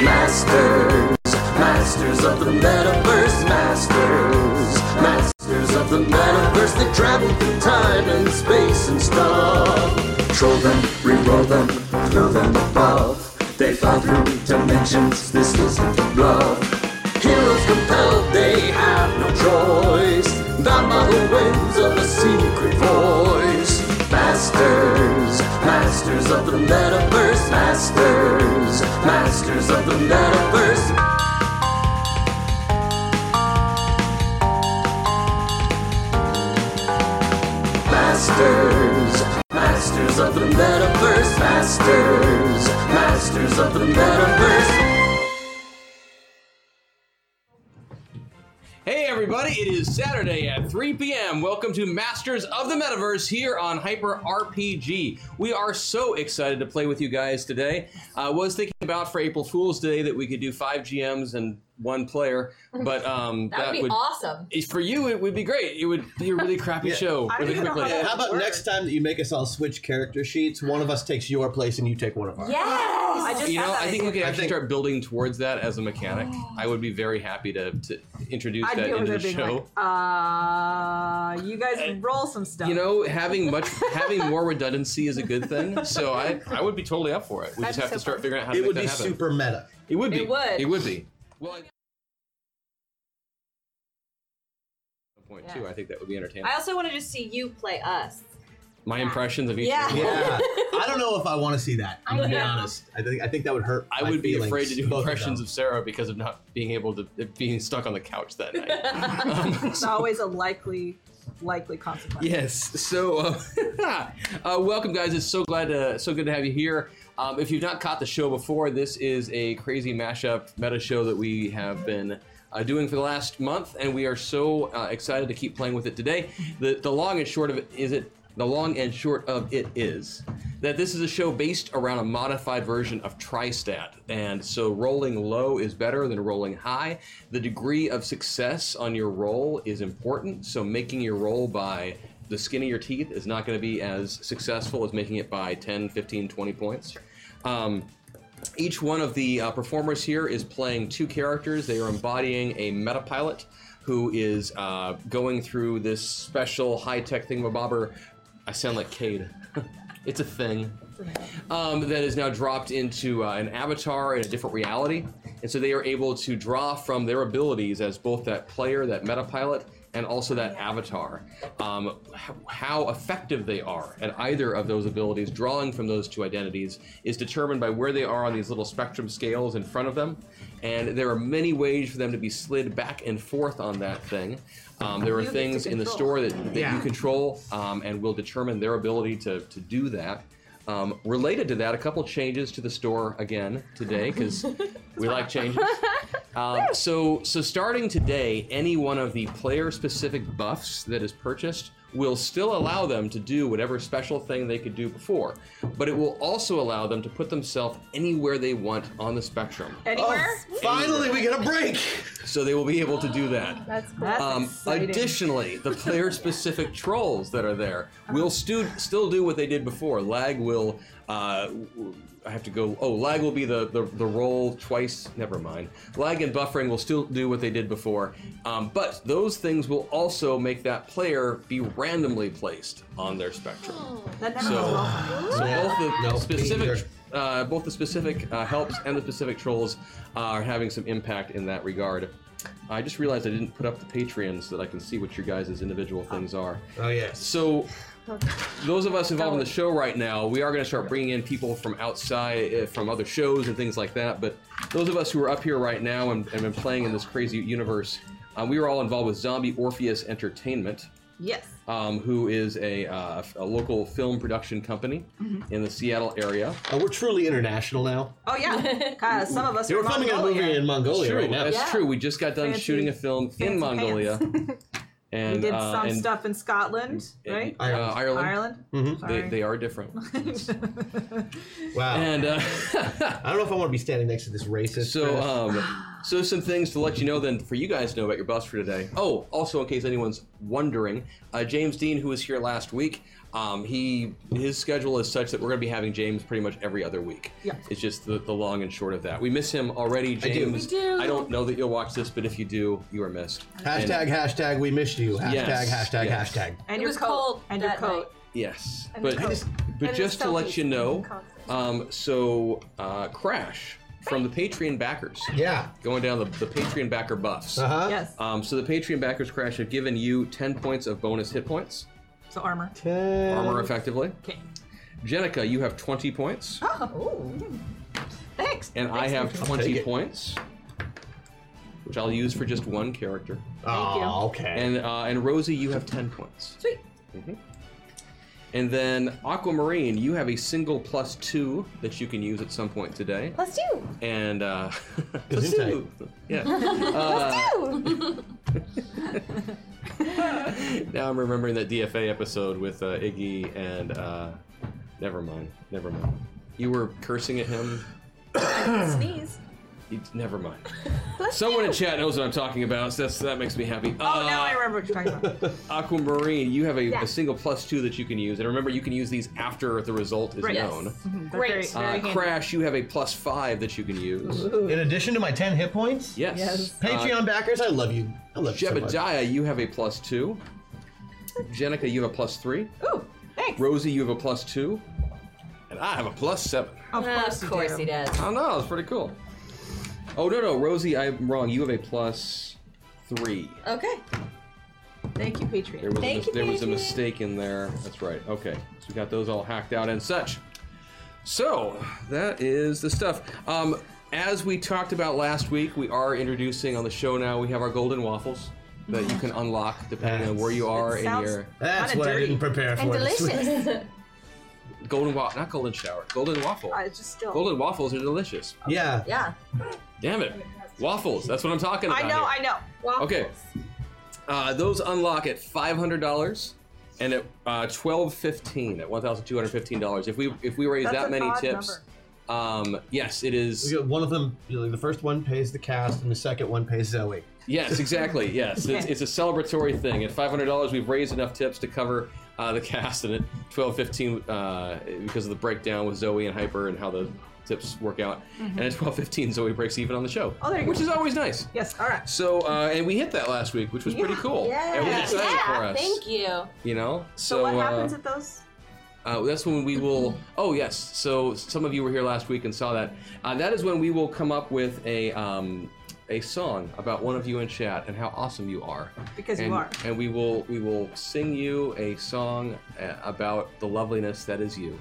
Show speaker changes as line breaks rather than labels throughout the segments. Masters, masters of the metaverse, masters, masters of the metaverse. They travel through time and space and stuff. Troll them, re-roll them, throw them above. They fly through dimensions. This isn't bluff. Heroes compelled, they have no choice. Bound by the winds of a secret voice. Masters, masters of the metaverse, masters, masters of the metaverse. Masters, masters of the metaverse, masters, masters of the metaverse.
Hey everybody, it is Saturday at 3 p.m. Welcome to Masters of the Metaverse here on Hyper RPG. We are so excited to play with you guys today. I was thinking about for April Fool's Day that we could do five GMs and one player, but um,
That would be awesome.
for you it would be great. It would be a really crappy
Yeah.
show
I don't
really
even know
quickly.
how
Yeah, how about
Word.
next time that you make us all switch character sheets? One of us takes your place and you take one of ours.
Yes.
I just
you
had
know,
that
I think we
idea.
could actually
think-
start building towards that as a mechanic. I would be very happy to, to introduce
I'd
that
be over
into
there
the
being
show.
like, uh, you guys roll some stuff.
You know, having much having more redundancy is a good thing. So I I would be totally up for it. We
That'd
just
be
have
so
to start
fun.
figuring out how to
It
make
would
that
be
happen.
super meta.
It would be.
It would.
It would be. Well, I- point too.
Yeah.
I think that would be entertaining.
I also want to just see you play us.
My impressions of each.
Yeah.
character.
Yeah. I don't know if I want to see that. I'm gonna be honest. I think I think that would hurt.
I
my
would be
feelings,
afraid to do
both of
impressions
them.
of Sarah because of not being able to being stuck on the couch that night. Um,
it's always a likely, likely consequence.
Yes. So, uh, uh, welcome, guys. It's so glad, to, so good to have you here. Um, if you've not caught the show before, this is a crazy mashup meta show that we have been uh, doing for the last month, and we are so uh, excited to keep playing with it today. The the long and short of it is it the long and short of it is that this is a show based around a modified version of Tristat. And so rolling low is better than rolling high. The degree of success on your roll is important. So making your roll by the skin of your teeth is not going to be as successful as making it by 10, 15, 20 points. Um, each one of the uh, performers here is playing two characters. They are embodying a meta pilot who is uh, going through this special high tech thingamabobber. I sound like Cade. it's a thing. Um, that is now dropped into uh, an avatar in a different reality. And so they are able to draw from their abilities as both that player, that meta pilot, and also that avatar, um, h- how effective they are at either of those abilities, drawing from those two identities, is determined by where they are on these little spectrum scales in front of them. And there are many ways for them to be slid back and forth on that thing. Um, there are
You get to
things in the store
control.
that, that you control um, and will determine their ability to, to do that. Um, related to that, a couple changes to the store again today because we like changes. Um, so, so starting today, any one of the player-specific buffs that is purchased will still allow them to do whatever special thing they could do before, but it will also allow them to put themselves anywhere they want on the spectrum.
Anywhere?
Oh,
Oh.
Finally, we get a break.
So they will be able to do that.
That's cool.
That's
Um,
exciting.
additionally, the player specific trolls that are there will stu- still do what they did before. Lag will. Uh, w- I have to go. Oh, lag will be the, the, the roll twice. Never mind. Lag and buffering will still do what they did before. Um, but those things will also make that player be randomly placed on their spectrum.
That never goes well for me.
So, so both the
No, me
specific,
neither.
uh, both the specific uh, helps and the specific trolls are having some impact in that regard. I just realized I didn't put up the Patreons so that I can see what your guys' individual things are.
Oh yes.
So, those of us involved in the show right now, we are going to start bringing in people from outside, uh, from other shows and things like that. But those of us who are up here right now and and been playing in this crazy universe, um, we were all involved with Zombie Orpheus Entertainment
Yes.
um, who is a, uh, a local film production company
Mm-hmm.
in the Seattle area.
Uh, we're truly international now.
Oh yeah. Uh, some of us
They
are
were filming a
Mongolian.
movie in Mongolia
True,
right now.
that's
Yeah.
true. We just got done
Fancy-
shooting a film in
fancy
Mongolia, and
We did
uh,
some
and-
stuff in Scotland,
and-
right?
uh, Ireland.
Ireland.
They,
Sorry.
they are different.
Wow.
and uh,
I don't know if I want to be standing next to this racist.
so,
trash.
um, so some things to let you know then for you guys to know about your bus for today. Oh, also in case anyone's wondering, uh, James Dean, who was here last week. Um, he his schedule is such that we're going to be having James pretty much every other week.
Yeah.
It's just the, the long and short of that. We miss him already,
do.
James.
We do.
I don't know that you'll watch this, but if you do, you are missed.
Hashtag, hashtag, we missed you. Hashtag,
Yes,
hashtag,
yes.
hashtag.
And
It
your
was
coat.
cold
and your
that
coat.
Yes,
And
but
the coat.
but
And the
just to let
selfies.
you know,
Constant.
um, so uh, Crash from the Patreon backers,
Yeah.
going down the, the Patreon backer buffs.
Uh huh.
Yes.
Um, so the Patreon backers, Crash, have given you ten points of bonus hit points,
so armor.
armor effectively.
Okay.
Jenica, you have twenty points,
Oh. Ooh. Thanks.
and I
Thanks,
have
Nathan.
twenty
Oh, Take it.
points, which I'll use for just one character.
you.
Oh, okay.
And uh, and Rosie, you have ten points.
Sweet.
And then Aquamarine, you have a single plus two that you can use at some point today.
Let's do.
And uh,
Gesundheit.
yeah. Uh, now I'm remembering that DFA episode with uh, Iggy and uh, never mind, never mind. You were cursing at him.
Sneeze.
You, never mind. Someone in chat knows what I'm talking about, so that's, that makes me happy.
Oh, now
Uh,
I remember what you're talking about.
Aquamarine, you have a,
Yeah.
a single plus two that you can use, and remember you can use these after the result is
Right. Yes.
known.
That's
Great.
very-
Uh,
very handy.
Crash, you have a plus five that you can use.
In addition to my 10 hit points,
Yes. Uh,
Yes.
Patreon backers, I love you. I love you. So much.
Jebediah, you have a plus two. Jenica, you have a plus three.
Ooh, thanks.
Rosie, you have a plus two. And I have a plus seven.
Of course,
Of course he
you do.
does.
I don't know, it's pretty cool. Oh, no, no, Rosie, I'm wrong. You have a plus three.
Okay.
Thank you,
There
Patreon.
was, a,
Thank
mis-
you,
there was a
Patreon.
mistake in there. That's right. Okay. So we got those all hacked out and such. So that is the stuff. Um, as we talked about last week, we are introducing on the show now, we have our golden waffles that you can unlock depending on where you are in
sounds-
your
That's
Kinda
what I
dirty.
didn't prepare for.
And
this week.
delicious.
golden waffle, not golden shower, golden waffle.
I just still.
Golden waffles are delicious.
Yeah.
yeah.
Damn it. Waffles. That's what I'm talking about.
I know,
here.
I know.
Waffles.
Okay. Uh, those unlock at five hundred dollars and at uh, twelve fifteen at one thousand two hundred fifteen dollars. If we if we raise
That's
that
an
many
odd
tips, um, yes, it
We
is.
got one of them, you know, the first one pays the cast, and the second one pays Zoe.
Yes, exactly. Yes, it's,
Okay.
it's a celebratory thing. At five hundred dollars, we've raised enough tips to cover uh, the cast, and at twelve fifteen, uh, because of the breakdown with Zoe and Hyper and how the tips work out, and at twelve fifteen, Zoe breaks even on the show,
Mm-hmm. Oh, there you go.
which is always nice.
Yes, all right.
So, uh, and we hit that last week, which was pretty cool.
Yeah.
It was
Yeah.
exciting for us.
Thank you.
You know, so,
So, what
uh,
happens at those?
Uh, that's when we will. Oh yes. So some of you were here last week and saw that. Uh, that is when we will come up with a um, a song about one of you in chat and how awesome you are.
Because you
and,
are.
And we will we will sing you a song uh, about the loveliness that is you.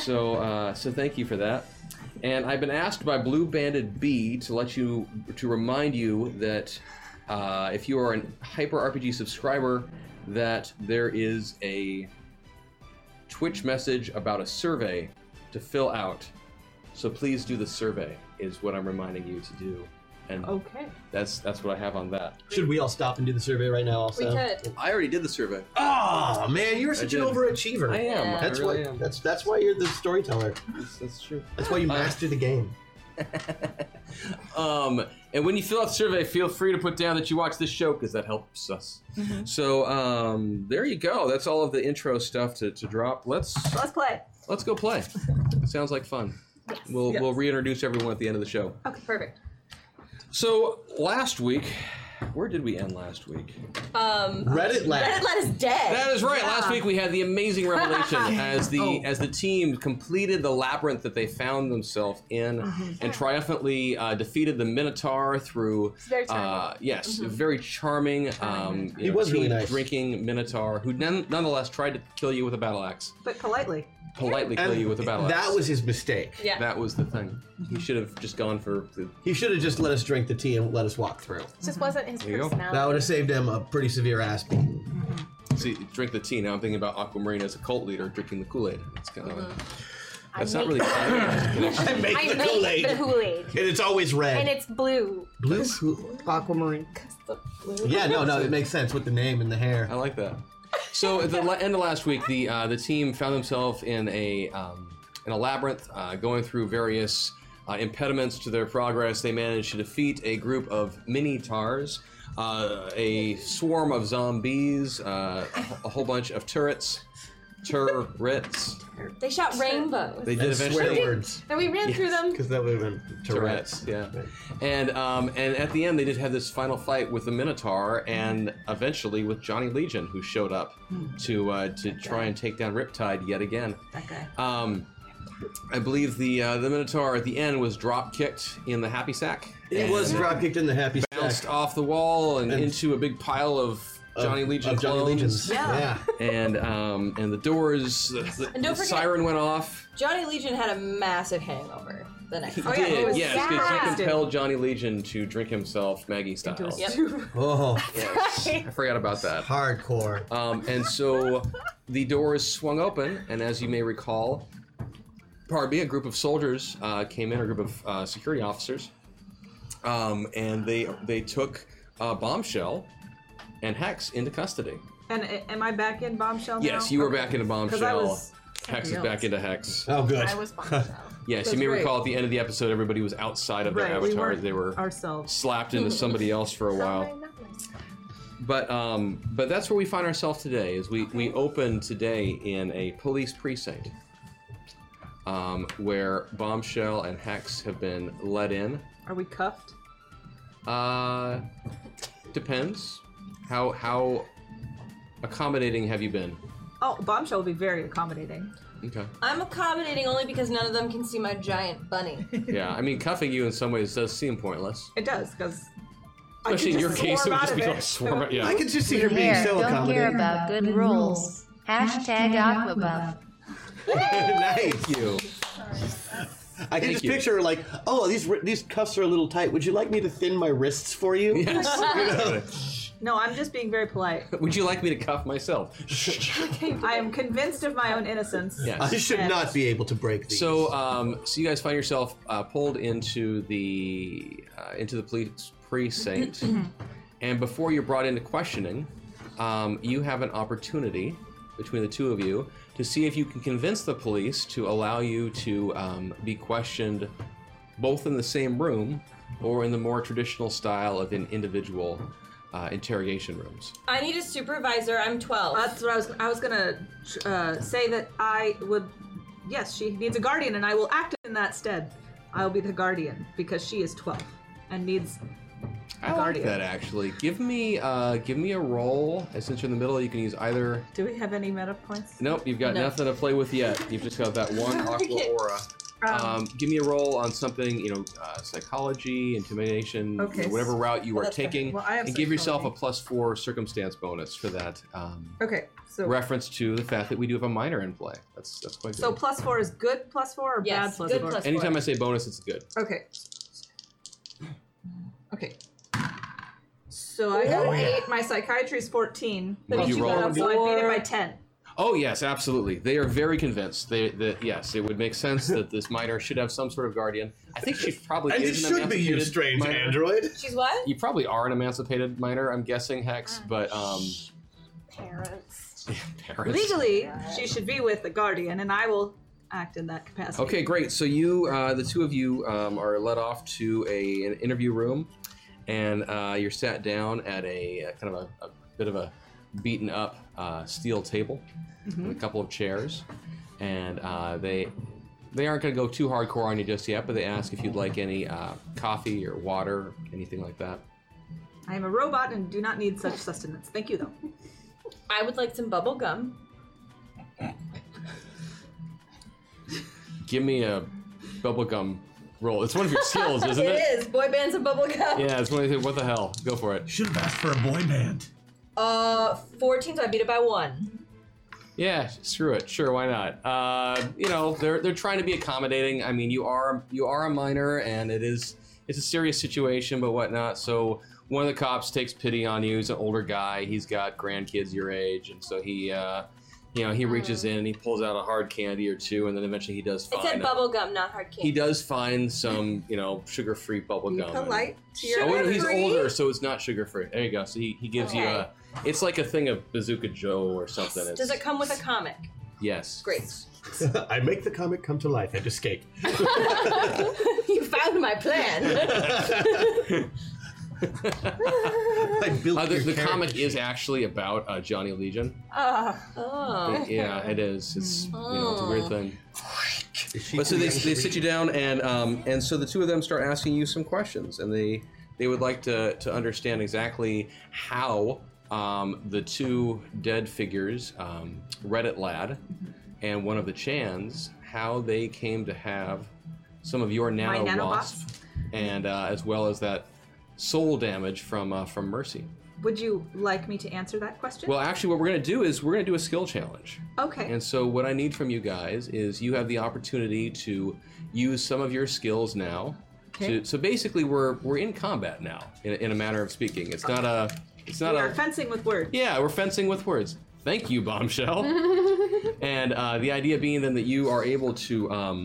so uh, so thank you for that. And I've been asked by Blue Banded B to let you to remind you that uh, if you are an Hyper RPG subscriber, that there is a Twitch message about a survey to fill out. So please do the survey is what I'm reminding you to do. And
Okay.
that's that's what I have on that.
Should we all stop and do the survey right now? Also,
We could.
I already did the survey.
Oh man, you're such an
did.
overachiever.
I am.
Yeah.
I
That's
really
why.
am. Uh,
That's that's why you're the storyteller.
That's, that's true.
That's why you master the game.
Um, and when you fill out the survey, feel free to put down that you watch this show because that helps us.
Mm-hmm.
So um, there you go. That's all of the intro stuff to, to drop. Let's
Let's play.
let's go play. Sounds like fun. We'll
Yes.
we'll reintroduce everyone at the end of the show.
Okay, perfect.
So last week, where did we end last week?
Um,
Reddit
Reddit
lad.
let us dead.
That is right. Last week we had the amazing revelation as the
Oh.
as the team completed the labyrinth that they found themselves in, and triumphantly uh, defeated the Minotaur through.
very
uh,
charming.
yes, a very charming. Um, you
He
know,
was really
tea
nice.
Drinking Minotaur, who none, nonetheless tried to kill you with a battle axe,
But politely.
politely kill you with a battle axe.
that was his mistake.
yeah.
that was the thing. He should have just gone for the
He should have just let us drink the tea and let us walk through.
just wasn't his
There you go.
personality.
That would have saved him a pretty severe ass beating.
see, drink the tea. Now I'm thinking about Aquamarine as a cult leader drinking the Kool Aid. That's kind of that's not
make-
really. connection.
I make
I
the
made
Kool-Aid,
the
and
Kool-Aid,
it's always red.
and it's blue.
blue Kool- aquamarine.
The blue.
Yeah, no, no, it makes sense with the name and the hair.
I like that. So at the la- end of last week, the uh, the team found themselves in a um, in a labyrinth, uh, going through various uh, impediments to their progress. They managed to defeat a group of mini tars, uh, a swarm of zombies, uh, a wh- a whole bunch of turrets, Turrets.
They shot rainbows.
They did
That's
eventually.
swear words.
and we ran through them.
Because that would have been Tourette's.
Tourette's, yeah. And um, and at the end, they did have this final fight with the Minotaur, and eventually with Johnny Legion, who showed up to uh, to try and take down Riptide yet again.
That guy.
Um, I believe the uh, the Minotaur at the end was drop kicked in the happy sack.
It
and
was drop kicked in the happy
bounced
sack
off the wall and,
And-
into a big pile of
of-
Johnny Legion
of Johnny
clones.
Legions.
Yeah.
and um, and the doors, the, the-
And
the
don't forget-
siren went off.
Johnny Legion had a massive hangover the next
He
Oh, night.
yeah, he
did,
was
yes, because he
sad.
compelled Johnny Legion to drink himself Maggie style.
Into a
Yep.
soup.
Oh,
I forgot about that.
hardcore.
Um, and so the doors swung open, and as you may recall, pardon me, a group of soldiers uh, came in, a group of uh, security officers, um, and they they took uh, Bombshell and Hex into custody.
And a- am I back in bombshell now?
Yes, you were back into
Because I
Bombshell.
was.
Hex is
something
back
else.
into Hex.
Oh, good.
I was bombshell.
Yes, you
That's
may
right.
recall at the end of the episode, everybody was outside of their
Right, we
avatars.
weren't
they were
ourselves.
slapped into somebody else for a while. But um, but that's where we find ourselves today. Is we we open today in a police precinct, um, where Bombshell and Hex have been let in.
Are we cuffed?
Uh, depends. How how accommodating have you been?
Oh, bombshell will be very accommodating.
Okay.
I'm accommodating only because none of them can see my giant bunny.
Yeah, I mean cuffing you in some ways does seem pointless,
It does because.
especially in your case. It would just be like swarm. out- Yeah.
I could just see her being so
don't care
accommodating.
about good rules. Hashtag Aquabuff.
nice.
Thank you.
I can
Thank
just
you.
picture her like, oh, these ri- these cuffs are a little tight. Would you like me to thin my wrists for you?
Yes.
No, I'm just being very polite.
Would you like me to cuff myself?
I am convinced of my own innocence.
I
Yes.
should not be able to break these.
So, um, so you guys find yourself uh, pulled into the uh, into the police precinct, and before you're brought into questioning, um, you have an opportunity between the two of you to see if you can convince the police to allow you to um, be questioned both in the same room or in the more traditional style of an individual uh, interrogation rooms.
I need a supervisor. I'm 12.
That's what I was. I was gonna uh, say that I would. Yes, she needs a guardian, and I will act in that stead. I'll be the guardian because she is twelve and needs.
I like
Guardian.
that actually. Give me uh, give me a roll. And since you're in the middle, you can use either
Do we have any meta points?
Nope, you've got nothing to play with yet. You've just got that one aqua aura. Um, give me a roll on something, you know, uh, psychology, intimidation, you
Okay,
know, whatever
so-
route you are
that's fine.
taking,
Well, I have
and give yourself a
psychology.
plus four circumstance bonus for that um,
Okay, so
reference to the fact that we do have a minor in play. That's that's quite good.
so plus four is good plus four or
Yes,
bad plus
good
four?
plus-
Anytime I say bonus, it's good.
okay. Okay. So I got an eight. My psychiatry is fourteen.
What did
Plus
you roll?
four, So I beat it by ten.
Oh yes, absolutely. They are very convinced. They that yes, it would make sense that this minor should have some sort of guardian. I think she probably
and it
is an
should be you,
emancipated
strange
minor.
android.
She's what?
You probably are an emancipated minor, I'm guessing, Hex, but um,
Parents.
parents.
Legally, she should be with the guardian, and I will act in that capacity.
Okay, great. So you, uh, the two of you, um, are led off to a, an interview room, and uh, you're sat down at a, uh kind of a, a bit of a beaten up uh, steel table with a couple of chairs, and uh, they they aren't going to go too hardcore on you just yet, but they ask if you'd like any uh, coffee or water, anything like that.
I am a robot and do not need such sustenance. Thank you, though.
I would like some bubble gum.
Give me a bubblegum roll. It's one of your skills, isn't it?
It is. Boy bands and bubble gum.
Yeah, it's one of the, what the hell? Go for it.
Should have asked for a boy band.
Uh, 14, so I beat it by one.
Yeah, screw it. Sure, why not? Uh, you know, they're they're trying to be accommodating. I mean, you are you are a minor, and it is it's a serious situation, but whatnot. So one of the cops takes pity on you. He's an older guy. He's got grandkids your age, and so he. Uh, you know, he reaches in and he pulls out a hard candy or two, and then eventually he does
It said
find.
bubble gum, not hard
he
candy.
does find some, you know, sugar-free bubble
Be
gum. and-
polite to your
Oh, wait, he's
Sugar-free?
older, so it's not sugar-free. There you go. So he, he gives you
Okay.
a. It's like a thing of Bazooka Joe or something. It's-
Does it come with a comic?
Yes.
Great.
I make the comic come to life and escape.
you found my plan.
Like built
Uh, the
your
the
character
comic
sheet.
is actually about uh, Johnny Legion.
Uh,
Oh.
Yeah, it is. It's you know, it's a weird thing.
Is she
But so
too
they,
young to
they
read?
sit you down, and um, and so the two of them start asking you some questions, and they they would like to to understand exactly how um, the two dead figures, um, Reddit lad, and one of the Chans, how they came to have some of your nano
nanobots?
wasp, and uh, as well as that soul damage from uh, from Mercy.
would you like me to answer that question?
Well, actually, what we're gonna do is we're gonna do a skill challenge.
okay.
And so, what I need from you guys is you have the opportunity to use some of your skills now.
Okay.
To, so basically, we're we're in combat now, in, in a manner of speaking. It's not a, it's not
We are
a.
fencing with words.
yeah, we're fencing with words. Thank you, bombshell. and uh, the idea being then that you are able to, um,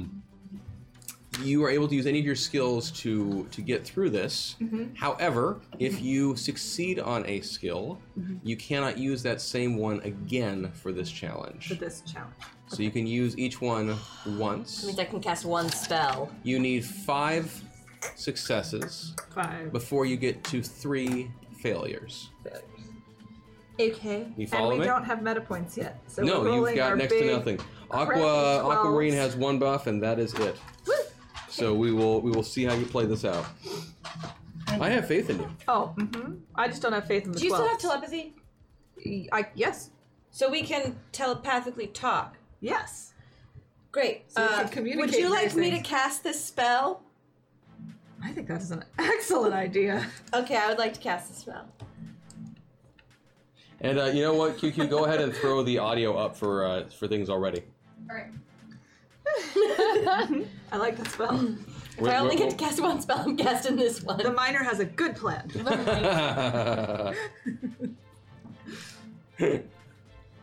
you are able to use any of your skills to to get through this.
Mm-hmm.
However, if you succeed on a skill,
Mm-hmm.
you cannot use that same one again for this challenge.
For this challenge.
So you can use each one once.
Means I can cast one spell.
You need five successes
Five.
before you get to three failures.
Okay.
You follow
and we
me?
don't have meta points yet. So
No,
we're rolling
you've got
our
next
big-
to nothing.
crappy
Aqua
12s.
Aquamarine has one buff, and that is it. So we will we will see how you play this out. I have faith in you.
Oh, mm-hmm. I just don't have faith in the
Do you still have
12s.
telepathy?
I, yes.
So we can telepathically talk.
Yes.
Great.
So we
Uh,
can
would
communicate
you like
nice
me to
things.
cast this spell?
I think that is an excellent idea.
Okay, I would like to cast the spell.
And uh, you know what, QQ, go ahead and throw the audio up for uh, for things already.
I like that spell.
If I only get to cast one spell, I'm casting this one.
the miner has a good plan.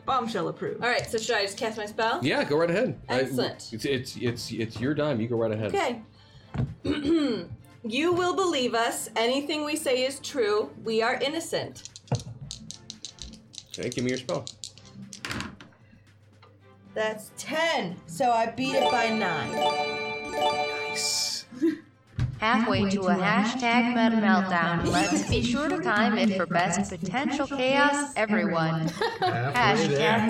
Bombshell approved.
All right, so should I just cast my spell?
yeah, go right ahead. I-
Excellent.
it's, it's it's it's your dime. You go right ahead.
Okay. you will believe us. Anything we say is true. We are innocent.
Okay, give me your spell.
That's 10. So I beat it by 9.
Halfway to a hashtag meta meltdown. Let's be sure to time it for best potential chaos, everyone.
Halfway
Hashtag
there.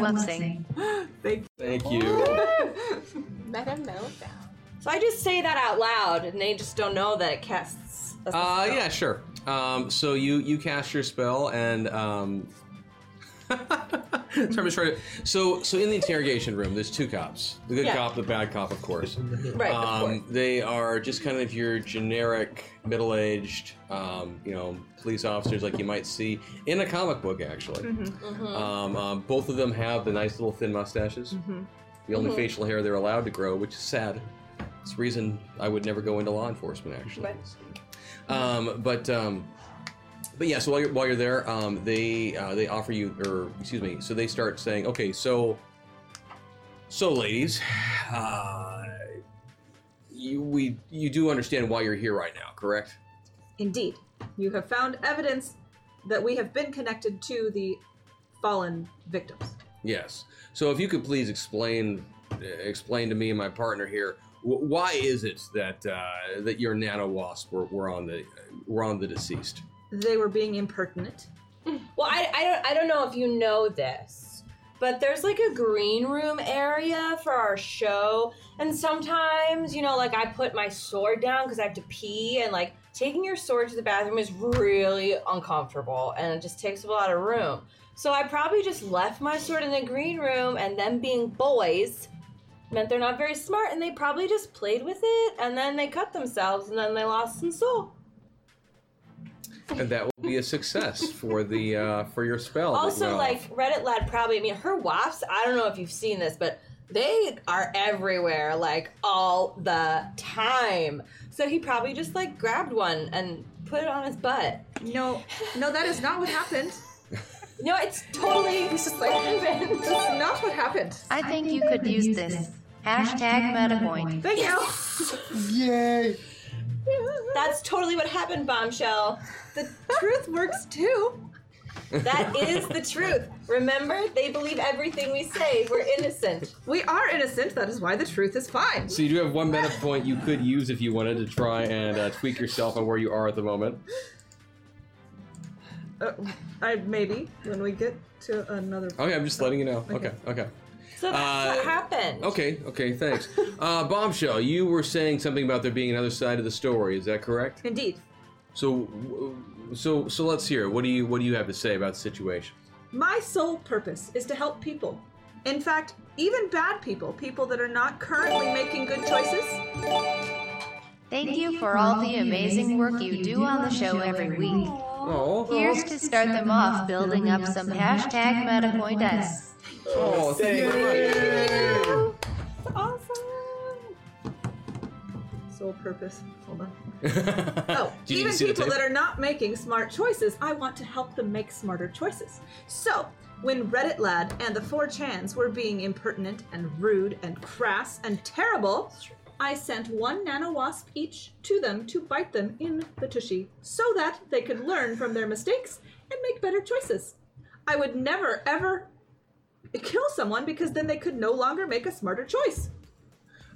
flexing.
Thank you.
Meta meltdown.
So I just say that out loud and they just don't know that it casts a
Uh,
spell.
yeah, sure. Um, so you you cast your spell and um. so I'm just trying to- So so in the interrogation room, there's two cops. The good
Yeah.
cop, the bad cop, of course.
Right, of course.
Um, they are just kind of your generic middle-aged, um, you know, police officers like you might see in a comic book, actually. Um, um, both of them have the nice little thin mustaches.
Mm-hmm.
The only facial hair they're allowed to grow, which is sad. It's the reason I would never go into law enforcement, actually. Um, but um, but yeah, so while you're, while you're there, um, they uh, they offer you, or excuse me, so they start saying, okay, so so ladies, uh, you we you do understand why you're here right now, correct?
Indeed, you have found evidence that we have been connected to the fallen victims.
Yes. So if you could please explain uh, explain to me and my partner here wh- why is it that uh, that your nano wasp were, were on the were on the deceased?
They were being impertinent.
Well, I, I, don't, I don't know if you know this, but there's like a green room area for our show. And sometimes, you know, like I put my sword down because I have to pee, and like taking your sword to the bathroom is really uncomfortable and it just takes up a lot of room. So I probably just left my sword in the green room, and them being boys meant they're not very smart and they probably just played with it and then they cut themselves and then they lost some soul.
And that will be a success for the uh, for your spell. that you
Also,
have.
like Reddit lad, probably. I mean, her wasps. I don't know if you've seen this, but they are everywhere, like all the time. So he probably just like grabbed one and put it on his butt.
No, no, that is not what happened.
No, it's totally
He's just like, that's not what happened.
I think you could use this. Hashtag meta point.
Thank
Yay!
you.
that's totally what happened, bombshell.
the truth works too.
That is the truth. Remember, they believe everything we say. We're innocent.
We are innocent. That is why the truth is fine.
So you do have one meta point you could use if you wanted to try and uh, tweak yourself on where you are at the moment.
Uh, I maybe when we get to another.
Okay, I'm just letting you know. Okay,
Okay.
okay.
So that's
Uh,
what happened.
Okay, okay, thanks. Uh, Bombshell, you were saying something about there being another side of the story. Is that correct?
Indeed.
So, w- so, so let's hear. it. What do you What do you have to say about the situation?
My sole purpose is to help people. In fact, even bad people, people that are not currently making good choices.
Thank you for all the amazing work you do on the show every week.
Oh,
Here's to start them off building up some hashtag MetaPointS.
oh, thank you. very much.
Sole purpose. Hold on.
oh,
Oh, even people that are not making smart choices, I want to help them make smarter choices. So, when Reddit Lad and the 4chans were being impertinent and rude and crass and terrible, I sent one nano wasp each to them to bite them in the tushy so that they could learn from their mistakes and make better choices. I would never, ever kill someone because then they could no longer make a smarter choice.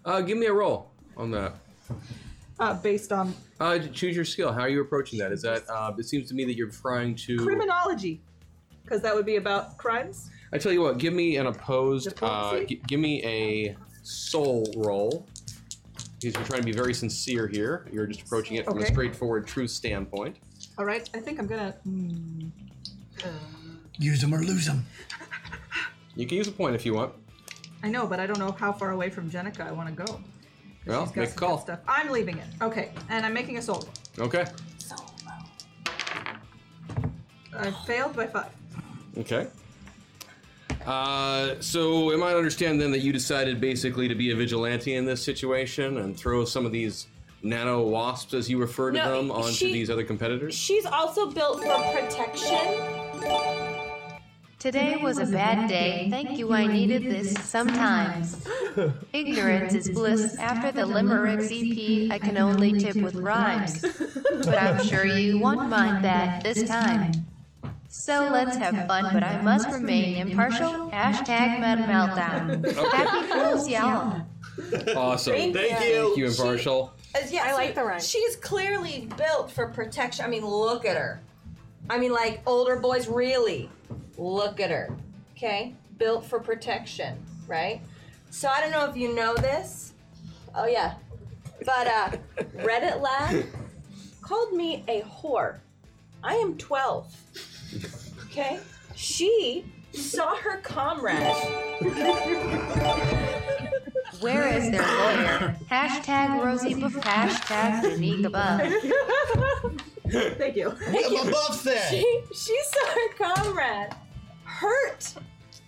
Uh, give me a roll on that.
Uh, based on
Uh, choose your skill. How are you approaching that? Is that? Uh, it seems to me that you're trying to.
criminology, because that would be about crimes.
I tell you what. Give me an opposed. Uh,
Diplomacy?
g- give me a soul roll. Because you're trying to be very sincere here. You're just approaching it from a
Okay.
straightforward truth standpoint.
All right, I think I'm gonna.
Use them or lose them.
You can use a point if you want.
I know, but I don't know how far away from Jenica I want to go.
Well,
She's
make a
got some good
call.
Stuff. I'm leaving it. Okay, and I'm making a soul.
Okay.
I failed by five.
Okay. Uh, so, am I to understand then that you decided basically to be a vigilante in this situation and throw some of these nano wasps, as you refer to
No,
them, onto
she-
these other competitors?
She's also built for protection.
Today was a bad day. Thank you, I needed this sometimes. Ignorance is bliss. After the Limericks EP, I can only tip with rhymes. But I'm sure you won't mind that this time. So let's have fun, but I must remain impartial. Hashtag Meta Meltdown. Happy Fools, y'all.
Awesome. Thank,
Thank you.
you, impartial.
Uh, yeah,
I
so
like the rhyme.
She's clearly built for protection. I mean, look at her. I mean, like older boys, really. Look at her. Okay, built for protection, right? So I don't know if you know this. Oh yeah, but uh, Reddit lad called me a whore. I am twelve. Okay, she saw her comrade.
Where is their lawyer? Hashtag Rosie Buff. Hashtag Unique Above.
Thank you.
I'm above that.
She, she saw her comrade hurt,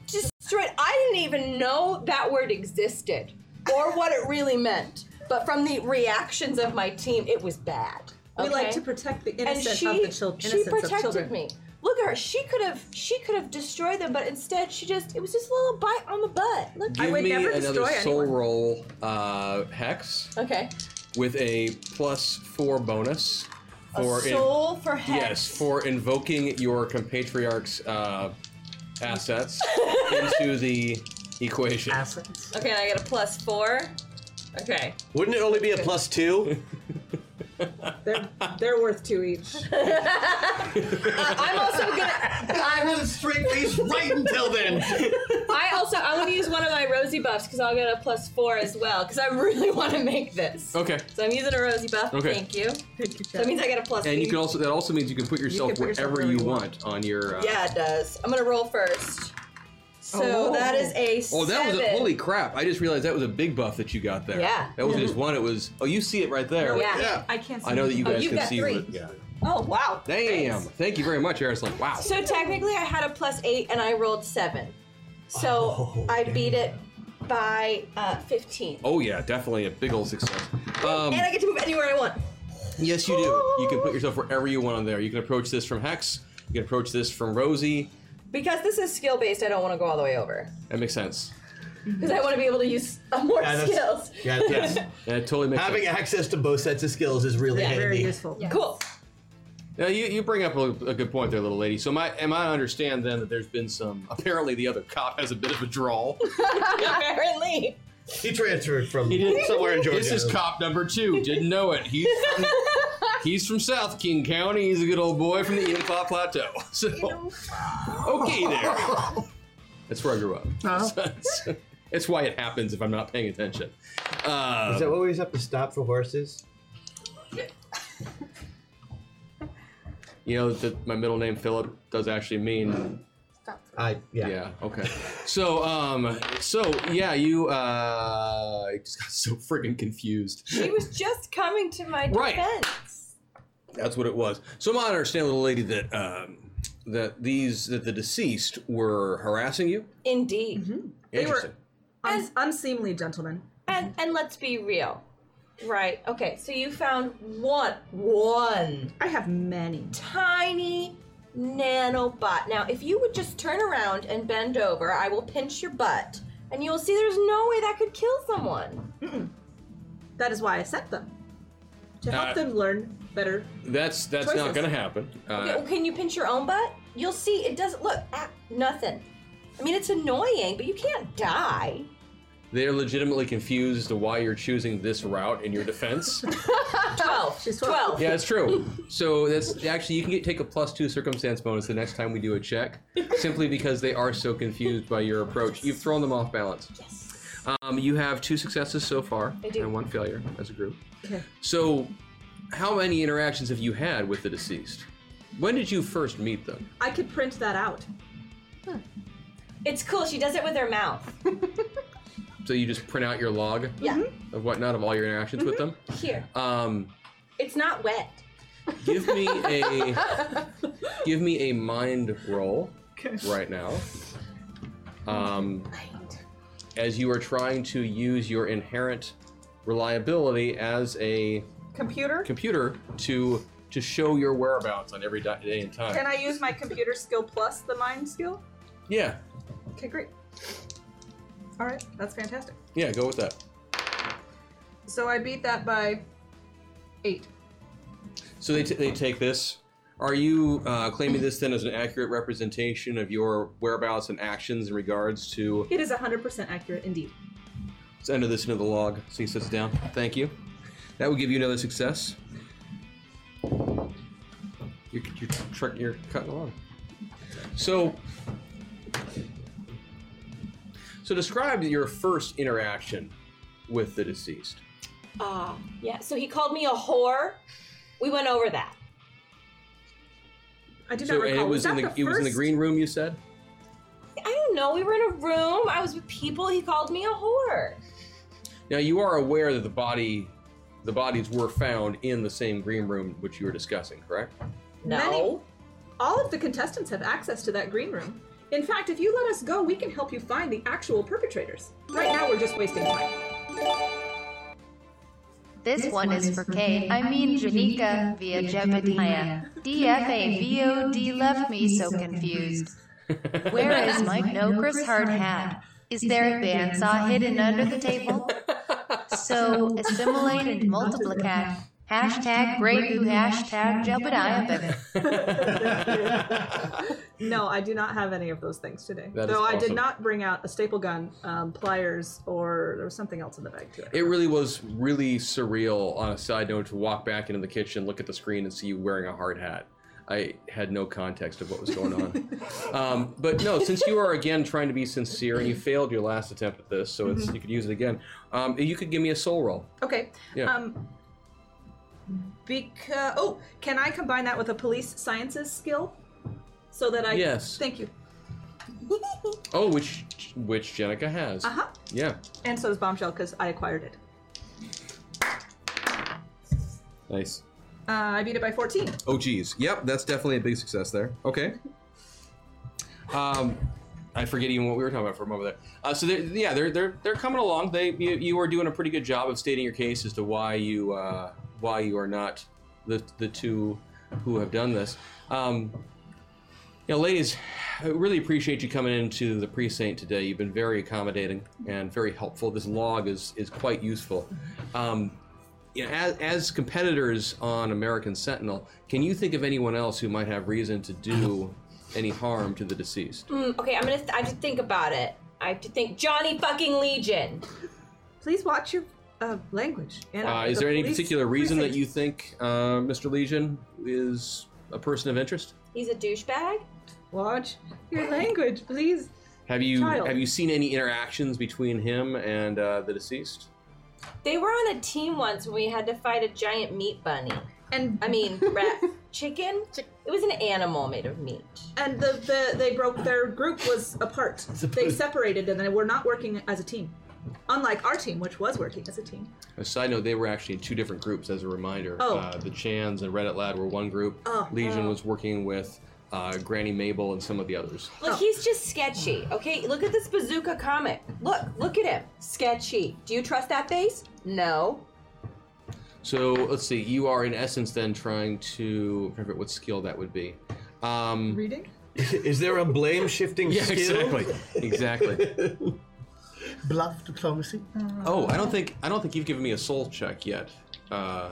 destroyed. I didn't even know that word existed or what it really meant. But from the reactions of my team, it was bad.
We like
okay?
to protect the
and
innocent
she,
of the chil- innocence
she
of
protected
children.
me. Look at her. She could have she could have destroyed them, but instead she just it was just a little bite on the butt. Look.
Give
would
me
never
another
destroy
soul
anyone.
roll uh, hex
Okay.
with a plus four bonus for
a
in-
soul for hex.
Yes, for invoking your compatriarch's uh, assets into the equation.
Okay, I got a plus four. Okay.
Wouldn't it only be a plus two?
They're, they're worth two each.
I'm also gonna.
I have a straight face right until then.
I also I'm gonna use one of my rosy buffs because I'll get a plus four as well because I really want to make this.
Okay.
So I'm using a rosy buff.
Oh. Okay.
Thank you.
Thank you,
So that means I get a plus.
And you
three.
can also that also means you can put yourself
can put yourself
wherever
wherever
you
you
want on your. Uh,
Yeah, it does. I'm gonna roll first. So
Oh.
that is a.
Oh, that was a,
seven.
holy crap! I just realized that was a big buff that you got there.
Yeah.
That wasn't just one. It was oh, you see it right there.
Yeah.
Yeah.
I can't. See
I know that you
Oh,
guys
you've
can
got
see.
three.
What, yeah.
Oh wow.
Damn!
Thanks.
Thank you very much, Aristotle. Wow.
So technically, I had a plus eight and I rolled seven. So
Oh,
I beat it by uh, 15.
oh yeah, definitely a big old success. Um,
And I get to move anywhere I want.
Yes, you do. You can put yourself wherever you want on there. You can approach this from Hex. You can approach this from Rosie.
Because this is skill based, I don't want to go all the way over.
That makes sense.
Because I want to be able to use uh, more
Yeah, that's-
skills.
Yeah, yes.
Yeah, it totally makes
Having
sense.
access to both sets of skills is really handy.
Very useful.
Cool.
Now, you, you bring up a, a good point there, little lady. So, my, am I to understand then that there's been some? Apparently, the other cop has a bit of a drawl.
Apparently.
He transferred from
did.
somewhere in Georgia.
this is cop number two. Didn't know it. He's from He's from South King County. He's a good old boy from the Inkla Plateau. So, okay, there. That's where I grew up. That's, that's why it happens if I'm not paying attention. Uh,
Is that what we just have to stop for horses?
you know that my middle name Philip does actually mean
Stop.
I yeah.
Yeah. Okay. So, um, so yeah, you, uh, I just got so friggin' confused.
She was just coming to my
Right.
defense.
That's what it was. So, my understanding, little lady, that um, that these that the deceased were harassing you.
Indeed.
They
Interesting.
were un- unseemly gentlemen.
And and let's be real. Right. Okay. So you found one one
I have many.
tiny nanobot. Now, if you would just turn around and bend over, I will pinch your butt, and you will see there's no way that could kill someone.
That is why I sent them to help
Uh,
them learn better.
That's that's not
Choices.
gonna happen. Uh,
Okay, well, can you pinch your own butt? You'll see. It doesn't look ah, nothing. I mean, it's annoying, but you can't die.
They're legitimately confused as to why you're choosing this route in your defense.
Twelve.
She's twelve.
twelve.
Yeah, it's true. So that's actually you can get, take a plus two circumstance bonus the next time we do a check, simply because they are so confused by your approach. You've thrown them off balance. Yes. Um, you have two successes so far
I do.
and one failure as a group.
Okay.
So, how many interactions have you had with the deceased? When did you first meet them?
I could print that out.
It's cool. She does it with her mouth.
So you just print out your log
Yeah.
of whatnot of all your interactions with them.
Mm-hmm. Here.
Um,
It's not wet.
give me a give me a mind roll right now. Um, as you are trying to use your inherent reliability as a
Computer?
computer to to show your whereabouts on every di- day and time.
Can I use my computer skill plus the mind skill?
yeah,
Okay, great. All right, that's fantastic.
yeah, go with that.
So I beat that by eight.
So they, t- they take this. Are you uh, claiming this then as an accurate representation of your whereabouts and actions in regards to?
It is 100% accurate indeed.
Let's enter this into the log. So he sits down. Thank you. That will give you another success. You're, you're, tr- you're cutting along. So, so describe your first interaction with the deceased.
Ah, yeah. So he called me a whore. We went over that.
I do not
So and
recall.
it was,
that
in the,
the
it was in the
first-
green room. You said.
I don't know. We were in a room. I was with people. He called me a whore.
Now you are aware that the body, the bodies were found in the same green room which you were discussing, correct?
No.
Many- All of the contestants have access to that green room. In fact, if you let us go, we can help you find the actual perpetrators. Right now, we're just wasting time.
This one is for Kay. I mean Janika via Jebediah. E DFA VOD left me so confused. Where is Mike No Chris Hard Hat? Is there a bandsaw hidden under the table? So assimilate and multiplicat. Hashtag Breaku, hashtag Jebediah. Bebe.
No, I do not have any of those things today.
That is
Though I
awesome.
did not bring out a staple gun, um, pliers, or there was something else in the bag too.
It really was really surreal. On a side note, to walk back into the kitchen, look at the screen, and see you wearing a hard hat. I had no context of what was going on. um, but no, since you are again trying to be sincere and you failed your last attempt at this, so it's, you could use it again. Um, you could give me a soul roll.
Okay.
Yeah.
Um, because oh, can I combine that with a police sciences skill, so that I
Yes.
Thank you. Uh-huh.
Oh, which which Jenica has.
Uh huh.
Yeah.
And so does bombshell because I acquired it.
Nice.
Uh, I beat it by fourteen.
Oh, geez. Yep, that's definitely a big success there. Okay. Um, I forget even what we were talking about for a moment there. Uh, so they're, yeah, they're they're they're coming along. They you, you are doing a pretty good job of stating your case as to why you uh, why you are not the the two who have done this. Um, you know, ladies, I really appreciate you coming into the precinct today. You've been very accommodating and very helpful. This log is is quite useful. Um, you know, as, as competitors on American Sentinel, can you think of anyone else who might have reason to
Oh.
do any harm to the deceased?
Mm, okay, I'm gonna. Th- I have to think about it. I have to think. Johnny fucking Legion.
Please watch your uh, language. And
Uh,
the
is there any
police
particular reason that
precinct.
you think uh, Mr. Legion is a person of interest?
He's a douchebag.
watch your language, please?
Have you
Child.
have you seen any interactions between him and uh, the deceased?
They were on a team once when we had to fight a giant meat bunny.
And
I mean, rat chicken. It was an animal made of meat.
and the, the they broke their group was apart. They separated and they were not working as a team. Unlike our team, which was working as a team.
A side note: They were actually in two different groups. As a reminder,
Oh.
uh, the Chans and Reddit Lad were one group.
Oh.
Legion was working with uh, Granny Mabel and some of the others.
Look,
Oh.
he's just sketchy. Okay, look at this bazooka comic. Look, look at him. Sketchy. Do you trust that face? No.
So let's see. You are in essence then trying to I forget what skill that would be. Um,
Reading?
Is there a blame shifting
yeah,
skill?
exactly, exactly.
Bluff diplomacy.
Oh, I don't think I don't think you've given me a soul check yet. Uh,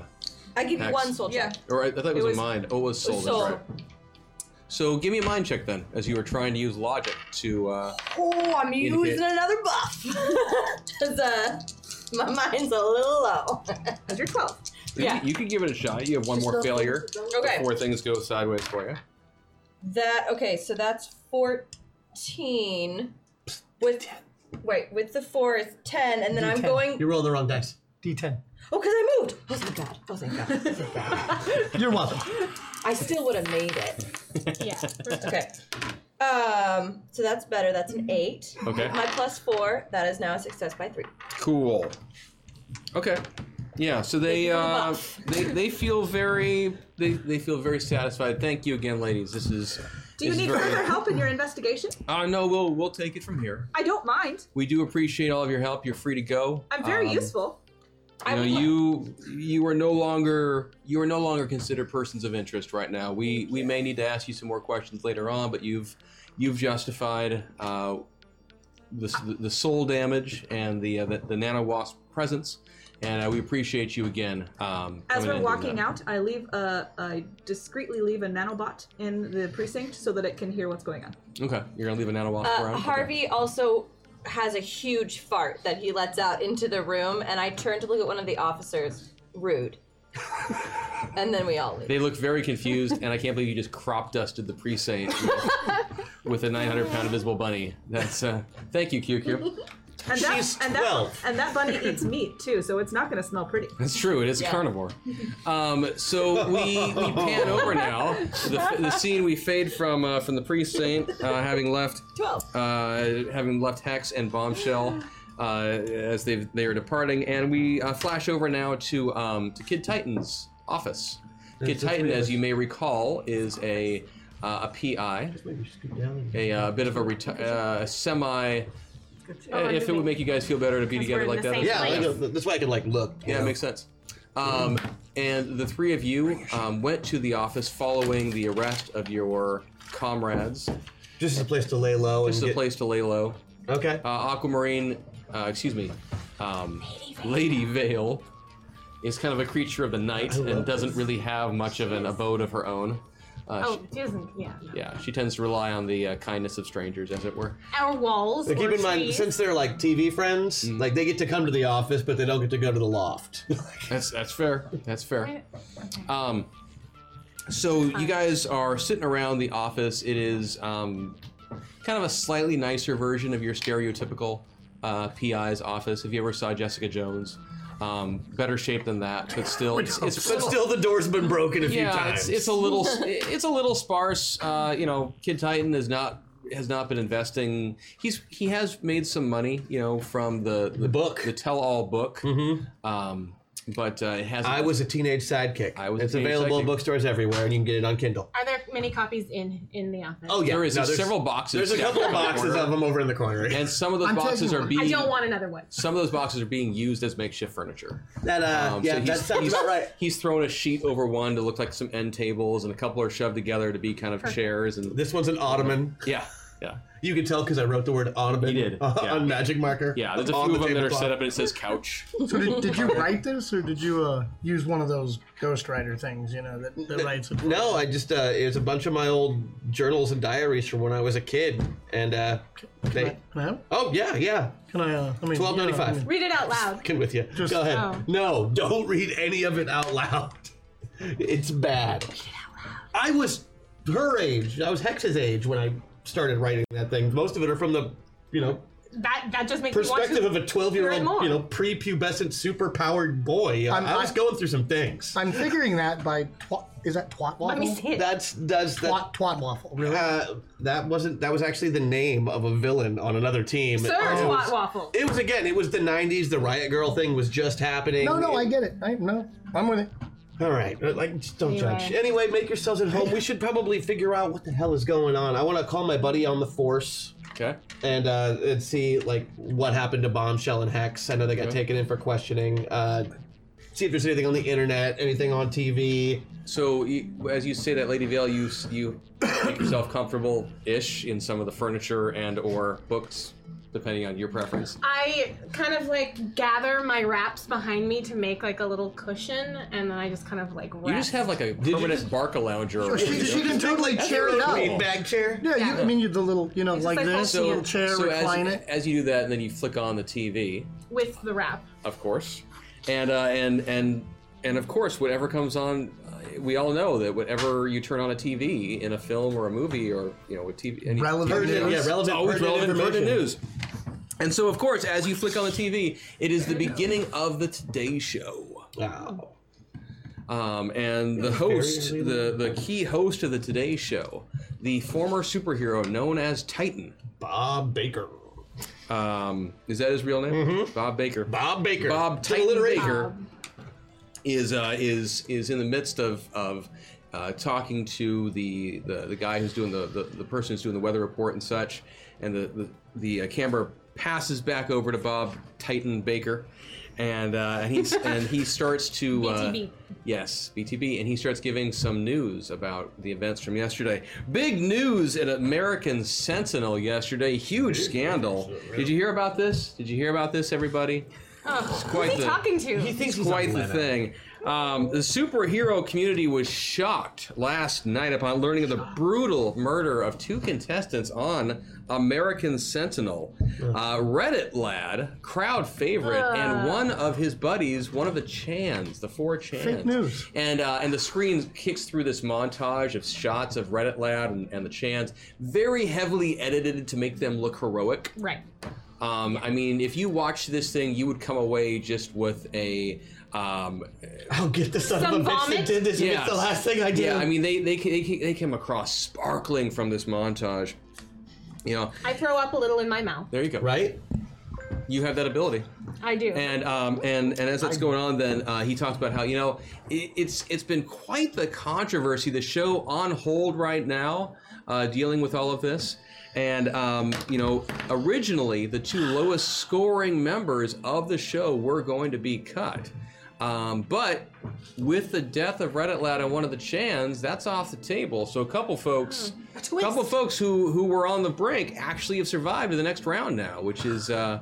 I give you
Hex.
one soul check.
Or I, I thought it was,
was-
a mind. Oh, it was soul.
soul.
That's right. So give me a mind check then, as you were trying to use logic to. Uh,
Oh, I'm
Indicate.
using another buff. 'Cause, uh, my mind's a little low.
As you're 12.
you
Yeah.
could- You could give it a shot. You have one more failure before things go sideways for you.
That okay, so that's fourteen. With wait, with the four is ten, and then i I'm
D10.
going.
You rolled the wrong dice.
D10.
Oh, because I moved. Oh thank God. Oh thank God.
You're welcome.
I still would have made it.
Yeah.
Okay. Um. So that's better. That's an eight.
Okay.
My plus four. That is now a success by three.
Cool. Okay. Yeah. So they
you for the
uh,
buff.
they they feel very they, they feel very satisfied. Thank you again, ladies. This is.
Do you
this is
need
very-
further help in your investigation?
Uh, no, we'll we'll take it from here.
I don't mind.
We do appreciate all of your help. You're free to go.
I'm very
Um,
useful.
you know, you you are no longer you are no longer considered persons of interest right now. We we may need to ask you some more questions later on, but you've you've justified uh, the, s- the soul damage and the uh, the, the nano wasp presence, and uh, we appreciate you again. Um,
As
coming in
we're
and doing
walking
that.
out, I leave a, I discreetly leave a nanobot in the precinct so that it can hear what's going on.
okay, you're gonna leave a nano wasp
Uh,
around. Okay.
Harvey also has a huge fart that he lets out into the room, and I turn to look at one of the officers. Rude. and then we all leave.
They look very confused, and I can't believe you just crop dusted the precinct with, with a 900 pound invisible bunny. That's uh, thank you, QQ.
And that,
She's
and that,
12.
and that bunny eats meat too, so it's not going to smell pretty.
That's true. It is a carnivore. Um, so we, we pan over now. The, the scene we fade from uh, from the precinct uh, having left
Twelve.
uh, having left Hex and Bombshell uh, as they they are departing, and we uh, flash over now to um, to Kid Titan's office. Kid
There's the
Titan,
three of
as
us.
you may recall, is a uh, a PI,
Maybe scoot down and
a uh, bit of a reti- uh, semi. uh, if it would make you guys feel better to be
Because
together
we're
like
in the
that,
same
that's
Yeah,
fine.
like, uh, that's why I could like look. you
Yeah, it
know.
makes sense. Um, and the three of you um, went to the office following the arrest of your comrades.
just as a place to lay low
This
and
is a
get-
place to lay low.
Okay.
Uh, Aquamarine, uh, excuse me, um, Lady Vale is kind of a creature of the night and
love
doesn't really have much of an abode of her own. Uh,
Oh,
she-
doesn't. Yeah. no.
yeah, she tends to rely on the uh, kindness of strangers, as it were.
Our walls.
But keep
or
in mind,
trees.
since they're like TV friends,
Mm.
like they get to come to the office, but they don't get to go to the loft.
That's that's fair. That's fair. Um, so you guys are sitting around the office. It is um, kind of a slightly nicer version of your stereotypical uh, PI's office. If you ever saw Jessica Jones, um, better shape than that, but still, it's, it's
but still, the door's been broken a few
yeah,
times.
it's, it's a little it's a little sparse. Uh, you know, Kid Titan is not has not been investing. He's he has made some money, you know, from the the,
book. Mm-hmm.
the tell all book. Um, but uh, it hasn't.
I was a teenage sidekick.
I was a
it's
teenage
available
sidekick.
in bookstores everywhere, and you can get it on Kindle.
Are there many copies in in the office?
Oh yeah,
There is
No,
there's
there's-
several boxes.
There's a
stacked
couple
up in
of
the
boxes
corner,
of them over in the corner.
and some of those
I'm telling
boxes
you
are
what,
being.
I don't want another one.
Some of those boxes are being used as makeshift furniture.
that uh,
Um, so
yeah, that
he's-
sounds
he's-
about right.
He's thrown a sheet over one to look like some end tables, and a couple are shoved together to be kind of chairs. And
This one's an ottoman.
yeah, Yeah.
You can tell because I wrote the word on a bit.
You did,
uh,
yeah.
on magic marker.
Yeah, there's a
on
few of
the
them that are
tablecloth.
set up and it says couch.
So did, did you write this, or did you uh, use one of those ghostwriter things? You know that, that writes. it?
No, I just uh, it was a bunch of my old journals and diaries from when I was a kid, and uh, they.
Can I? help?
Oh yeah, yeah.
Can I? Uh, I mean,
Twelve ninety five.
Read it out loud.
Can with you.
Just-
Go ahead.
Oh.
No, don't read any of it out loud. It's bad. Read it out loud. I was her age. I was Hex's age when I started writing that thing. Most of it are from the, you know,
That that just makes
perspective
me
of
want
a twelve-year-old,
more.
you know, prepubescent, super-powered boy. i
I'm-
was
I-
going through some things.
I'm figuring that by twat. Is that twat waffle?
to. Let me see it.
That's does that.
Twat twat waffle. Really?
Uh, that wasn't. That was actually the name of a villain on another team.
Sir
it was,
Twat Waffle.
It was again. It was the '90s. The Riot Girl thing was just happening.
no, no, I get it. I no, I'm with it.
All right, uh, like just don't
Anyway.
judge. Anyway, make yourselves at home. We should probably figure out what the hell is going on. I want to call my buddy on the force
Okay.
and uh, and see like what happened to Bombshell and Hex. I know they got
Okay.
taken in for questioning. Uh, see if there's anything on the internet, anything on TV.
So you, as you say that, Lady Vale, you s- you make yourself comfortable ish in some of the furniture and or books, depending on your preference.
I kind of like gather my wraps behind me to make like a little cushion, and then I just kind of like rest.
You just have like a permanent Barca lounger. Or
She, she can totally cheer it up.
Green bag chair.
Yeah, You,
Yeah.
I mean, you the little, you know,
It's
like
like
this,
holding
a
it.
little chair,
so
recline
as,
it.
as you do that, and then you flick on the TV,
with the wrap.
of course, and uh, and and and of course, whatever comes on, uh, we all know that whatever you turn on a TV in a film or a movie or you know a TV, any, TV
Relevant news.
Yeah, relevant,
It's always relevant
pertinent
pertinent
information.
news. And so, of course, as you flick on the TV, it is the beginning of the Today Show.
Wow.
Um, and the host, the, the key host of the Today Show, the former superhero known as Titan,
Bob Baker.
um, is that his real name? Mm-hmm. Bob Baker.
Bob Baker.
Bob
It's
Titan
alliteration.
Baker is uh, is is in the midst of of uh, talking to the, the the guy who's doing the, the the person who's doing the weather report and such, and the the, the uh, camera passes back over to Bob Titan Baker, and uh, and he's and he starts to uh,
BTB.
Yes, BTB, and he starts giving some news about the events from yesterday. Big news at American Sentinel yesterday. Huge scandal. Did you hear about this? Did you hear about this, everybody? It's quite
Who's he talking to?
He thinks quite the thing. Um, the superhero community was shocked last night upon learning of the brutal murder of two contestants on American Sentinel. Uh, Reddit lad, crowd favorite, and one of his buddies, one of the Chans, the four Chans.
news.
And uh, and the screen kicks through this montage of shots of Reddit lad and, and the Chans, very heavily edited to make them look heroic.
Right.
Um, I mean, if you watch this thing, you would come away just with a. Um,
I'll get the son
Some
of a bitch
vomit?
that did this. if
Yeah.
It's the last thing I did.
yeah, I mean, they they ca- they ca- they came across sparkling from this montage. You know,
I throw up a little in my mouth.
there you go.
right?
you have that ability.
I do.
And um, and and as that's going on, then uh, he talks about how you know it, it's it's been quite the controversy. The show on hold right now, uh, dealing with all of this. And um, you know, originally the two lowest scoring members of the show were going to be cut. Um, but with the death of Reddit Lad and one of the Chans, that's off the table. So a couple folks, a couple folks who who were on the brink actually have survived to the next round now, which is, uh,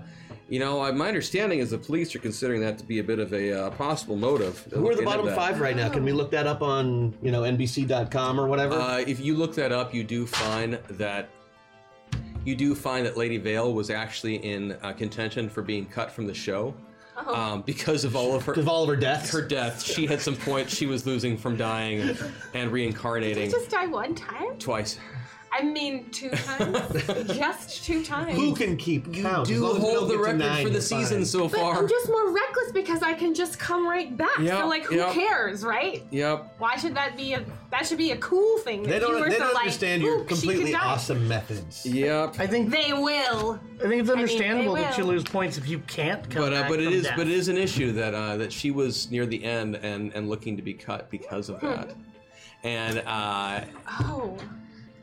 you know, I- my understanding is the police are considering that to be a bit of a uh, possible motive.
Who are the
Into
bottom
that.
five right now? Can we look that up on you know NBC.com or whatever?
Uh, if you look that up, you do find that you do find that Lady Vale was actually in uh, contention for being cut from the show um, because of all of her
Because all of her deaths.
her death. She had some points she was losing from dying and reincarnating
just die one time?
twice.
I mean, two times. just two times.
Who can keep count? As
Do
long as we don't
hold the
get to
record
nine,
for the
it's fine.
season so
but
far.
I'm just more reckless because I can just come right back.
Yeah,
so like, who
yeah.
cares, right?
Yep.
Why should that be a that should be a cool thing?
They
if you
don't.
were
They
so,
don't
like,
understand your
"Oop, she could
completely
die."
awesome methods.
Yep.
I think
They will.
I think it's
they
understandable that you
will.
lose points if you can't come
But uh,
back
but it
from
is
death.
but it is an issue that uh, that she was near the end and and looking to be cut because of that.
Hmm.
And uh,
Oh,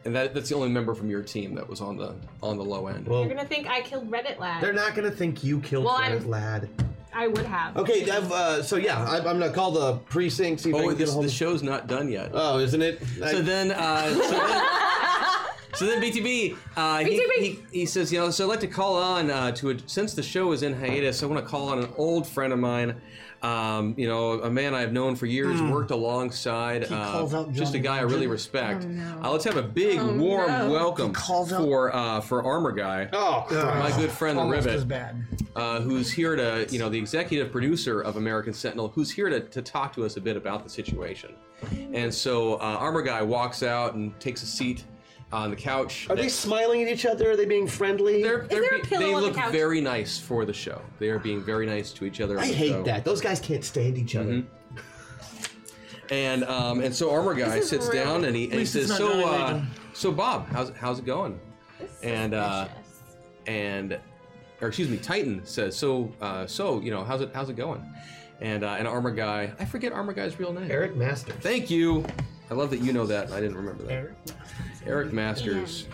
and that, that's the only member from your team that was on the on the low end.
Well,
you're gonna think I killed Reddit lad.
they're not gonna think you killed
Well,
Fred,
I'm-
lad.
I would have.
Okay, Dev, uh, so yeah, I, I'm gonna call the precinct. See if I
oh,
can get a
this,
hold
the
of.
show's not done yet.
Oh, isn't it? I-
so then, uh, so then, So then BTB, uh, he-
BTB.
He, he says, you know, so I'd like to call on uh, to a, since the show is in hiatus, I want to call on an old friend of mine, um, you know, a man I've known for years, worked alongside, uh,
Hmm. calls out
just a
Johnny Oh,
guy I
Rotten.
really respect. Uh, let's have a big warm welcome
Oh, calls out-
for uh, for Armor Guy,
Oh,
my
Christ.
good friend the
Almost
Rivet
as bad.
uh, who's here to, you know, the executive producer of American Sentinel, who's here to, to talk to us a bit about the situation. And so uh, Armor Guy walks out and takes a seat on the couch.
Are they smiling at each other? Are they being friendly?
They're- they're
there a
be-
pillow
they
on the
look
couch?
very nice for the show. They are being very nice to each other. on
I
the
hate
show.
that. Those guys can't stand each other.
And um, and so Armor Guy
This is
sits
real.
down and he, and he
least it's
says,
not
"So
Johnny
uh,
Legion."
so Bob, how's how's it going?" And uh, and or excuse me, Titan says, "So uh, so you know how's it how's it going?" And uh, and Armor Guy, I forget Armor Guy's real name.
Eric Masters.
Thank you. I love that you know that. I didn't remember that. Eric, Masters.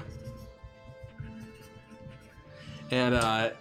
And uh,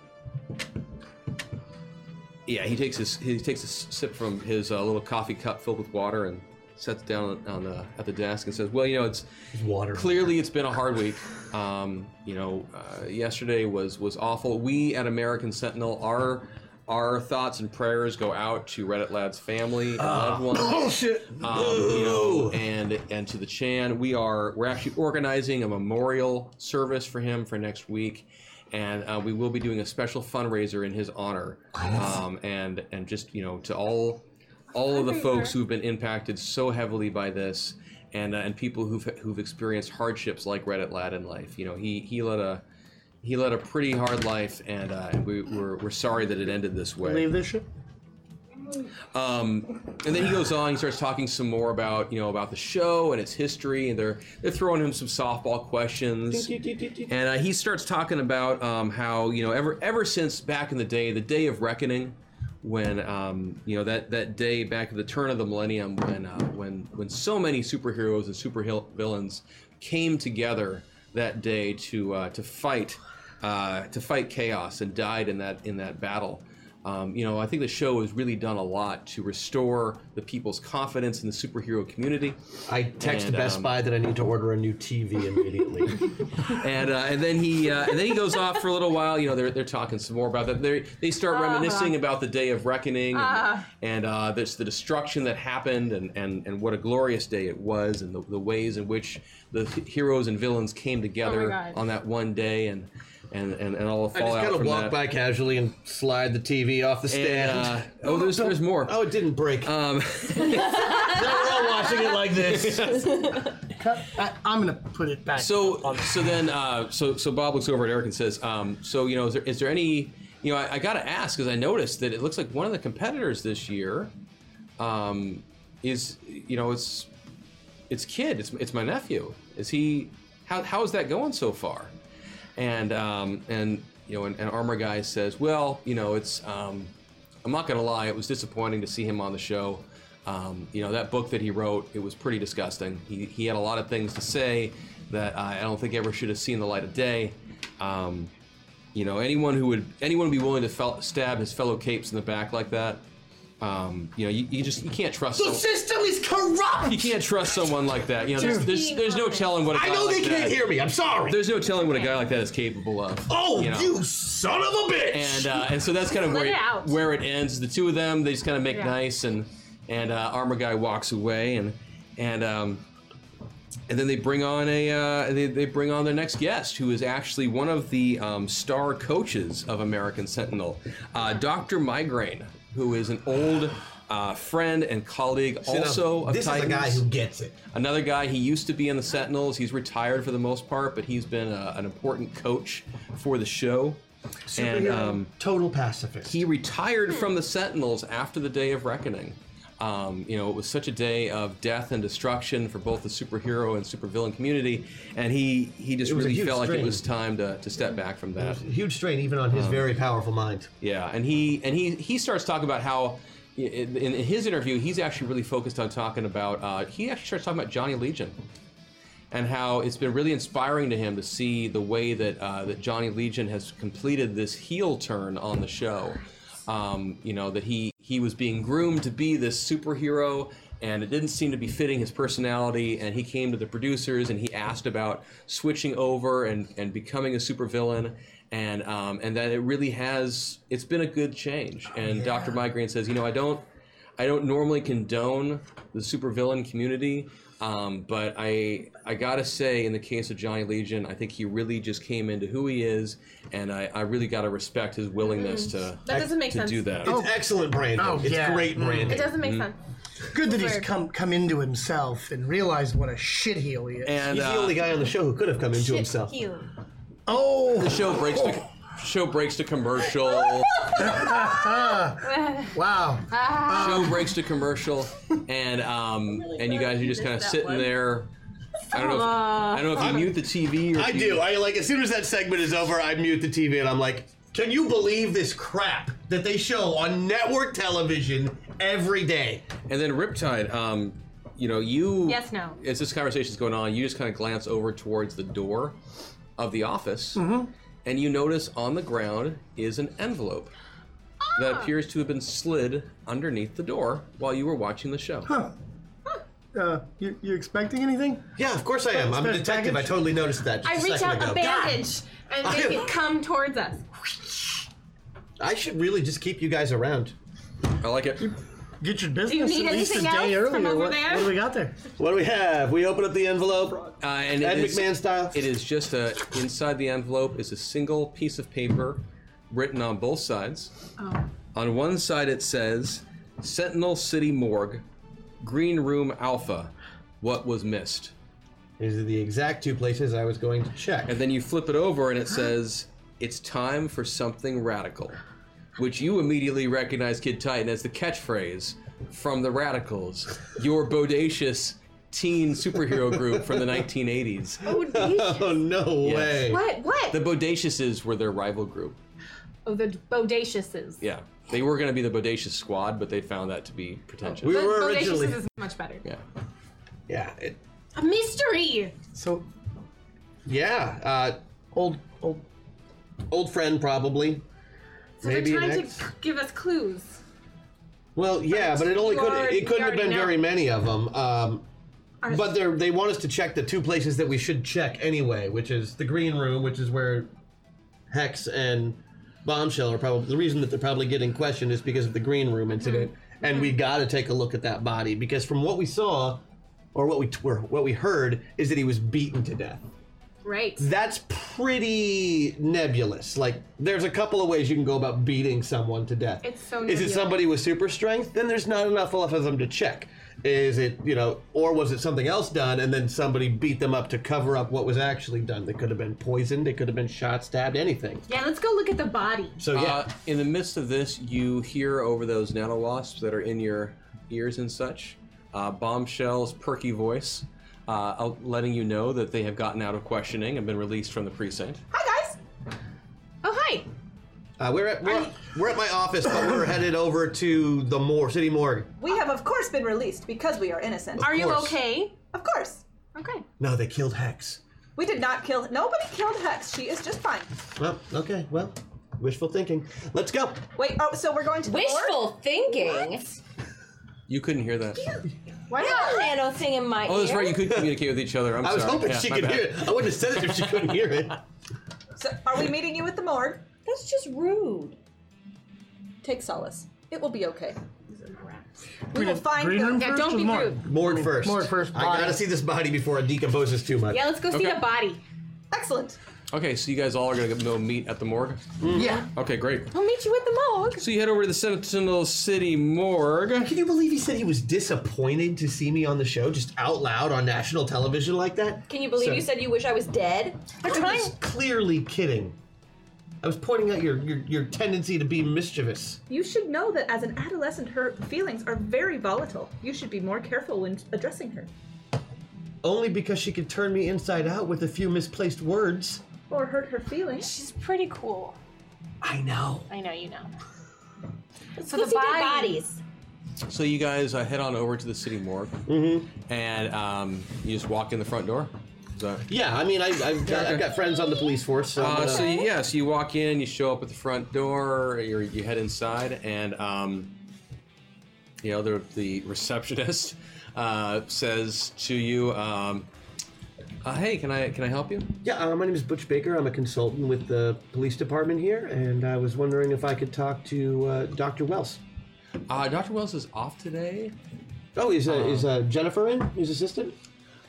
yeah, he takes his he takes a s- sip from his uh, little coffee cup filled with water and sets down on the at the desk and says, "Well, you know, it's
Water.
clearly it's been a hard week. Um, you know, uh, yesterday was was awful. We at American Sentinel our our thoughts and prayers go out to Reddit Lad's family and loved ones.
Bullshit.
Um, you know, and and to the Chan, we are we're actually organizing a memorial service for him for next week, and uh, we will be doing a special fundraiser in his honor. Um, and and just you know to all all of the folks who've been impacted so heavily by this, and uh, and people who've who've experienced hardships like Reddit Lad in life. You know, he he led a he led a pretty hard life, and uh, we, we're we're sorry that it ended this way.
Leave this shit.
Um, and then he goes on. He starts talking some more about you know about the show and its history, and they're they're throwing him some softball questions. And uh, he starts talking about um, how you know ever ever since back in the day, the day of reckoning, when um, you know that that day back at the turn of the millennium, when uh, when when so many superheroes and super villains came together that day to uh, to fight uh, to fight chaos and died in that in that battle. Um, you know, I think the show has really done a lot to restore the people's confidence in the superhero community.
I text
And,
Best
um,
Buy that I need to order a new TV immediately.
and uh, and then he uh, and then he goes off for a little while. You know, they're, they're talking some more about that. They they start reminiscing about the day of reckoning and, and uh, this the destruction that happened and, and and what a glorious day it was and the, the ways in which the heroes and villains came together
God.
on that one day and and and, and all the
I just
fallout
gotta
from
walk
that.
by casually and slide the TV off the
And,
stand.
uh, oh, there's there's more.
oh, it didn't break.
Um,
now we're all watching it like this.
Cut. I, I'm gonna put it back.
So so then uh, so so Bob looks over at Eric and says, um, so you know, is there is there any you know I, I got to ask because I noticed that it looks like one of the competitors this year, um, is you know it's it's kid it's it's my nephew is he how how is that going so far, and um, and you know and, and armor guy says well you know it's um, I'm not gonna lie it was disappointing to see him on the show. Um, you know that book that he wrote it was pretty disgusting. He he had a lot of things to say that uh, I don't think ever should have seen the light of day. Um, you know anyone who would anyone would be willing to fel- stab his fellow capes in the back like that. Um, you know you, you just you can't trust.
the
so-
system is corrupt.
you can't trust someone like that. You know, there's, there's, there's no telling what a guy
I know
like
they
that,
can't hear me. I'm sorry.
There's no telling what a guy like that is capable of.
oh, you,
know?
son of a bitch!
And uh, and so that's kind of where
Let it
it,
out.
where it ends. The two of them, they just kind of make
Yeah.
nice, and and uh, armor guy walks away, and and um, and then they bring on a uh, they, they bring on their next guest, who is actually one of the um, star coaches of American Sentinel, uh, Doctor Migraine, who is an old. Uh, friend and colleague,
You know,
also of
this is a guy
Titans.
who gets it.
Another guy, he used to be in the Sentinels. He's retired for the most part, but he's been a, an important coach for the show. And
Superhero,
um,
total pacifist.
he retired from the Sentinels after the Day of Reckoning. Um, you know, it was such a day of death and destruction for both the superhero and supervillain community, and he he just
It was a
really
huge
felt like it
strain. Mm-hmm.
was time to, to step back from that.
Huge strain, even on his very powerful mind.
Yeah, and he and he he starts talking about how i- in, in his interview he's actually really focused on talking about uh, he actually starts talking about Johnny Legion and how it's been really inspiring to him to see the way that uh, that Johnny Legion has completed this heel turn on the show. Um, you know that he he was being groomed to be this superhero and it didn't seem to be fitting his personality. And he came to the producers and he asked about switching over and, and becoming a supervillain. And um, and that it really has it's been a good change. And Doctor Migraine says, you know, I don't I don't normally condone the supervillain community, um, but I I gotta say, in the case of Johnny Legion, I think he really just came into who he is, and I, I really gotta respect his willingness to
That doesn't make
to
sense.
do that.
It's excellent branding.
Oh,
it's
yeah.
great
Mm.
branding.
It doesn't make sense.
Good that he's
Weird.
come come into himself and realized what a shitheel he is.
And
He's
uh,
the only guy on the show who could have come into himself.
Heal.
oh,
the show breaks to show breaks to commercial.
wow.
show breaks to commercial, and um and you guys are just kind of sitting there. I don't know. If, I don't know if you mute the TV or if
I
you-
do. I like as soon as that segment is over, I mute the TV and I'm like, "Can you believe this crap that they show on network television every day?"
And then Riptide, um, you know, you.
Yes, no.
As this conversation's going on, you just kind of glance over towards the door of the office, and you notice on the ground is an envelope that
Ah.
appears to have been slid underneath the door while you were watching the show.
Uh, you, you expecting anything?
Yeah, of course I am. I'm a
Special
detective.
package?
I totally noticed that. Just
I
a
reach
second
out
ago.
a bandage and make it come towards us.
I should really just keep you guys around.
I like it.
Get your business
need
at least a
anything
day
else
earlier.
from over
what,
there?
what do we got there?
What do we have? We open up the envelope.
Uh, and
Ed
it is-
McMahon style.
It is just a inside the envelope is a single piece of paper written on both sides. On one side it says Sentinel City Morgue, Green Room Alpha, what was missed.
These are the exact two places I was going to check.
And then you flip it over and it says it's time for something radical, which you immediately recognize Kid Titan as the catchphrase from the Radicals, your bodacious teen superhero group from the 1980s.
Oh no
Yes.
way!
What? What?
The Bodaciouses were their rival group.
oh, the bodaciouses.
Yeah. They were going to be the Bodacious Squad, but they found that to be pretentious.
Oh, We
But
were
bodaciouses
originally.
is much better.
yeah.
Yeah, it,
A mystery.
So
yeah. Uh,
old old
old friend probably.
So
Maybe
they're
an
trying
ex.
to give us clues.
Well, yeah, but it only
you
could
already-
it couldn't
you
have been
already know.
very many of them. Um, but they they want us to check the two places that we should check anyway, which is the green room, which is where Hex and Bombshell are probably the reason that they're probably getting questioned is because of the green room incident,
Mm-hmm.
and we got to take a look at that body because from what we saw, or what we t- or what we heard is that he was beaten to death
Right.
that's pretty nebulous. Like, there's a couple of ways you can go about beating someone to death.
It's so
Is it
nebulous.
somebody with super strength? Then there's not enough left of them to check. Is it, you know, or was it something else done and then somebody beat them up to cover up what was actually done? They could have been poisoned, they could have been shot, stabbed, anything.
Yeah, let's go look at the body.
So, yeah.
Uh, in the midst of this, you hear over those nanowasps that are in your ears and such, uh, Bombshell's perky voice uh, out- letting you know that they have gotten out of questioning and been released from the precinct.
Hi guys.
Oh, hi.
Uh, we're, at, we're, we're at my office, but we're headed over to the mor- city morgue.
We have of course been released because we are innocent.
Are you
course.
okay?
Of course.
Okay.
No, they killed Hex.
We did not kill nobody killed Hex. She is just fine.
Well, okay, well, wishful thinking. Let's go.
Wait, oh so we're going to the morgue?
Wishful thinking.
You couldn't hear that.
Why
Not
not?
nano thing in my
Oh, that's
ear.
right. You could communicate with each other. I'm
I was
sorry.
hoping
Yeah,
she
my
could
bad.
hear it. I wouldn't have said it if she couldn't hear it.
So are we meeting you at the morgue?
That's just rude.
Take solace. It will be okay. We will find
green
the-
room
Yeah,
1st
don't
or
be
Morg?
rude.
Morgue first.
Morgue first,
I
body.
gotta see this body before it decomposes too much.
Yeah, let's go see
Okay.
the body.
Excellent.
Okay, so you guys all are going to go meet at the morgue?
Yeah.
Okay, great.
We'll meet you at the morgue.
So you head over to the Sentinel City Morgue.
Can you believe he said he was disappointed to see me on the show just out loud on national television like that?
Can you believe
So-
you said you wish I was dead?
I was clearly kidding. I was pointing out your, your your tendency to be mischievous.
You should know that as an adolescent, her feelings are very volatile. You should be more careful when addressing her.
Only because she could turn me inside out with a few misplaced words.
Or hurt her feelings.
She's pretty cool.
I know.
I know you know. So
Go see dead bodies.
So you guys uh, head on over to the city morgue, mm-hmm. and um, you just walk in the front door. Is that-
Yeah, I mean, I, I've, got, I've got friends on the police force. So I'm
Uh,
gonna-
so you, yeah, so you walk in, you show up at the front door, or you head inside, and um, you know, the, the receptionist uh, says to you, um, uh, "Hey, can I can I help you?"
Yeah, uh, my name is Butch Baker. I'm a consultant with the police department here, and I was wondering if I could talk to uh, Dr. Wells.
Uh, Doctor Wells is off today.
Oh, is uh,
Uh-huh.
is uh, Jennifer in? His assistant?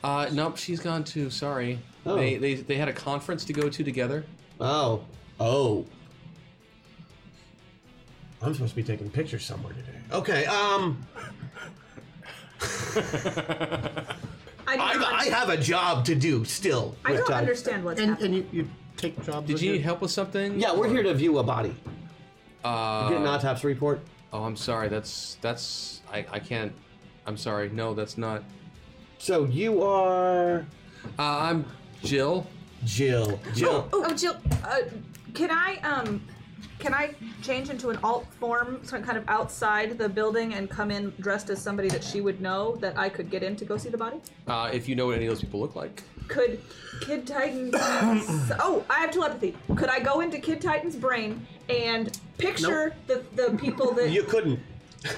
Uh, nope, she's gone too. Sorry.
Oh.
They, they they had a conference to go to together.
Oh, oh. I'm supposed to be taking pictures somewhere today. Okay. Um,
I, do not-
I, I have a job to do still.
I
with uh,
don't
time.
understand what's
And,
happening.
and you, you take jobs.
Did
with
you
your-
need help with something?
Yeah, we're here to view a body.
Uh,
Get an autopsy report.
oh, I'm sorry. That's that's I, I can't. I'm sorry. No, that's not.
So you are
Uh, I'm Jill.
Jill. Jill.
Oh, Jill, uh, can I um, can I change into an alt form, some kind of outside the building, and come in dressed as somebody that she would know that I could get in to go see the body?
Uh, if you know what any of those people look like.
Could Kid Titan? oh, I have telepathy. Could I go into Kid Titan's brain and picture the the people that?
You couldn't.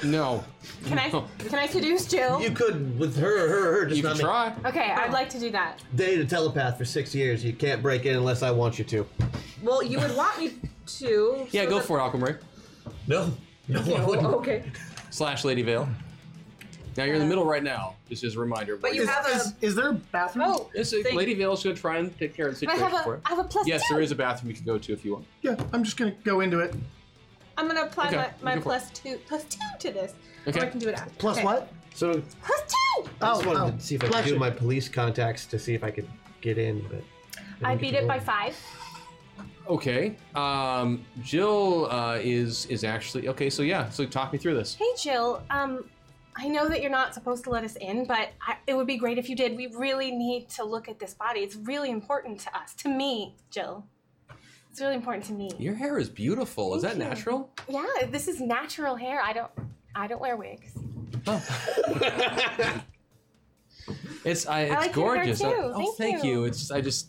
No.
Can I can I seduce Jill?
You could with her, her, her. Just
You
not
can
me.
try.
okay, I'd like to do that.
Dated a telepath for six years. You can't break in unless I want you to.
Well, you would want me to.
Yeah, go for it, Aquamarine.
No. No, I wouldn't.
Oh, Okay,
Slash Lady Vale. Now you're in the middle right now. Just as a reminder.
but you
Is,
have
is,
a.
is there a bathroom?
Oh,
It's a,
thing.
Lady Vale's gonna try and take care of the
I
situation
have
for
a
you.
I have a plus
Yes,
two.
there is a bathroom you can go to if you want.
Yeah, I'm just gonna go into it.
I'm gonna apply
Okay,
my,
go
my
for
plus two plus two to this.
Oh,
Okay.
Or I can do it after.
Plus
Okay.
what?
So
Plus
I
two.
just
Oh,
wanted
oh,
to see if I could
bless
do
you.
my police contacts to see if I could get in, but
I beat it by five.
Okay. Um, Jill uh, is is actually okay. So yeah. So talk me through this.
Hey Jill, um, I know that you're not supposed to let us in, but I, it would be great if you did. We really need to look at this body. It's really important to us. To me, Jill. It's really important to me.
Your hair is beautiful. Is that
Thank you.
natural?
Yeah, this is natural hair. I don't I don't wear wigs.
It's I, it's
like your hair
gorgeous. I-
too.
oh,
Thank
thank you.
you.
It's I just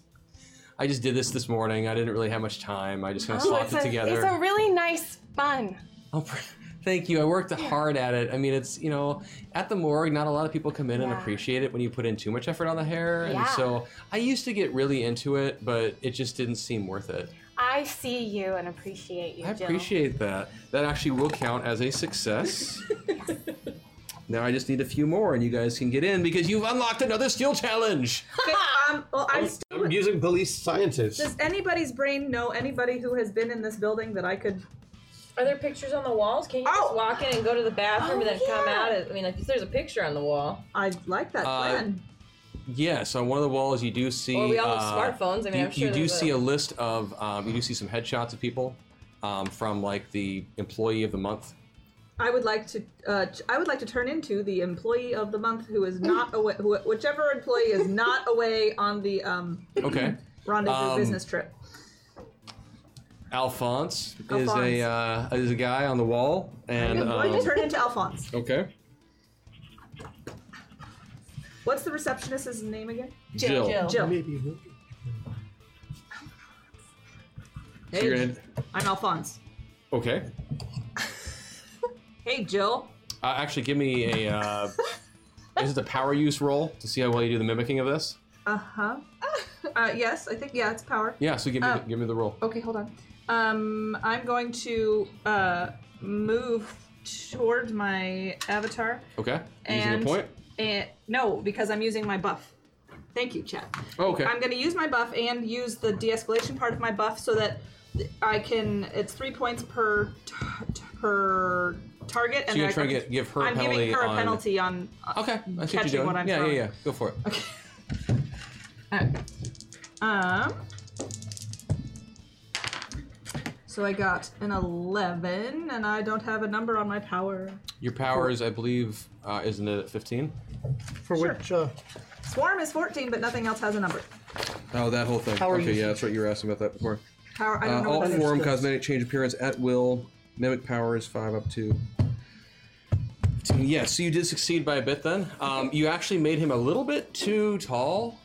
I just did this this morning. I didn't really have much time. I just kind of
Oh,
slapped
it's,
it
a,
together.
it's a really nice bun.
Oh, pr- thank you. I worked hard at it. I mean, it's you know, at the morgue, not a lot of people come in and
Yeah.
appreciate it when you put in too much effort on the hair. And
Yeah.
so I used to get really into it, but it just didn't seem worth it.
I see you and appreciate you,
I
Jill.
appreciate that. That actually will count as a success. now I just need a few more, and you guys can get in because you've unlocked another skill challenge.
um, well,
Oh.
I'm still.
I'm using police sciences.
Does anybody's brain know anybody who has been in this building that I could?
Are there pictures on the walls? Can you
Oh.
just walk in and go to the bathroom
Oh,
and then come
yeah.
out? I mean, like, if there's a picture on the wall.
I like that
Uh,
plan.
Yes, on one of the walls you do see.
Well, we all have
uh,
smartphones. I mean,
you,
I'm sure
you do
there's a-
see a list of. Um, you do see some headshots of people um, from like the employee of the month.
I would like to. Uh, ch- I would like to turn into the employee of the month who is not away. Who, whichever employee is not away on the um,
Okay,
rendezvous
Um,
business trip.
Alphonse, is
Alphonse.
a uh, is a guy on the wall, and
I'm going
um,
to turn into Alphonse.
okay,
What's the receptionist's name again?
Jill.
Jill.
Maybe.
Hey,
You're gonna-
I'm Alphonse.
okay.
Hey, Jill.
Uh, actually, give me a. Uh, is it the power use roll to see how well you do the mimicking of this?
Uh huh. Uh, yes, I think yeah, it's power.
Yeah, so give me
Um,
give me the roll.
Okay, hold on. Um, I'm going to uh, move toward my avatar.
Okay, using
and-
a point.
And no, because I'm using my buff. Thank you, chat.
Oh, Okay,
I'm going to use my buff and use the de-escalation part of my buff so that I can. It's three points per t- per target.
so you're
I
trying to
can-
get, give her a
I'm
penalty
giving her
on.
a penalty on.
Okay, I see what
catching
you're doing.
what I'm
yeah,
throwing.
yeah, yeah. Go for it.
Um. So I got an eleven, and I don't have a number on my power.
Your power is, I believe, uh, isn't it at 15?
For which uh,
Swarm is fourteen, but nothing else has a number.
Oh, that whole thing.
Power
okay,
usage.
yeah, that's right. You were asking about that before.
Power. I don't
Uh,
know.
all
What that is.
form,
is.
cosmetic change appearance at will. Mimic power is 5 up to. 15. Yeah, so you did succeed by a bit then. Um, you actually made him a little bit too tall.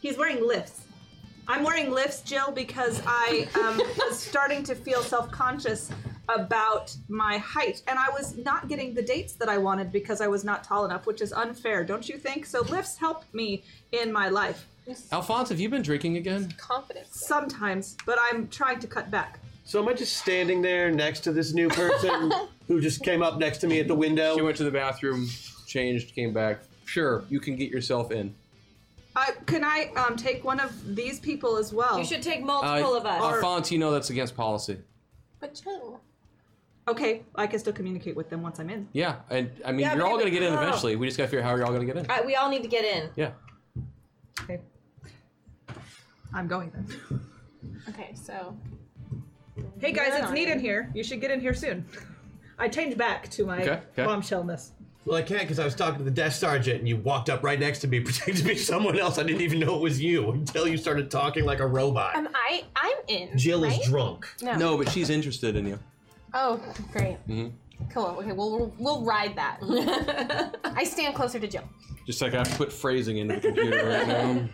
He's wearing lifts. I'm wearing lifts, Jill, because I um, was starting to feel self-conscious about my height, and I was not getting the dates that I wanted because I was not tall enough, which is unfair, don't you think? So lifts help me in my life
Alphonse, have you been drinking again?
Confidence.
sometimes, but I'm trying to cut back.
So am I just standing there next to this new person who just came up next to me at the
She
window?
went to the bathroom, changed, came back. Sure, you can get yourself in.
Uh, can I um, take one of these people as well?
You should take
Uh,
multiple of us.
Alphonse, you know that's against policy.
But Jill,
Okay, I can still communicate with them once I'm in.
Yeah, and I mean,
Yeah,
you're all
maybe-
gonna get in
oh.
eventually. We just gotta figure out how you're all gonna get in.
All right, we all need to get in.
Yeah.
Okay. I'm going then.
okay, so
Hey guys,
Yeah.
it's neat in here. You should get in here soon. I change back to my
Okay, okay.
bombshellness.
Well, I can't because I was talking to the desk sergeant and you walked up right next to me, pretending to be someone else. I didn't even know it was you until you started talking like a robot.
am I? I'm in.
Jill
right?
is drunk.
No.
No, but she's interested in you.
Oh, great.
Mm-hmm.
Cool. Okay, we'll, we'll we'll ride that. I stand closer to Jill.
Just like I have to put phrasing into the computer right now.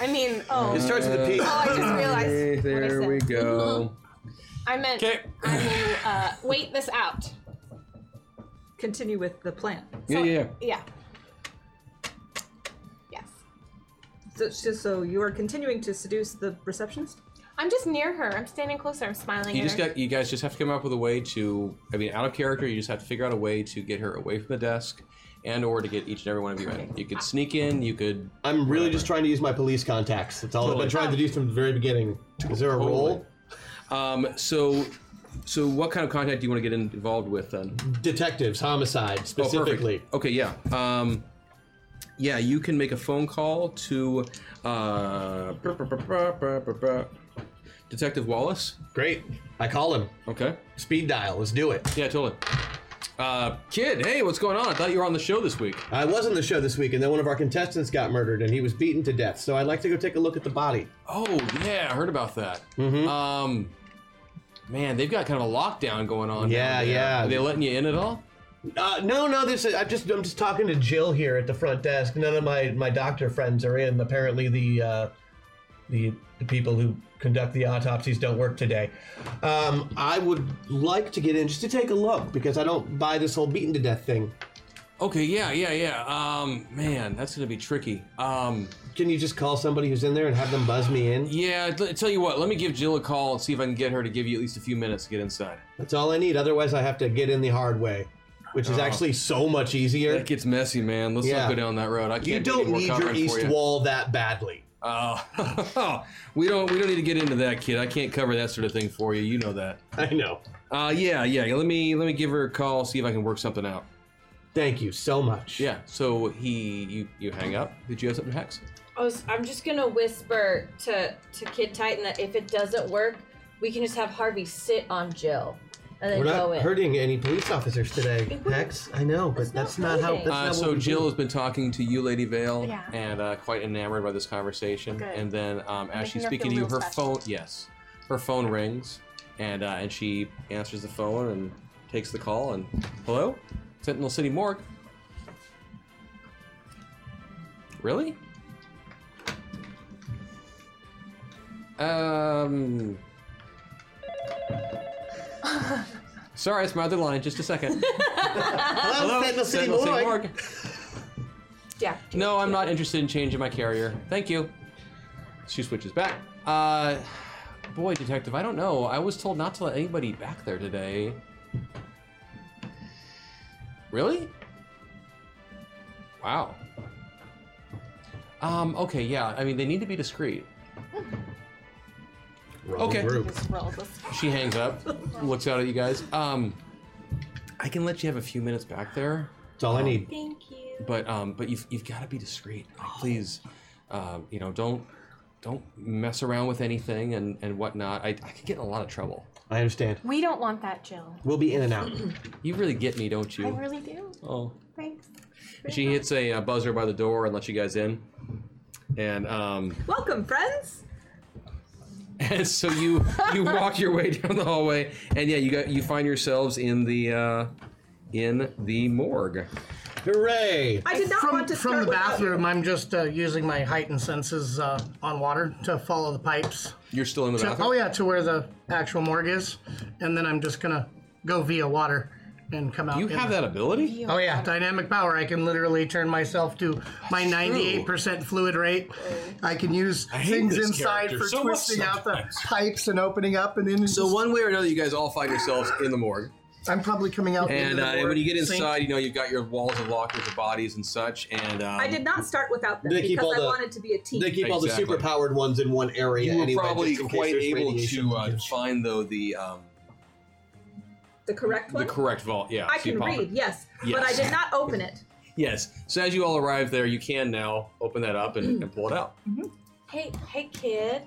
I mean, oh,
It starts with a P.
I just realized.
Hey,
what I
there
said.
we go.
I meant
Okay.
I will uh, wait this out.
Continue with the plan.
Yeah, yeah. yeah.
Yeah. Yes.
So, so, so you are continuing to seduce the receptionist?
I'm just near her. I'm standing closer. I'm smiling.
You
at
just
her.
got. You guys just have to come up with a way to. I mean, out of character, you just have to figure out a way to get her away from the desk, and or to get each and every one of you in. You could sneak in. You could.
I'm really just trying to use my police contacts. That's all I've been trying to do from the very beginning. Is there a role?
Um. So, so what kind of contact do you want to get in- involved with then?
Detectives, homicide,
Oh, perfect.
specifically.
Okay, yeah. Um, yeah, you can make a phone call to uh, Detective Wallace.
Great. I call him.
Okay.
Speed dial. Let's do it.
Yeah, totally. Uh, kid, hey, what's going on? I thought you were on the show this week.
I was on the show this week, and then one of our contestants got murdered, and he was beaten to death. So I'd like to go take a look at the body.
Oh, yeah, I heard about that.
Mm-hmm.
Um, man, they've got kind of a lockdown going on.
Yeah,
down there.
yeah.
Are they letting you in at all?
Uh, no, no. This is, I'm just I'm just talking to Jill here at the front desk. None of my my doctor friends are in. Apparently, the uh, the the people who conduct the autopsies don't work today. Um, I would like to get in just to take a look because I don't buy this whole beaten to death thing.
Okay, yeah, yeah, yeah. Um, man, that's gonna be tricky. Um,
Can you just call somebody who's in there and have them buzz me in?
yeah, t- tell you what, let me give Jill a call and see if I can get her to give you at least a few minutes to get inside.
That's all I need. Otherwise, I have to get in the hard way, which
Oh.
is actually so much easier.
That gets messy, man. Let's
Yeah.
not go down that road. I can't
You
do
don't
any more
need your
covering for
east
you.
wall that badly.
Oh, we don't. We don't need to get into that, kid. I can't cover that sort of thing for you. You know that.
I know.
Uh, yeah, yeah. Let me let me give her a call. See if I can work something out.
Thank you so much.
Yeah. So he, you, you hang up. Did you have something, Hex?
I was, I'm just gonna whisper to to Kid Titan that if it doesn't work, we can just have Harvey sit on Jill and then
We're
go
not
in.
hurting any police officers today, Hex. I know, but that's
That's not
not, how.
hurting.
That's
Uh,
not
so
what we
Jill
do.
has been talking to you, Lady Vale,
Yeah.
and uh, quite enamored by this conversation.
Good.
And then um, as
Making
she's
her
speaking to
feel
you, her
real special.
phone yes, her phone rings, and uh, and she answers the phone and takes the call and hello, Sentinel City Morgue. Really? Um. Sorry, it's my other line. Just a second.
Hello, Sentinel City
Sentinel City
Morgue.
Morgue.
Yeah.
No, I'm not interested in changing my carrier. Thank you. She switches back. Uh, boy, detective, I don't know. I was told not to let anybody back there today. Really? Wow. Um, okay, yeah. I mean, they need to be discreet.
Wrong
Okay.
group.
Just roll this.
She hangs up, looks out at you guys. Um, I can let you have a few minutes back there.
That's all I need.
Thank you.
but um, but you've you've got to be discreet. Like, please, um, you know, don't don't mess around with anything and and whatnot. I I could get in a lot of trouble.
I understand.
We don't want that, Jill.
We'll be in and out.
You really get me, don't
I
you?
really do.
oh,
Thanks.
she hits a, uh buzzer by the door and lets you guys in, and um,
Welcome, friends!
and so you you walk your way down the hallway, and yeah, you got you find yourselves in the. Uh, in the morgue.
Hooray!
I did not
From,
want to
from
start
the
without
bathroom, I'm just uh, using my heightened senses uh, on water to follow the pipes.
You're still in the
To,
bathroom.
oh yeah, to where the actual morgue is, and then I'm just gonna go via water and come out.
You
in-
have that ability?
Oh yeah, dynamic power. I can literally turn myself to my 98% fluid rate. I can use
I hate
things
this
inside
character
for
so much
twisting out the
sometimes.
pipes and opening up and in.
So one way or another, you guys all find yourselves in the morgue.
I'm probably coming out. into
And
the
uh, when you get
sink.
inside, you know you've got your walls of lockers of bodies and such. And um,
I did not start without them
They keep
because
all
I
the-
wanted to be a team.
They keep all the
Exactly.
super powered ones in one area.
you were
anyway,
probably
just in case
quite
there's
able
radiation
to uh,
leakage.
find though the um,
the correct
the
one.
correct vault. Yeah,
I
so you
can
pop it.
read, yes, but I
Yes.
did not open it.
Yes. So as you all arrive there, you can now open that up and, and pull it out.
Hey, hey, kid.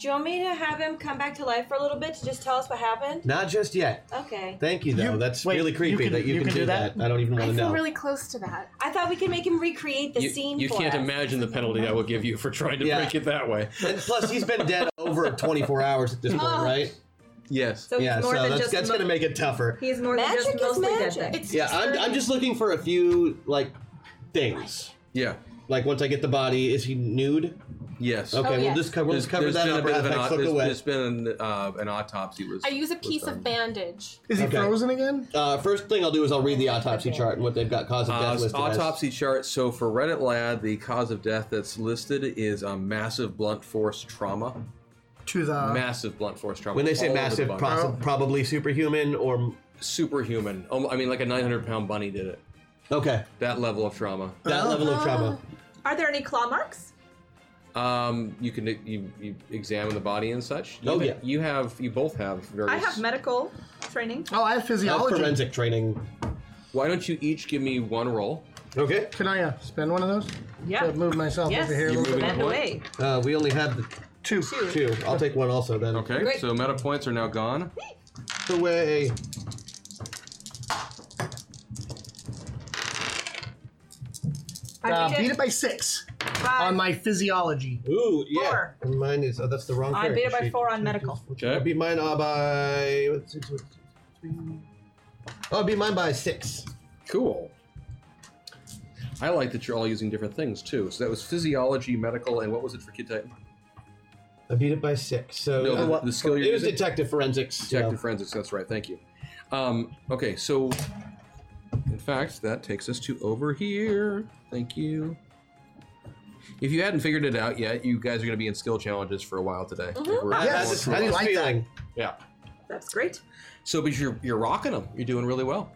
Do you want me to have him come back to life for a little bit to just tell us what happened?
Not just yet.
Okay.
Thank you, though.
You-
That's
wait,
really
you
creepy
can-
that you, can, do that. I don't even
I
want to
feel
know.
really close to that.
I thought we could make him recreate the
you
scene.
you
for
can't
us.
imagine the penalty I will give you for trying to
Yeah.
break it that way.
and plus, he's been dead over 24 hours at this point,
Oh.
right?
Yes.
So
yeah,
he's
so
more than
that's,
just
that's
mo-
going to make it tougher.
He's more
Magic
than
is
just mostly dead.
magic.
then.
It's
Yeah, I'm, I'm just looking for a few, like, things.
Yeah.
Like, once I get the body, is he nude?
Yes.
Okay,
Oh,
we'll
yes.
just cover, we'll
There's-
just cover
there's
that
been
up.
a bit of an au-
Affects look
there's-
away.
there's been an, uh, an autopsy was.
I use a
was
piece
done.
of bandage.
Is he
Okay.
frozen again?
Uh, first thing I'll do is I'll read the autopsy chart and what they've got cause of
Uh,
death listed as.
autopsy chart. So for Reddit lad, the cause of death that's listed is a massive blunt force trauma.
To the
massive blunt force trauma.
When they
all
say
over the
massive,
body.
prob- probably superhuman or
superhuman. Um, I mean, like a 900 pound bunny did it.
okay,
That level of trauma.
that level of trauma.
Are there any claw marks?
Um, you can you, you examine the body and such. You
Oh,
ha-
yeah.
you have you both have various.
I have medical training.
oh, I have
That's
physiology.
forensic training.
Why don't you each give me one roll?
Okay,
Can I uh, spend one of those?
Yeah.
To move myself
Yes.
over here. a
You
little
moving
bit.
Back
What?
away.
uh, we only have the
Two.
two. I'll take one also then.
Okay,
Great.
so meta points are now gone.
The way.
Uh,
I beat
beat
it.
it by six
Five.
on my physiology.
Ooh, yeah.
Four.
And mine is. Oh, that's the wrong.
I beat it
character
by
sheet.
four on medical.
I
Okay.
beat mine uh, by. What's six, what's six, three. Oh, I beat mine by six.
Cool. I like that you're all using different things too. So that was physiology, medical, and what was it for Kid Titan?
I beat it by six. So
No,
uh,
the-
what-
the skill you're
it was
using?
detective forensics.
Detective
yeah.
forensics. That's right. Thank you. Um, okay, so in fact, that takes us to over here. Thank you. If you hadn't figured it out yet, you guys are going to be in skill challenges for a while today.
Mm-hmm.
We're-
I,
Yes,
I just,
I
I just
like that.
feeling.
Yeah.
That's great.
So, but you're you're rocking them. You're doing really well.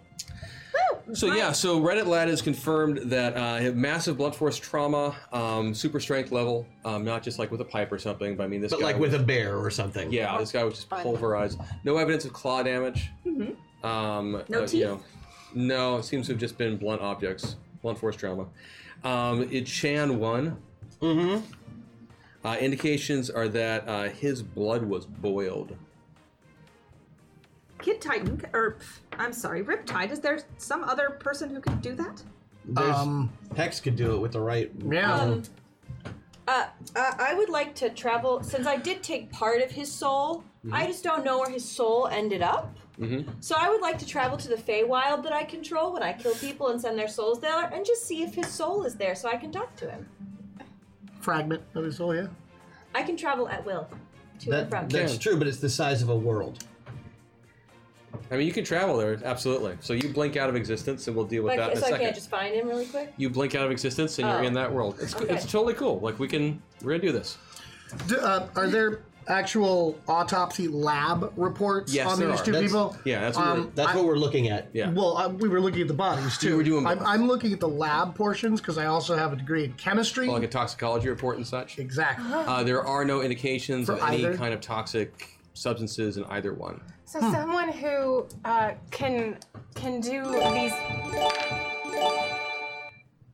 So yeah, so Reddit lad has confirmed that uh, he had massive blunt force trauma, um, super strength level, um, not just like with a pipe or something, but I mean this
But
guy
like
was-
with a bear or something.
yeah, this guy was just pulverized. No evidence of claw damage. Mm-hmm. Um,
No
uh,
teeth?
You know, no, it seems to have just been blunt objects, blunt force trauma. Um, it Chan one.
Mm-hmm.
Uh, indications are that uh, his blood was boiled.
Kid Titan, or pff, I'm sorry, Riptide. Is there some other person who can do that?
There's,
Um,
Hex could do it with the right.
yeah.
Um, uh, uh, I would like to travel since I did take part of his soul.
Mm-hmm.
I just don't know where his soul ended up. So I would like to travel to the Feywild that I control when I kill people and send their souls there, and just see if his soul is there, so I can talk to him.
fragment of his soul, yeah.
I can travel at will to and
That,
from.
that's true, but it's the size of a world.
I mean, you can travel there, absolutely. So you blink out of existence, and we'll deal with
Like,
that in a
so I
second.
can't just find him really quick.
You blink out of existence, and you're
Oh.
in that world. It's
Okay.
it's totally cool. Like we can, we're gonna do this.
Do, uh, are there actual autopsy lab reports
Yes,
on
there
these
are.
two
That's-
people? Um,
yeah, that's what we're-
That's
I-
what we're looking at.
Yeah.
Well, uh, we were looking at the bodies too.
were doing
I'm,
both.
I'm looking at the lab portions because I also have a degree in chemistry.
Like a toxicology report and such.
exactly.
Uh, there are no indications
For
of any
either.
kind of toxic substances in either one.
So someone who uh, can can do these.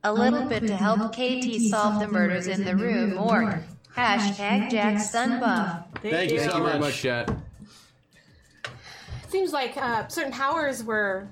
A little bit to help KT solve the murders in the room or hashtag Jack's son buff.
Thank you
Thank
so
you very
much.
much, chat.
Seems like uh, certain powers were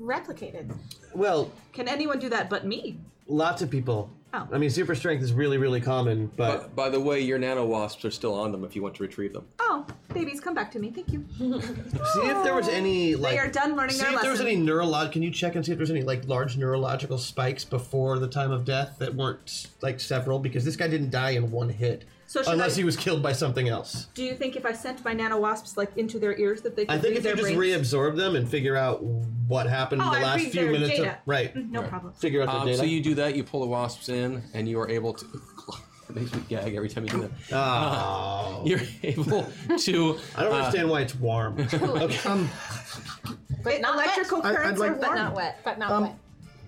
replicated.
Well,
Can anyone do that but me?
lots of people.
Oh.
I mean, super strength is really, really common, but
By the way, your nano wasps are still on them if you want to retrieve them.
Oh, babies, come back to me. Thank you.
see if there was any like.
are done learning
See
their
if there was
lesson.
any neurolog. Can you check and see if there's any like large neurological spikes before the time of death that weren't like several? Because this guy didn't die in one hit.
So should
Unless
I,
he was killed by something else.
do you think if I sent my nano wasps like into their ears that they could
I think
read
if
their
you just
brains?
reabsorb them and figure out what happened
oh,
in the
I
last
read
few
their
minutes of
data.
right.
Mm, No problem.
Figure out their
Um,
data.
so you do that, you pull the wasps in, and you are able to. it makes me gag every time you do that.
oh,
You're able to.
I don't understand why it's warm. okay.
Um,
But not
Electrical
wet.
I- I'd
currents
like-
are
But
warm.
Not wet, but not
Um,
wet.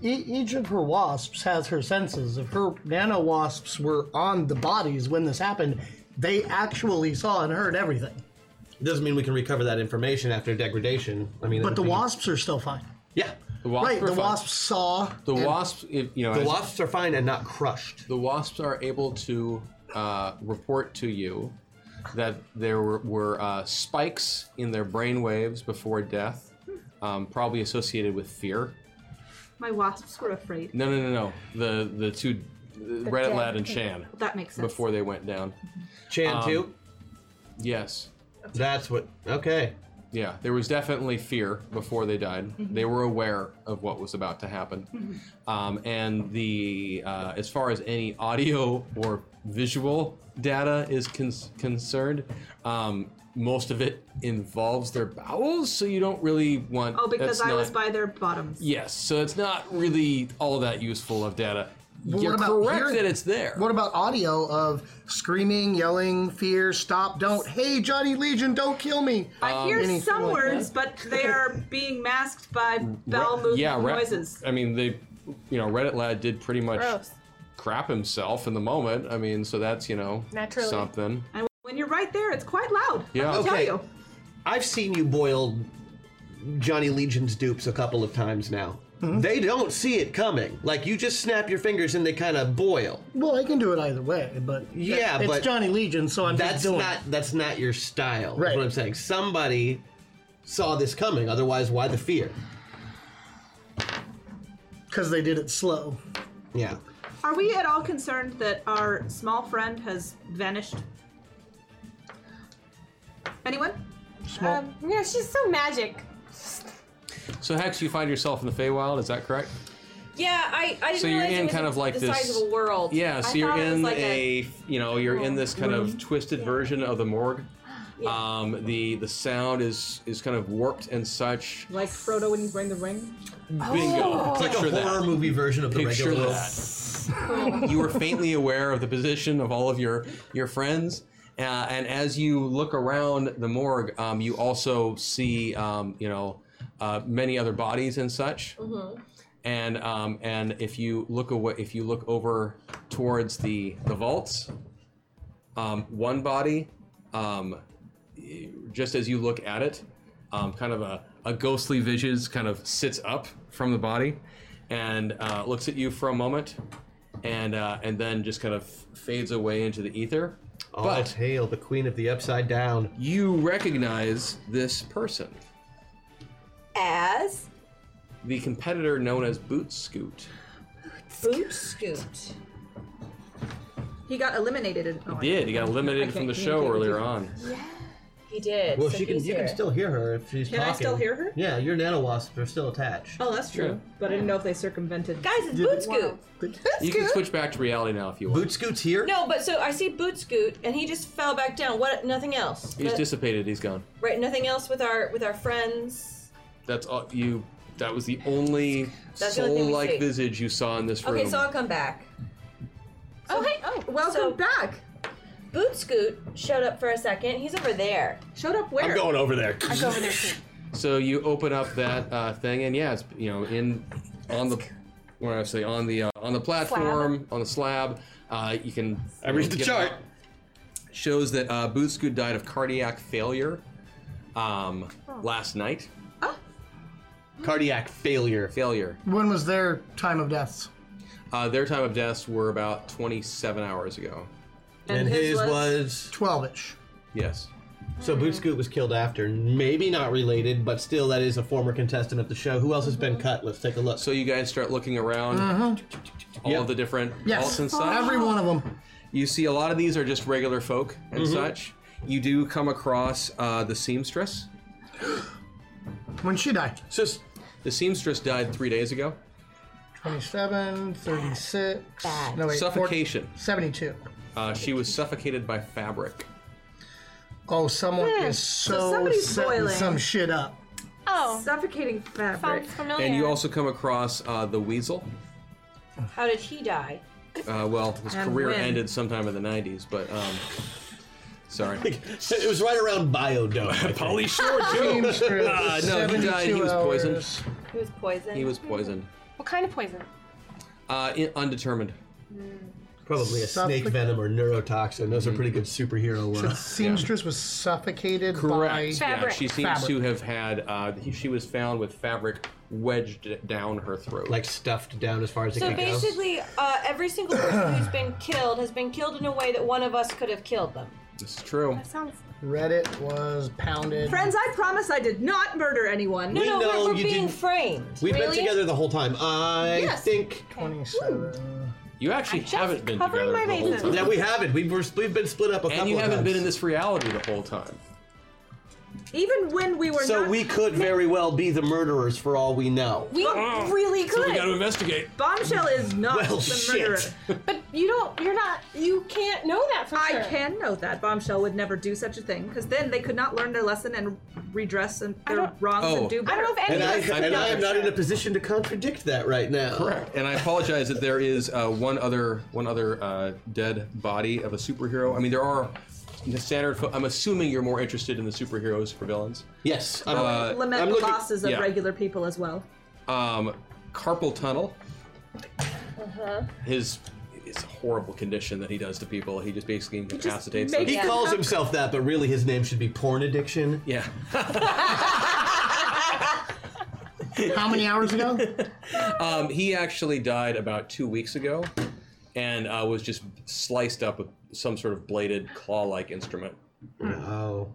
E- each of her wasps has her senses. If her nano wasps were on the bodies when this happened, they actually saw and heard everything.
Doesn't mean we can recover that information after degradation. I mean,
But the
we-
wasps are still fine.
Yeah,
The wasps
right,
are
the
fine.
wasps saw.
The wasps, if, you know,
the
as-
wasps are fine and not crushed.
the wasps are able to uh, report to you that there were, were uh, spikes in their brain waves before death, um, probably associated with fear.
My wasps were afraid.
No, no, no, no. The the two, Reddit
dead
Lad and
thing.
Shan,
That makes sense.
before they went down.
Chan
Um,
too.
Yes.
That's what. Okay.
Yeah, there was definitely fear before they died.
Mm-hmm.
They were aware of what was about to happen, um, and the uh, as far as any audio or visual data is con- concerned, um, most of it involves their bowels. So you don't really want.
Oh, because
that's
I was
not-
by their bottoms.
Yes, so it's not really all that useful of data.
But
You're
what about
correct
hearing-
that it's there.
What about audio of screaming, yelling, fear, stop, don't, hey, Johnny Legion, don't kill me?
I
um,
hear
anything
some
like
words, but they are being masked by bowel movement
yeah, Re-
noises.
I mean, they, you know, Reddit lad did pretty much
Gross.
crap himself in the moment. I mean, so that's you know
Naturally.
something.
And when you're right there, it's quite loud.
Yeah.
Let me
Okay.
tell you.
I've seen you boil Johnny Legion's dupes a couple of times now.
Mm-hmm.
They don't see it coming. Like you just snap your fingers and they kind of boil.
Well, I can do it either way, but
Yeah,
it's
but
Johnny Legion, so I'm
That's
just doing
not
it.
that's not your style. That's
Right.
what I'm saying. Somebody saw this coming. Otherwise, why the fear?
because they did it slow.
Yeah.
Are we at all concerned that our small friend has vanished? Anyone?
Small.
Um, yeah, she's so magic.
So Hex, you find yourself in the Feywild. Is that correct?
Yeah, I, I didn't
So you're
realize it
in
was
kind of like
the
this
size of a world.
Yeah. So
I
you're
thought it was
in
like
a, you know you're in this kind of twisted version of the morgue. Um, the the sound is is kind of warped and such.
Like Frodo when he's wearing the ring.
Bingo.
It's like
Picture
a
that.
horror movie version of the
Picture
regular.
that. you were faintly aware of the position of all of your your friends, uh, and as you look around the morgue, um, you also see um, you know uh, many other bodies and such. And um, and if you look away, if you look over towards the the vaults, um, one body, um, just as you look at it, um, kind of a, a ghostly vision kind of sits up from the body and uh, looks at you for a moment and uh, and then just kind of fades away into the ether.
All
But
hail the queen of the upside down.
you recognize this person,
a as
the competitor known as Boot Scoot.
boot scoot.
He got eliminated. In- oh, I-
Did he got eliminated from the show earlier on?
He did.
Well,
so
she can.
he's
You
here.
can still hear her if she's
Can
talking.
I still hear her?
Yeah, your nanowasps are still attached.
Oh, that's true. But I didn't know if they circumvented.
Guys, it's boot scoot.
You can switch back to reality now if you want.
Boot Scoot's here.
No, but so I see boot scoot, and he just fell back down. What? Nothing else.
He's
But-
dissipated. He's gone.
right. Nothing else with our with our friends.
That's all you. That was the only
That's the only thing we
soul-like
see.
visage you saw in this room.
Okay, so I'll come back.
Oh, hey. Oh, welcome
So-
back.
Boot scoot showed up for a second. He's over there.
Showed up where?
I'm going over there.
I go over there too.
So you open up that uh, thing, and yeah, it's you know in on the what do I say on the uh, on the platform on the slab. Uh, you can
I read the
get
chart.
up. Shows that uh, Boot Scoot died of cardiac failure um, last night.
Cardiac failure.
Failure.
When was their time of deaths?
Uh, their time of deaths were about 27 hours ago.
And, his, was
12 ish.
Yes.
So Boot Scoot was killed after, maybe not related, but still that is a former contestant of the show. Who else has been cut? Let's take a look.
So you guys start looking around. All
Yep.
of the different vaults
Yes. Uh-huh.
and such.
Every one of them.
You see, a lot of these are just regular folk and such. You do come across uh, the seamstress.
When she died?
It's just
The seamstress died three days ago.
27, 36. No, wait, four-
Suffocation.
72.
Uh, she was suffocated by fabric.
Oh, someone is
Hmm. so
so,
somebody's
setting
boiling.
some shit up.
Oh,
Suffocating fabric.
sounds familiar.
And you also come across uh, the weasel.
How did he die?
Uh, well, his
And
career
when?
ended sometime in the 90s, but. Um, sorry.
It was right around biodome.
Polly Shore, too!
Seamstress,
Uh, no, he died. He
72
was poisoned.
hours.
He was poisoned.
He was poisoned.
what kind of poison?
Uh, in- undetermined.
Probably a snake venom or neurotoxin. Those are
Mm-hmm.
pretty good superhero uh,
The
words.
seamstress was suffocated
Correct.
by.
Yeah,
Fabric.
she seems
Fabric.
to have had. Uh, he- she was found with fabric wedged down her throat.
Like stuffed down as far as it
So
can go.
basically, uh, every single person who's been killed has been killed in a way that one of us could have killed them.
this is true.
Sounds.
Reddit was pounded.
Friends, I promise I did not murder anyone.
No, no,
know
we're, we're
you
being
didn't-
framed.
We've
really?
been together the whole time. I
Yes.
think
27.
You actually
just
haven't been
covering
together
my
the whole
bases.
time.
that we haven't. We've, we're, we've been split up a couple
and you
of
haven't
times.
been in this reality the whole time.
Even when we were
So
not
we could very well be the murderers for all we know.
We really
So we
could.
got to investigate.
Bombshell is not
Well,
the
shit.
murderer.
But you don't. You're not. You can't know that for sure.
I can know that Bombshell would never do such a thing because then they could not learn their lesson and redress and their
don't-
wrongs
Oh.
and do
I
better.
don't know if any
And
of
I,
us could
and
know
I am
for
not in a
sure.
position to contradict that right now.
Correct. And I apologize that there is uh, one other one other uh, dead body of a superhero. I mean, there are the standard. Fo- I'm assuming you're more interested in the superheroes for villains.
Yes. I'm,
Uh,
Lament
uh, I'm
the
looking-
losses of
yeah.
regular people as well.
Um, carpal tunnel.
Uh-huh.
His it's a horrible condition that he does to people. He just basically incapacitates them.
makes-
He
Yeah.
calls himself that, but really his name should be porn addiction.
Yeah.
How many hours ago?
Um, he actually died about two weeks ago, and uh, was just sliced up with some sort of bladed claw-like instrument.
Oh.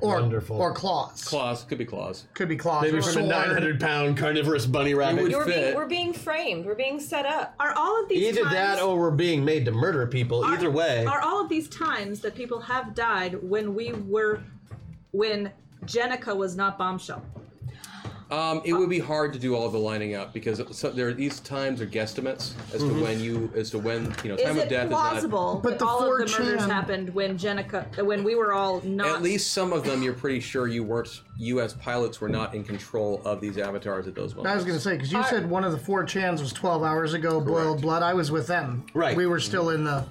Or,
Wonderful.
Or claws.
Claws could be claws.
Could be claws.
Maybe
or
from a
sword.
900 pound carnivorous bunny rabbit.
would-
We're being,
fit.
we're being framed. We're being set up.
Are all of these
Either
times,
that or we're being made to murder people.
are-
Either way.
are all of these times that people have died when we were when Jenica was not Bombshell?
Um, it would be hard to do all the lining up because so there these times are guesstimates as to when you as to when you know
Is
time of
it
death
plausible
But
that
the
all of the
4chan
murders happened when Jenica when we were all
is
not
not. At least some of them, you're pretty sure you weren't. You as pilots were not in control of these avatars at those moments.
I was going to say, because you said one of the four chans was 12 hours ago, boiled blood. I was with them.
Right.
We were still in the.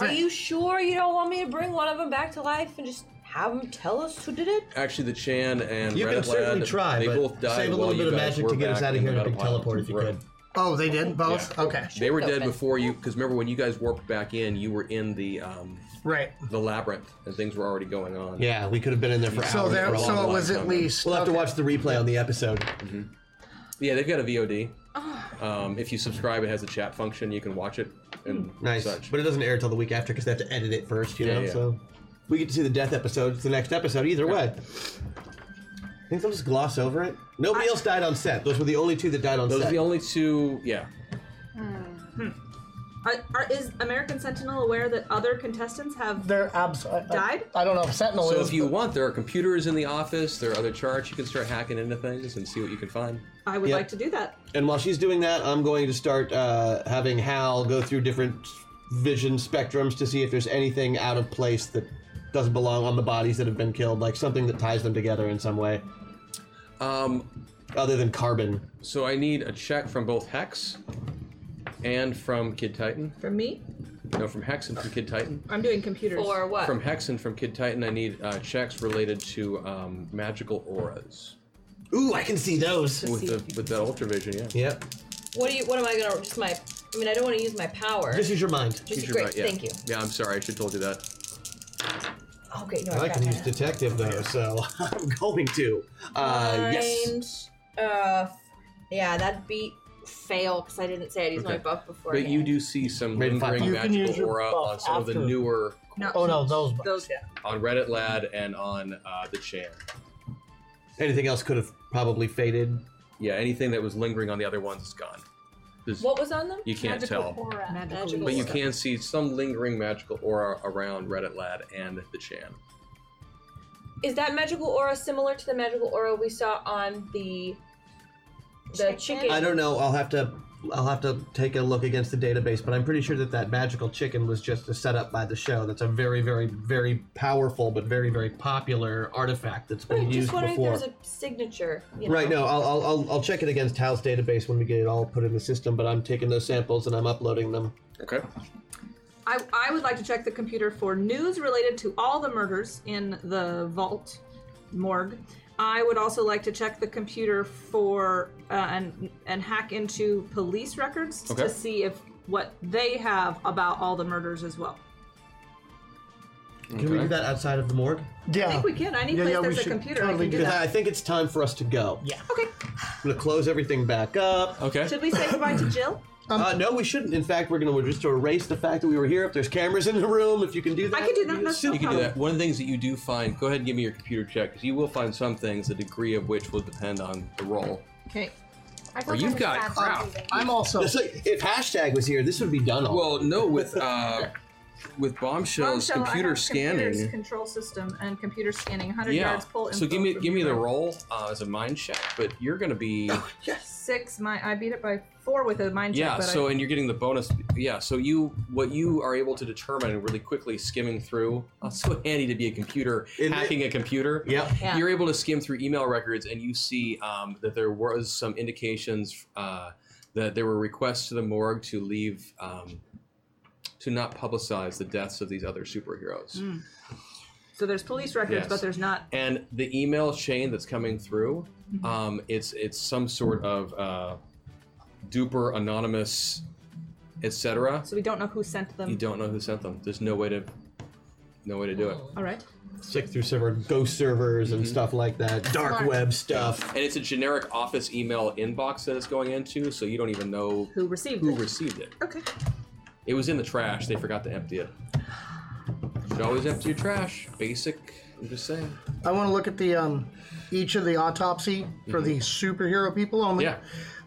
Are you sure you don't want me to bring one of them back to life and just have him tell us who did it?
Actually, the Chan and
You
Reddit
can certainly
lad,
try,
They
but
both died
save a
while
little bit
you
of
guys
magic
were
to get us
back
outta
in
here
the
in a big
Metapod.
teleport if you
Right.
could.
Oh, they did? Both?
Yeah.
Okay.
They were dead before you because remember when you guys warped back in, you were in the um,
Right.
the labyrinth and things were already going on.
yeah, we could have been in there for
So,
hours.
there,
for all
so
of
it
us.
was at
coming.
least.
We'll have to
okay.
watch the replay on the episode.
Yeah, they've got a VOD. Um, if you subscribe, it has a chat function. You can watch it and
Nice.
such.
But it doesn't air till the week after because they have to edit it first, you
Yeah,
know?
yeah.
So we get to see the death episode. It's the next episode, either way. I think they'll just gloss over it. Nobody else died on set. Those were the only two that died on
Those
set.
are the only two. Yeah.
Are, are, is American Sentinel aware that other contestants have?
They're abs- I- I-
Died?
I, don't know if Sentinel
So
is.
if you want, there are computers in the office. There are other charts. You can start hacking into things and see what you can find.
I would
Yep.
like to do that.
And while she's doing that, I'm going to start uh, having Hal go through different vision spectrums to see if there's anything out of place that doesn't belong on the bodies that have been killed, like something that ties them together in some way,
Um,
other than carbon.
so I need a check from both Hex and from Kid Titan.
For me,
No, from Hex and from Kid Titan.
I'm doing computers.
Or what?
From Hex and from Kid Titan, I need uh, checks related to um, magical auras
Ooh, I can see those.
with the with that ultravision. Yeah.
Yep.
what do you? What am I gonna? Just my. I mean, I don't want to use my power.
Just use your mind.
Just-
You're
great.
right, yeah.
Thank you. Oh,
Yeah, I'm sorry. I should have told you that.
Okay, no,
I
I
can
got
use
it.
detective though, so I'm going to. Uh, yes.
Uh, yeah, that beat fail because I didn't say I'd use my
Okay.
buff befefore.
But you do see some
Maybe five
lingering
You
can use
magical
your
aura on
buff
some of the
after.
newer
oh, no, those.
Those, yeah.
on Reddit Lad and on uh, the Chan.
Anything else could have probably faded.
Yeah, anything that was lingering on the other ones is gone. There's-
What was on them?
You can't
Magical
tell.
aura.
Magical.
But you can see some lingering magical aura around Reddit Lad and the Chan.
Is that magical aura similar to the magical aura we saw on the the chicken?
I don't know. I'll have to I'll have to take a look against the database, but I'm pretty sure that that magical chicken was just a setup by the show. That's a very, very, very powerful, but very, very popular artifact that's
I'm
been used
just wondering
before.
if there's a signature. You know?
Right, no, I'll, I'll, I'll, I'll check it against Hal's database when we get it all put in the system, but I'm taking those samples and I'm uploading them.
Okay.
I, I would like to check the computer for news related to all the murders in the vault morgue. I would also like to check the computer for uh, and and hack into police records
Okay.
to see if what they have about all the murders as well.
Can we do that outside of the morgue?
Yeah.
I think we can. Any
Yeah,
place
yeah, we
there's a
should
computer,
totally
I can do
do
Because
that.
I think it's time for us to go. Yeah.
Okay.
I'm going to close everything back up.
Okay.
Should we say goodbye to Jill?
uh, no, we shouldn't. In fact, we're going to just erase the fact that we were here. If there's cameras in the room, if you can do that.
I can do that. That's no
You can do
problem.
that. One of the things that you do find, go ahead and give me your computer check, because you will find some things, the degree of which will depend on the roll.
Okay.
Or you've got crap.
I'm also.
It's like, if hashtag was here, this would be done. All.
Well, no, with uh, with bombshells,
Bombshell, I
computer
have computers,
scanning.
control system and computer scanning. 100
Yeah.
yards pull.
So
info
give me
from
give me the
computer.
roll uh, as a mind check, but you're gonna be
Six. My I beat it by four with a mind check.
yeah.
but
So
I,
and you're getting the bonus. Yeah. So you what you are able to determine really quickly skimming through. uh, so handy to be a computer
Isn't it?
hacking a computer.
Yep.
Yeah.
You're able to skim through email records and you see um, that there was some indications uh, that there were requests to the morgue to leave um, to not publicize the deaths of these other superheroes.
Hmm. so there's police records,
Yes.
but there's not.
and the email chain that's coming through
Mm-hmm.
um, it's it's some sort of uh, duper anonymous etc
So we don't know who sent them.
you don't know who sent them there's no way to no way to do it
All right.
Sick through server, ghost servers
Mm-hmm.
and stuff like that, dark web stuff.
and it's a generic office email inbox that it's going into so you don't even know
Who received
who
it?
received it
okay.
it was in the trash they forgot to empty it you should always empty your trash basic i'm just saying
I want to look at the um, each of the autopsy for
Mm-hmm.
the superhero people Oh, only.
yeah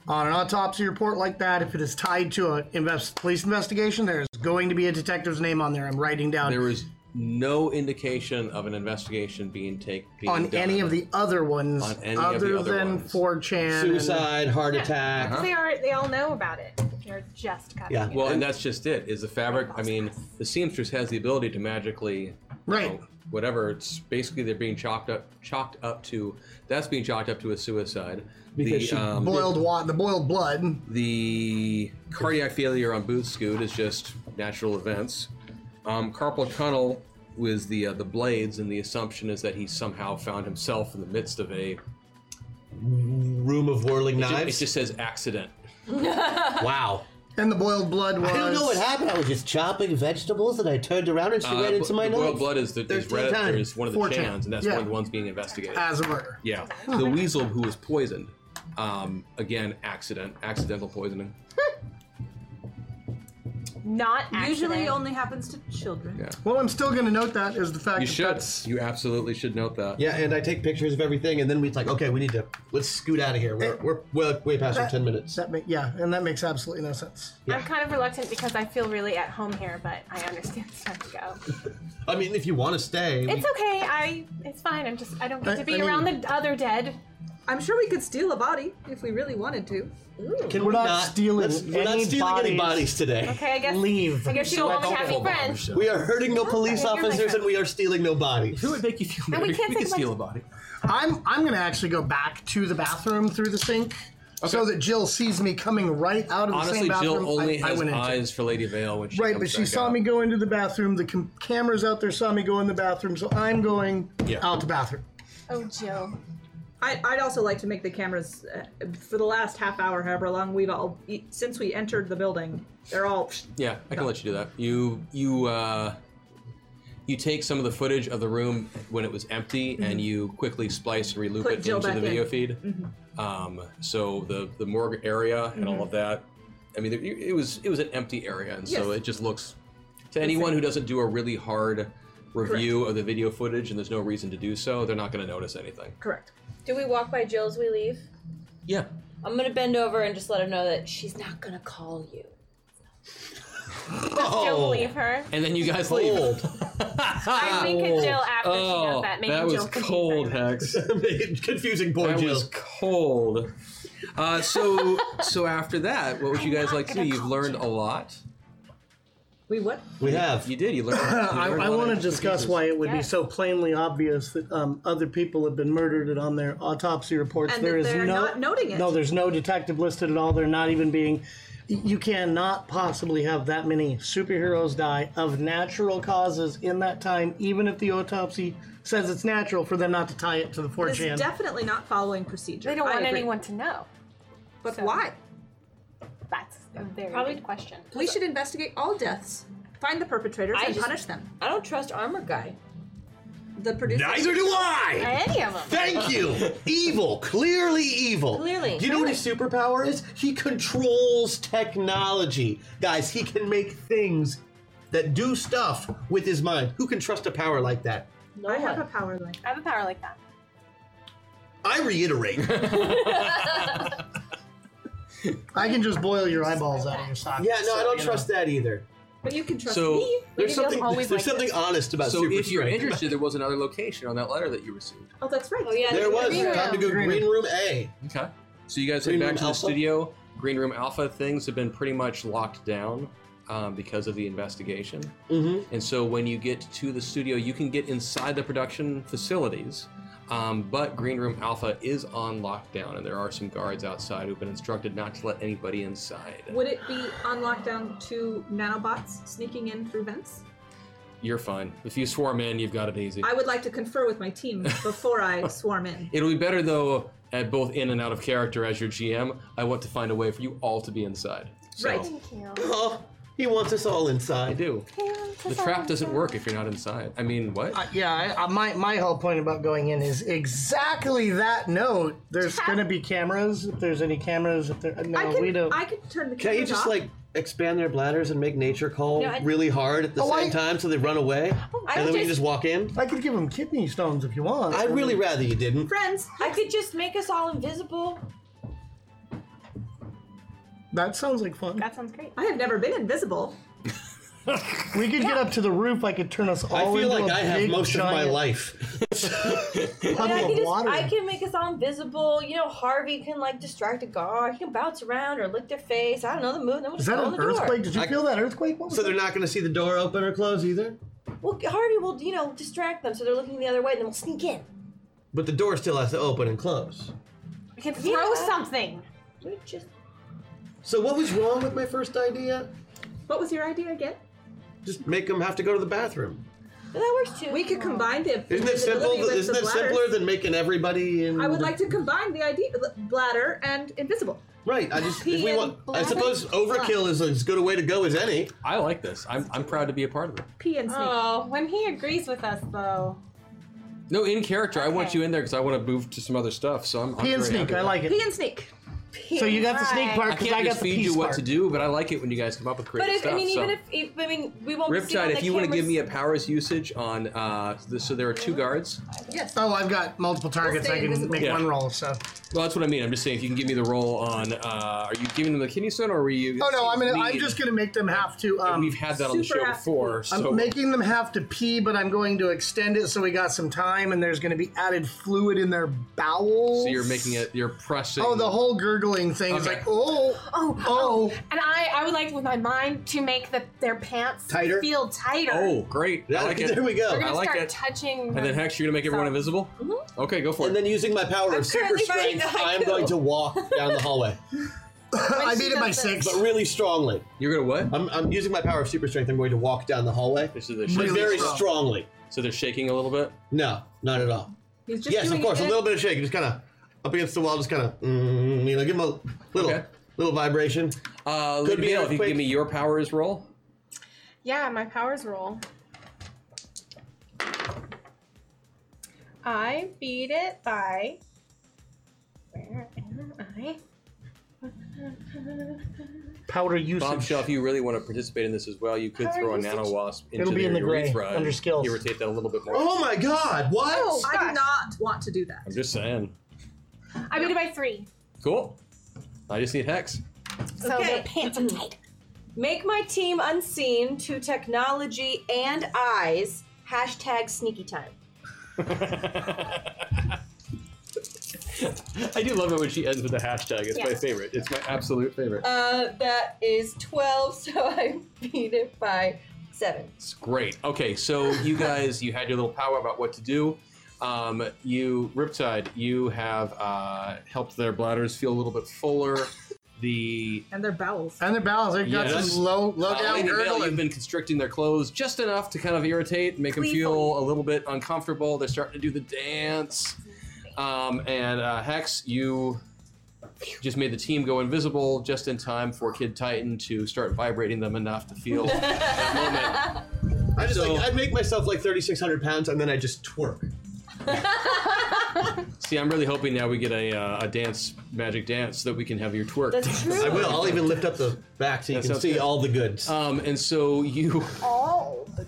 On an autopsy report like that, if it is tied to a invest- police investigation, there's going to be a detective's name on there. I'm writing down
there was no indication of an investigation being taken
on any of the other ones
On any of
other
the other
than
ones.
4chan. and-
Suicide, heart attack.
Uh-huh.
They are. They all know about it. They're just copying.
Yeah.
it.
Well, and that's just it. Is the fabric? I mean, the seamstress has the ability to magically, you
Right.
know, whatever. It's basically they're being chalked up, chalked up to. That's being chalked up to a suicide.
Because
the
she
um,
boiled wa- the boiled blood.
the cardiac failure on Booth Scoot is just natural events. Um, carpal tunnel was the uh, the blades, and the assumption is that he somehow found himself in the midst of a.
Room of whirling
It
knives.
just says accident.
wow.
And the boiled blood was
I don't know what happened. I was just chopping vegetables and I turned around and she
Uh,
went
bo-
into my
the
knife.
boiled blood is, the, is,
13
red,
times.
is one of the
14.
chans, and that's
Yeah. Uh,
one of the ones being investigated.
as a murder.
Yeah, the weasel who was poisoned. Um, again, accident, accidental poisoning.
Not
Usually
accident.
only happens to children.
Yeah.
Well, I'm still going to note that is the fact
You
that
should.
that's
You absolutely should note that.
Yeah, and I take pictures of everything, and then we like, okay, we need to let's scoot out of here. We're, we're well, way past our ten minutes.
that ma- yeah, and that makes absolutely no sense.
I'm kind of reluctant because I feel really at home here, but I understand it's time to go.
I mean, if you want to stay, we-
It's okay. I. It's fine. I'm just. I don't get
I-
to be
I mean-
around the other dead.
I'm sure we could steal a body if we really wanted to.
can
We're
we
not stealing
let's- We're not
any
stealing any
bodies.
bodies today.
Okay. I guess.
Leave.
I guess you don't want me to have any friends.
We are hurting no police
You're my
officers, and
friend.
we are stealing no bodies.
Who would make you feel
And we
better?
can't
We can
take
steal a body.
I'm I'm going to actually go back to the bathroom through the sink so that Jill sees me coming right out of the
Honestly,
same bathroom.
Jill only
I, I
has
went into.
eyes for Lady Vale when she
Right,
comes
but she
back
saw
out.
me go into the bathroom. The com- cameras out there saw me go in the bathroom, so I'm going
Yeah.
out the bathroom.
Oh, Jill.
I, I'd also like to make the cameras uh, for the last half hour, however long we've all e, since we entered the building. They're all
Yeah, I can let you do that. You you uh, you take some of the footage of the room when it was empty, and you quickly splice and reloop
Put
it
Jill
into the
back
video
in.
feed. Um, so the the morgue area and all of that. I mean, there- you- it was it was an empty area, and so
Yes.
it just looks to anyone who doesn't do a really hard review of the video footage, and there's no reason to do so, they're not going to notice anything.
correct.
Do we walk by Jill as we leave?
Yeah.
I'm gonna bend over and just let her know that she's not gonna call you.
Jill, believe her.
Oh. And then you guys leave.
Cold.
I wink at Jill
Ah.
after she does that, making
that Oh, was
Jill confused.
cold, Hex.
Confusing poor
That
Jill.
was cold. Uh, so, so after that, what would you guys like to do? You've learned a lot.
We what?
We have.
You did. You learned. You
I,
learned a lot
I
of
want to
interesting
discuss
pieces.
why it would be
Yes.
so plainly obvious that um, other people have been murdered and on their autopsy reports
And
there
that
is
they're
no
not noting it.
No, there's no detective listed at all. They're not even being. You cannot possibly have that many superheroes die of natural causes in that time, even if the autopsy says it's natural for them not to tie it to the 4
It's
chan.
definitely not following procedure.
They don't
I
want
agree.
anyone to know.
But
so-
why?
That's a very
Probably-
good question.
We should investigate all deaths, find the perpetrators,
I
and
just-
punish them.
I don't trust armor guy.
The producer.
Neither do I!
Any of them.
Thank you! evil. Clearly evil.
Clearly.
Do you know what his superpower is? He controls technology. Guys, he can make things that do stuff with his mind. Who can trust a power like that?
No
I have
one.
a power like
Uh,
I have a power like that.
I reiterate.
I can just boil your eyeballs out of your socket.
Yeah, no, I don't
you
trust that either.
But you can trust
So-
me.
There's
Maybe they'll
something,
always
there's
like
something
this.
honest about
So,
super
if you're
strength.
interested, there was another location on that letter that you received.
Oh, that's right.
Oh yeah,
There was.
green
Time to
room.
go
Green
green room A.
Okay. So you guys head
Green
back
Room
to the
Alpha?
studio. Green Room Alpha things have been pretty much locked down um, because of the investigation. Mm-hmm. And so when you get to the studio, you can get inside the production facilities. Um, but Green Room Alpha is on lockdown, and there are some guards outside who've been instructed not to let anybody inside.
Would it be on lockdown to nanobots sneaking in through vents?
You're fine. If you swarm in, you've got it easy.
I would like to confer with my team before I swarm in.
It'll be better though, at both in and out of character as your GM. I want to find a way for you all to be inside. So,
Right.
Thank you.
Oh, he wants us all
I
inside.
do. The trap doesn't work if you're not inside. I mean, what?
Uh, yeah, I, I, my my whole point about going in is exactly that note. There's going to be cameras. If there's any cameras, if there no,
I can,
we don't.
I could turn the
Can
cameras
you just
off.
like expand their bladders and make nature call
I-
really hard at the
Oh,
same
I-
time so they run away?
I
and then we can
just-
just walk in?
I could give them kidney stones if you want.
I'd really rather you didn't.
friends?
I could just make us all invisible.
that sounds like fun.
That sounds great.
I have never been invisible.
We could get up to the roof. I could turn us all
I feel
into
like
a
I have
big,
most of my
giant
life.
puddle
I
of
can, just,
water.
I can make us all invisible. You know, Harvey can like distract a guard. He can bounce around or lick their face. I don't know the moon. Then we'll
Is
just
that
go in
an
the door.
earthquake? Did you feel that earthquake? What was
so they're not going to see the door open or close either?
Well, Harvey will you know distract them so they're looking the other way, and then we'll sneak in.
But the door still has to open and close.
We can throw
Yeah.
something.
We just
So what was wrong with my first idea?
What was your idea again?
Just make them have to go to the bathroom.
but that works too.
We could combine the
Isn't it simple?
invisibility with
Isn't
the
it
bladders.
simpler than making everybody in?
I would like to combine the idea bladder and invisible.
Right. I just. If
Pee
we
and
want, I
black.
suppose overkill is as good a way to go as any.
I like this. I'm, I'm proud to be a part of it.
Pee and sneak.
Oh, when he agrees with us, though.
No, in character, I want
Okay.
you in there because I want to move to some other stuff. So I'm. I'm
Pee and
very
sneak.
happy.
I like it.
Pee and sneak.
So you got the sneak
Right.
I
part because
can't
I, got
just
the
feed
pee
you what
part.
to do, but I like it when you guys come up with
But
creative
if,
stuff.
I mean,
so.
even if, if I mean, we won't. see
Riptide,
on the
if you want to
cameras.
give me a powers usage on uh, this, so there are two guards.
Yes.
Oh, I've got multiple targets.
stay
I can
invisible.
make
Yeah.
one roll. So.
Well, that's what I mean. I'm just saying, if you can give me the roll on, uh, are you giving them the kidney stone or were you?
Oh no, I'm gonna. I'm
need-
just gonna make them have to. Um,
We've had that on the
Super
show
happy.
before,
I'm
so
making them have to pee, but I'm going to extend it so we got some time, and there's going to be added fluid in their bowels.
so you're making it. You're pressing.
Oh, the whole gurgling thing is
Okay.
like, oh,
Oh,
oh.
And I, I would like with my mind to make the, their pants
Tighter?
feel tighter.
Oh, great! I like it.
there we
We're
go.
gonna
I like
start
it.
touching. Mm-hmm.
And then Hex, you're gonna make everyone invisible. Okay, go for
And
it.
then using my power of super
currently writing
strength,
the
I am
haiku.
going to walk down the hallway,
I beat it by
does
six.
but really strongly.
You're gonna what?
I'm, I'm using my power of super strength. I'm going to walk down the hallway,
So they're,
but
shaking.
Really
very
strong.
strongly.
so they're shaking a little bit.
No, not at all.
He's just
yes,
doing
of course.
it
A
in-
little bit of shake. Just kind of up against the wall. Just kind of, mm, you know, give him a little,
Okay.
little vibration.
Uh,
Could
Lady
be
Bale, if you could
earthquake.
give me your powers roll.
Yeah, my powers roll. I beat it by. Where am I?
powder usage.
Bombshell, if you really want to participate in this as well, you could
Power
throw a
usage.
nano wasp into
It'll be
their
in the gray,
urethra and
under skills.
Irritate that a little bit more.
Oh my God! What?
Oh, I do not want to do that.
I'm just saying.
I beat it by three.
Cool. I just need hex.
So
Okay.
their pants are tight.
Make my team unseen to technology and eyes. Hashtag sneaky time.
I do love it when she ends with a hashtag. It's my
Yeah.
favorite. It's my absolute favorite.
Uh, that is 12, so I beat it by 7.
It's great. Okay, so you guys, you had your little power about what to do. Um, you, Riptide, you have uh, helped their bladders feel a little bit fuller. The
And their bowels.
And their bowels, they've got
Yes.
some low, low
Uh,
down
Lady Bell,
girdle.
you've
And
been constricting their clothes just enough to kind of irritate, make them feel a little bit uncomfortable. They're starting to do the dance. Um, and uh, Hex, you just made the team go invisible just in time for Kid Titan to start vibrating them enough to feel that moment.
I just
So-
like I'd make myself like 3,600 pounds and then I just twerk.
See, I'm really hoping now we get a, uh, a dance, magic dance, so that we can have your twerk.
That's true.
I will. I'll even lift up the back so you
That
can
sounds
see
good.
all the goods.
Um, and so you. All
Oh.
the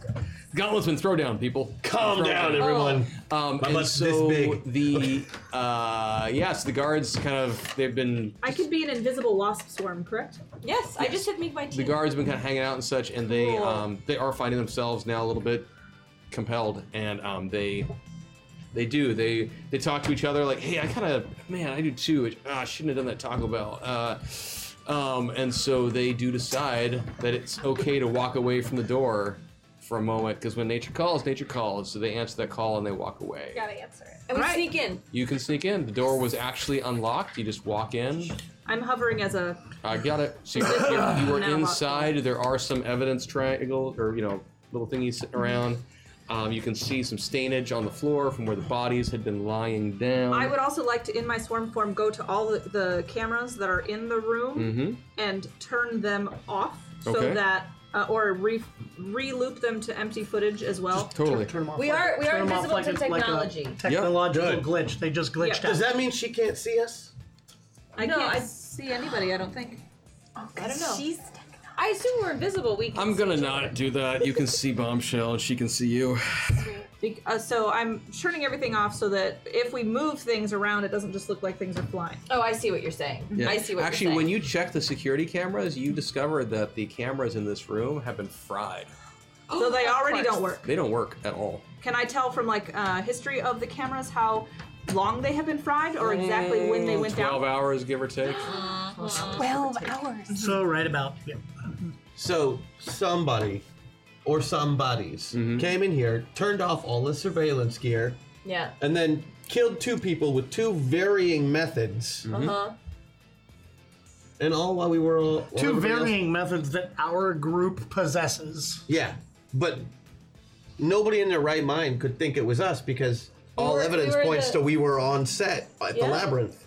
Gauntlet's been throw down, people.
Calm
Throw
down, everyone.
Um,
My
and
butt's this
so
big.
the uh, yes, the guards kind of they've been
I could be an invisible wasp swarm, correct?
Yes, I just had made my
the
team.
guards have been kind of hanging out and such, and they
Cool.
um, they are finding themselves now a little bit compelled, and um, they they do they they talk to each other like, hey, I kind of man, I do too. Ah, I shouldn't have done that Taco Bell. Uh, um, and so they do decide that it's okay to walk away from the door for a moment because when nature calls, nature calls. So they answer that call and they walk away.
Gotta answer it.
and we
Right.
sneak in.
You can sneak in. The door was actually unlocked. You just walk in.
I'm hovering as a.
I got it. So you're, you're, you are
Now lock
inside. There are some evidence triangle or you know little thingies sitting around. Um, you can see some stainage on the floor from where the bodies had been lying down.
I would also like to, in my swarm form, go to all the, the cameras that are in the room and turn them off
Mm-hmm. Okay.
so that. Uh, or re re-loop them to empty footage as well.
totally.
We are we are
Turn 'em off
invisible
like
to
a- like a
technology.
technological
Good.
glitch. They just glitched
Yeah.
out.
Does that mean she can't see us?
I
No,
can't
I-
see anybody. I don't think.
I don't know.
She's
I assume we're invisible. We. Can
I'm
see
gonna
each
not
other.
do that. You can see bombshell, and she can see you.
Be- uh, so I'm turning everything off so that if we move things around, it doesn't just look like things are flying.
Oh, I see what you're saying. I see what
Actually,
you're saying.
when you check the security cameras, you discover that the cameras in this room have been fried.
Oh,
So they already don't work.
They don't work at all.
Can I tell from like uh, history of the cameras how long they have been fried or exactly when they went
Twelve
down?
hours, give or take.
12 hours.
So right about yeah.
So somebody or somebodies
Mm-hmm.
came in here, turned off all the surveillance gear,
yeah.
and then killed two people with two varying methods,
Mm-hmm.
Uh-huh.
and all while we were all while
Two
everybody else-
varying methods that our group possesses.
Yeah, but nobody in their right mind could think it was us because all
were-
evidence
we were
points
the-
to we were on set at
Yeah.
the labyrinth.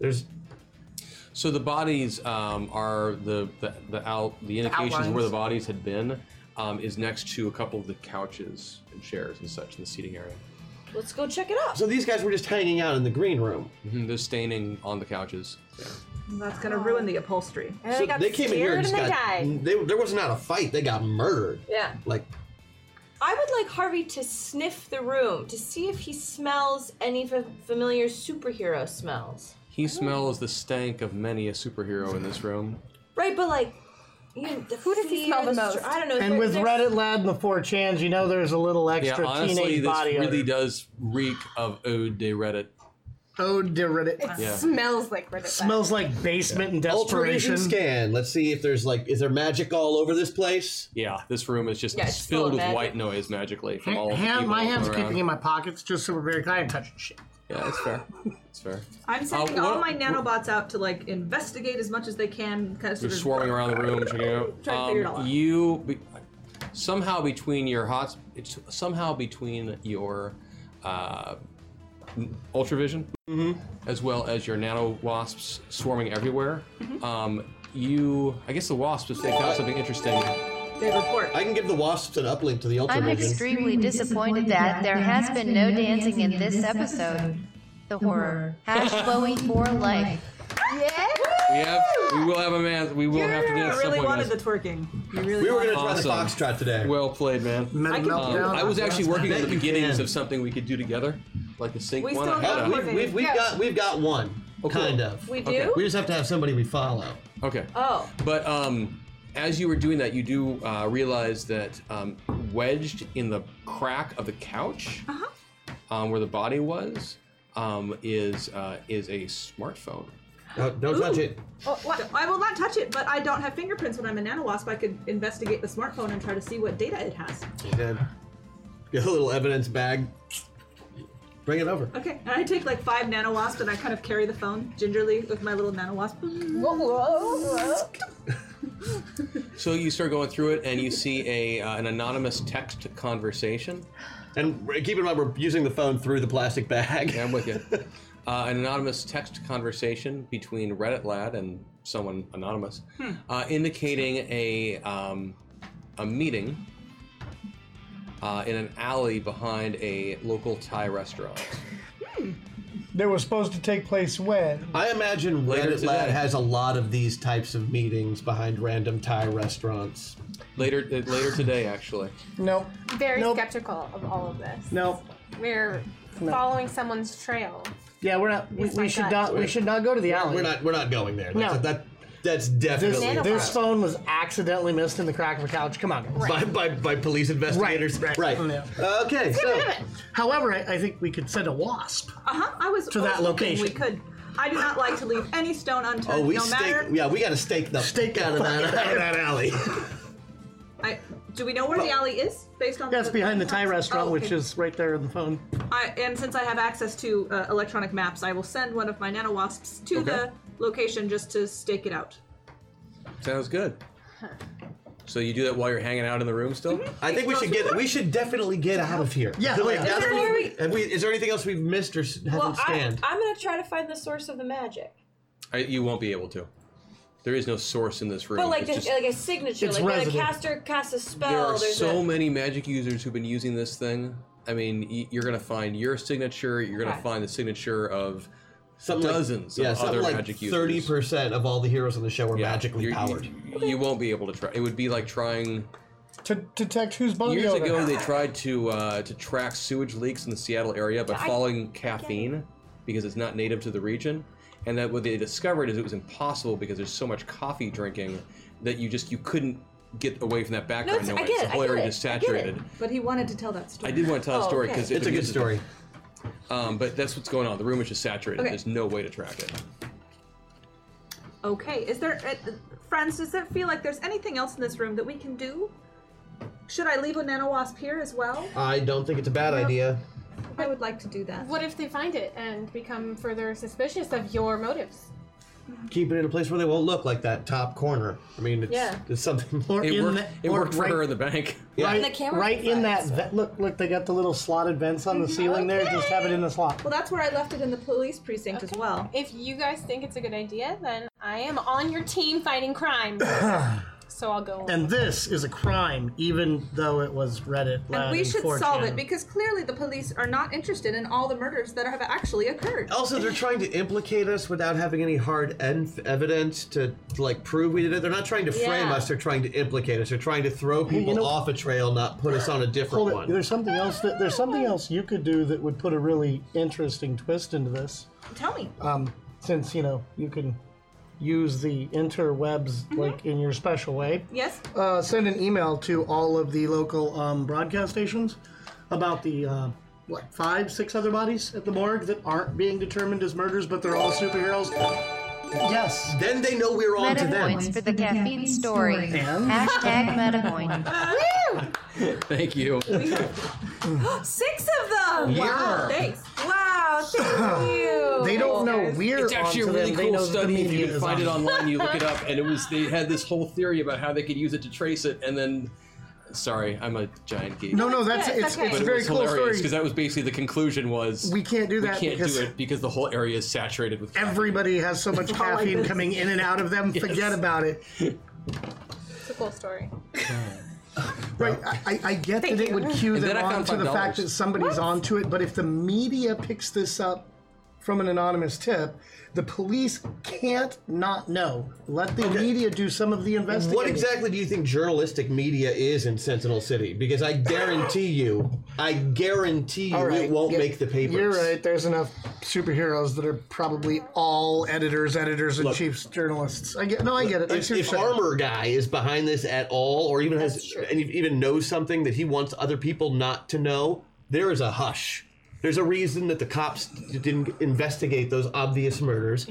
There's
So the bodies um, are the the the, out, the indications where the bodies had been um, is next to a couple of the couches and chairs and such in the seating area.
Let's go check it out.
so these guys were just hanging out in the green room.
Mhm, There's staining on the couches.
That's gonna ruin the upholstery.
And
So
they got
came in
scared
here and
and,
just got
they died.
they, there was not a fight. They got murdered.
Yeah.
Like
I would like Harvey to sniff the room to see if he smells any fa- familiar superhero smells.
He smells the stank of many a superhero in this room.
Right, but like, you know, the Who
does he smell the most?
I don't know.
And
there-
with
there's-
Reddit Lad and the 4chans, you know there's a little
Yeah,
extra
honestly,
teenage
this
body
really
odor.
does reek of Ode de Reddit.
Oh, dear Reddit.
It
Yeah.
smells like Reddit.
smells like basement and
ultra vision
desperation.
scan. Let's see if there's like is there magic all over this place?
Yeah, this room is just
Yeah, it's full
filled
of
with
magic.
white noise magically from all of the
Hand,
people
my hand's
around.
keeping in my pockets just so we're very kind and touching shit.
Yeah, that's fair. That's fair.
I'm sending
Uh,
all
what-
my nanobots out to like investigate as much as they can, kind of
You're
sort of
swarming around the room, checking it out. Um,
Trying to figure it all out.
You be, somehow between your hot, it's somehow between your uh, ultravision,
Mm-hmm.
as well as your nano wasps swarming everywhere.
Mm-hmm.
Um, you, I guess the wasps if they found something interesting.
they report.
I can give the wasps an uplink to the ultra
I'm
vision.
extremely disappointed that there has been no dancing in this episode. The horror. Hash Chloe for life.
We have, we will have a man. We will have to
I
dance at some
really
point.
wanted the
guys.
twerking. You really
we were gonna
Awesome.
try the foxtrot today.
Well played, man.
Met
can-
Um,
meltdown.
I was actually working on the
Thank you,
beginnings
Dan.
of something we could do together, like the sync
We
one.
still
I had
have
a-
Oh, we've, we've, we've got we've got one
Oh,
kind of.
We do.
Okay.
We just have to have somebody we follow.
Okay.
Oh.
But um, as you were doing that, you do uh, realize that um,
Ah. Uh-huh.
wedged in the crack of the couch, um, where the body was, um, is uh, is a smartphone.
No, don't touch it.
Oh, what? I will not touch it, but I don't have fingerprints when I'm a nanowasp. I could investigate the smartphone and try to see what data it has.
And get a little evidence bag. Bring it over.
Okay, and I take like five nanowasps and I kind of carry the phone gingerly with my little nanowasp.
Whoa, whoa, whoa.
So you start going through it, and you see a uh, an anonymous text conversation.
And re- keep in mind, we're using the phone through the plastic bag.
Yeah, I'm with you. Uh, an anonymous text conversation between Reddit lad and someone anonymous,
Hmm.
uh, indicating a um, a meeting uh, in an alley behind a local Thai restaurant.
They were supposed to take place when?
I imagine
Later
Reddit Lad
today.
has a lot of these types of meetings behind random Thai restaurants.
Later, uh, later today, actually.
Nope.
Very
Nope.
skeptical of all of this.
Nope.
We're following someone's trail.
Yeah, we're not. We,
Yes, my
we should
God.
not. We should not go to the alley.
We're not. We're not going there. That's,
No.
that, that's
This,
definitely
Nanopod.
this phone was accidentally missed in the crack of a couch. Come on. guys.
by, by, by police investigators. Uh,
right, yeah.
Okay. So
However, I, I think we could send a wasp.
Uh huh. I was
To that
also thinking
location.
We could. I do not like to leave any stone unturned.
oh, we
no
stake.
matter.
Yeah, we got to stake the
Stake
out
the
of that
fuck
out of that alley.
I, do we know where the alley is based on?
That's behind the Thai restaurant,
Oh, okay.
which is right there in the phone.
I, and since I have access to uh, electronic maps, I will send one of my nanowasps to the location just to stake it out.
Sounds good. So you do that while you're hanging out in the room still?
Mm-hmm.
I think we should get. We should definitely get out of here.
Yeah.
So, like,
Is
now
there
that we-
any-
have we- is there anything else we've missed or s- haven't
Well, Oh, I,
scanned?
I'm gonna try to find the source of the magic.
I, you won't be able to. There is no source in this room.
But like,
It's
the,
just-
like a signature,
it's
like when a
resident.
caster casts a spell.
there are
Oh, there's
so
a,
many magic users who've been using this thing. I mean, y- you're gonna find your signature. You're gonna
Okay.
find the signature of
Something like-
dozens
yeah,
of
something
other
like
magic users.
Thirty percent of all the heroes on the show are
Yeah,
magically
you're-
powered.
You, you won't be able to try. It would be like trying.
To to detect whose body
Years
odor.
ago, they tried to uh, to track sewage leaks in the Seattle area by following caffeine because it's not native to the region, and that what they discovered is it was impossible because there's so much coffee drinking that you just you couldn't get away from that background
it's- I
noise.
get
the
it,
whole
I get
area
it,
just
I get it.
saturated.
But he wanted to tell that
I
story.
did want to tell a
Oh,
story
okay.
because
It's a good story.
Um, but that's what's going on. The room is just saturated.
Okay.
There's no way to track it.
Okay, is there, uh, friends? Does it feel like there's anything else in this room that we can do? Should I leave a nanowasp here as well?
I don't think it's a bad idea.
I would like to do that.
What if they find it and become further suspicious of your motives?
Keep it in a place where they won't look like that top corner. I mean, it's,
Yeah.
it's something
Or
more.
It
in
worked.
the-
it
or
worked for
right-
her in the bank.
Yeah.
Right,
the camera
right in that
flags.
ve- look, look, they got the little slotted vents on the
Mm-hmm.
ceiling there. Just have it in the slot.
Well, that's where I left it in the police precinct as well.
If you guys think it's a good idea, then I am on your team fighting crime. so I'll go.
And this is a crime, even though it was Reddit.
And
Lad,
we should
4chan.
solve it because clearly the police are not interested in all the murders that have actually occurred.
Also, they're trying to implicate us without having any hard en- evidence to, to, like prove we did it. They're not trying to frame
Yeah.
us. They're trying to implicate us. They're trying to throw people
know-
off a trail, not put us on a different
Hold it.
one.
There's something else that there's something else you could do that would put a really interesting twist into this.
Tell me.
Um, since you know you can use the interwebs
Mm-hmm.
like in your special way.
yes?
uh, send an email to all of the local um, broadcast stations about the uh, what five, six other bodies at the morgue that aren't being determined as murders, but they're all superheroes. Yes.
Then they know we're on to
Meta
them.
points for the caffeine story.
And?
Hashtag meta point.
Thank you.
Six of them! Wow, thanks.
Wow, thank you.
They don't know we're
It's actually a
onto
really
them. They
cool
know that the
study. If
media
you can
is
find
on
it
them.
online, you look it up, and it was they had this whole theory about how they could use it to trace it, and then. Sorry, I'm a giant geek.
No, no, that's
okay,
it's,
okay.
it's
but
a
it
very
was
cool
hilarious
story.
because that was basically the conclusion was
we can't do
we
that
can't
because
do it because the whole area is saturated with crap.
everybody has so much caffeine coming in and out of them. Forget about it.
It's a cool story.
Right, I, I- I get that it would cue
And then
them
I found
onto the
$5.
fact that somebody's onto it, but if the media picks this up from an anonymous tip, the police can't not know. Let the media do some of the investigating.
What exactly do you think journalistic media is in Sentinel City? Because I guarantee you, I guarantee you,
All right,
it won't
yeah,
make the papers.
You're right. There's enough superheroes that are probably all editors, editors, and
Look.
chiefs, journalists. I get. No, I get it. I
If,
see what
if
you're saying.
armor guy is behind this at all, or even has and even knows something that he wants other people not to know, there is a hush. There's a reason that the cops didn't investigate those obvious murders.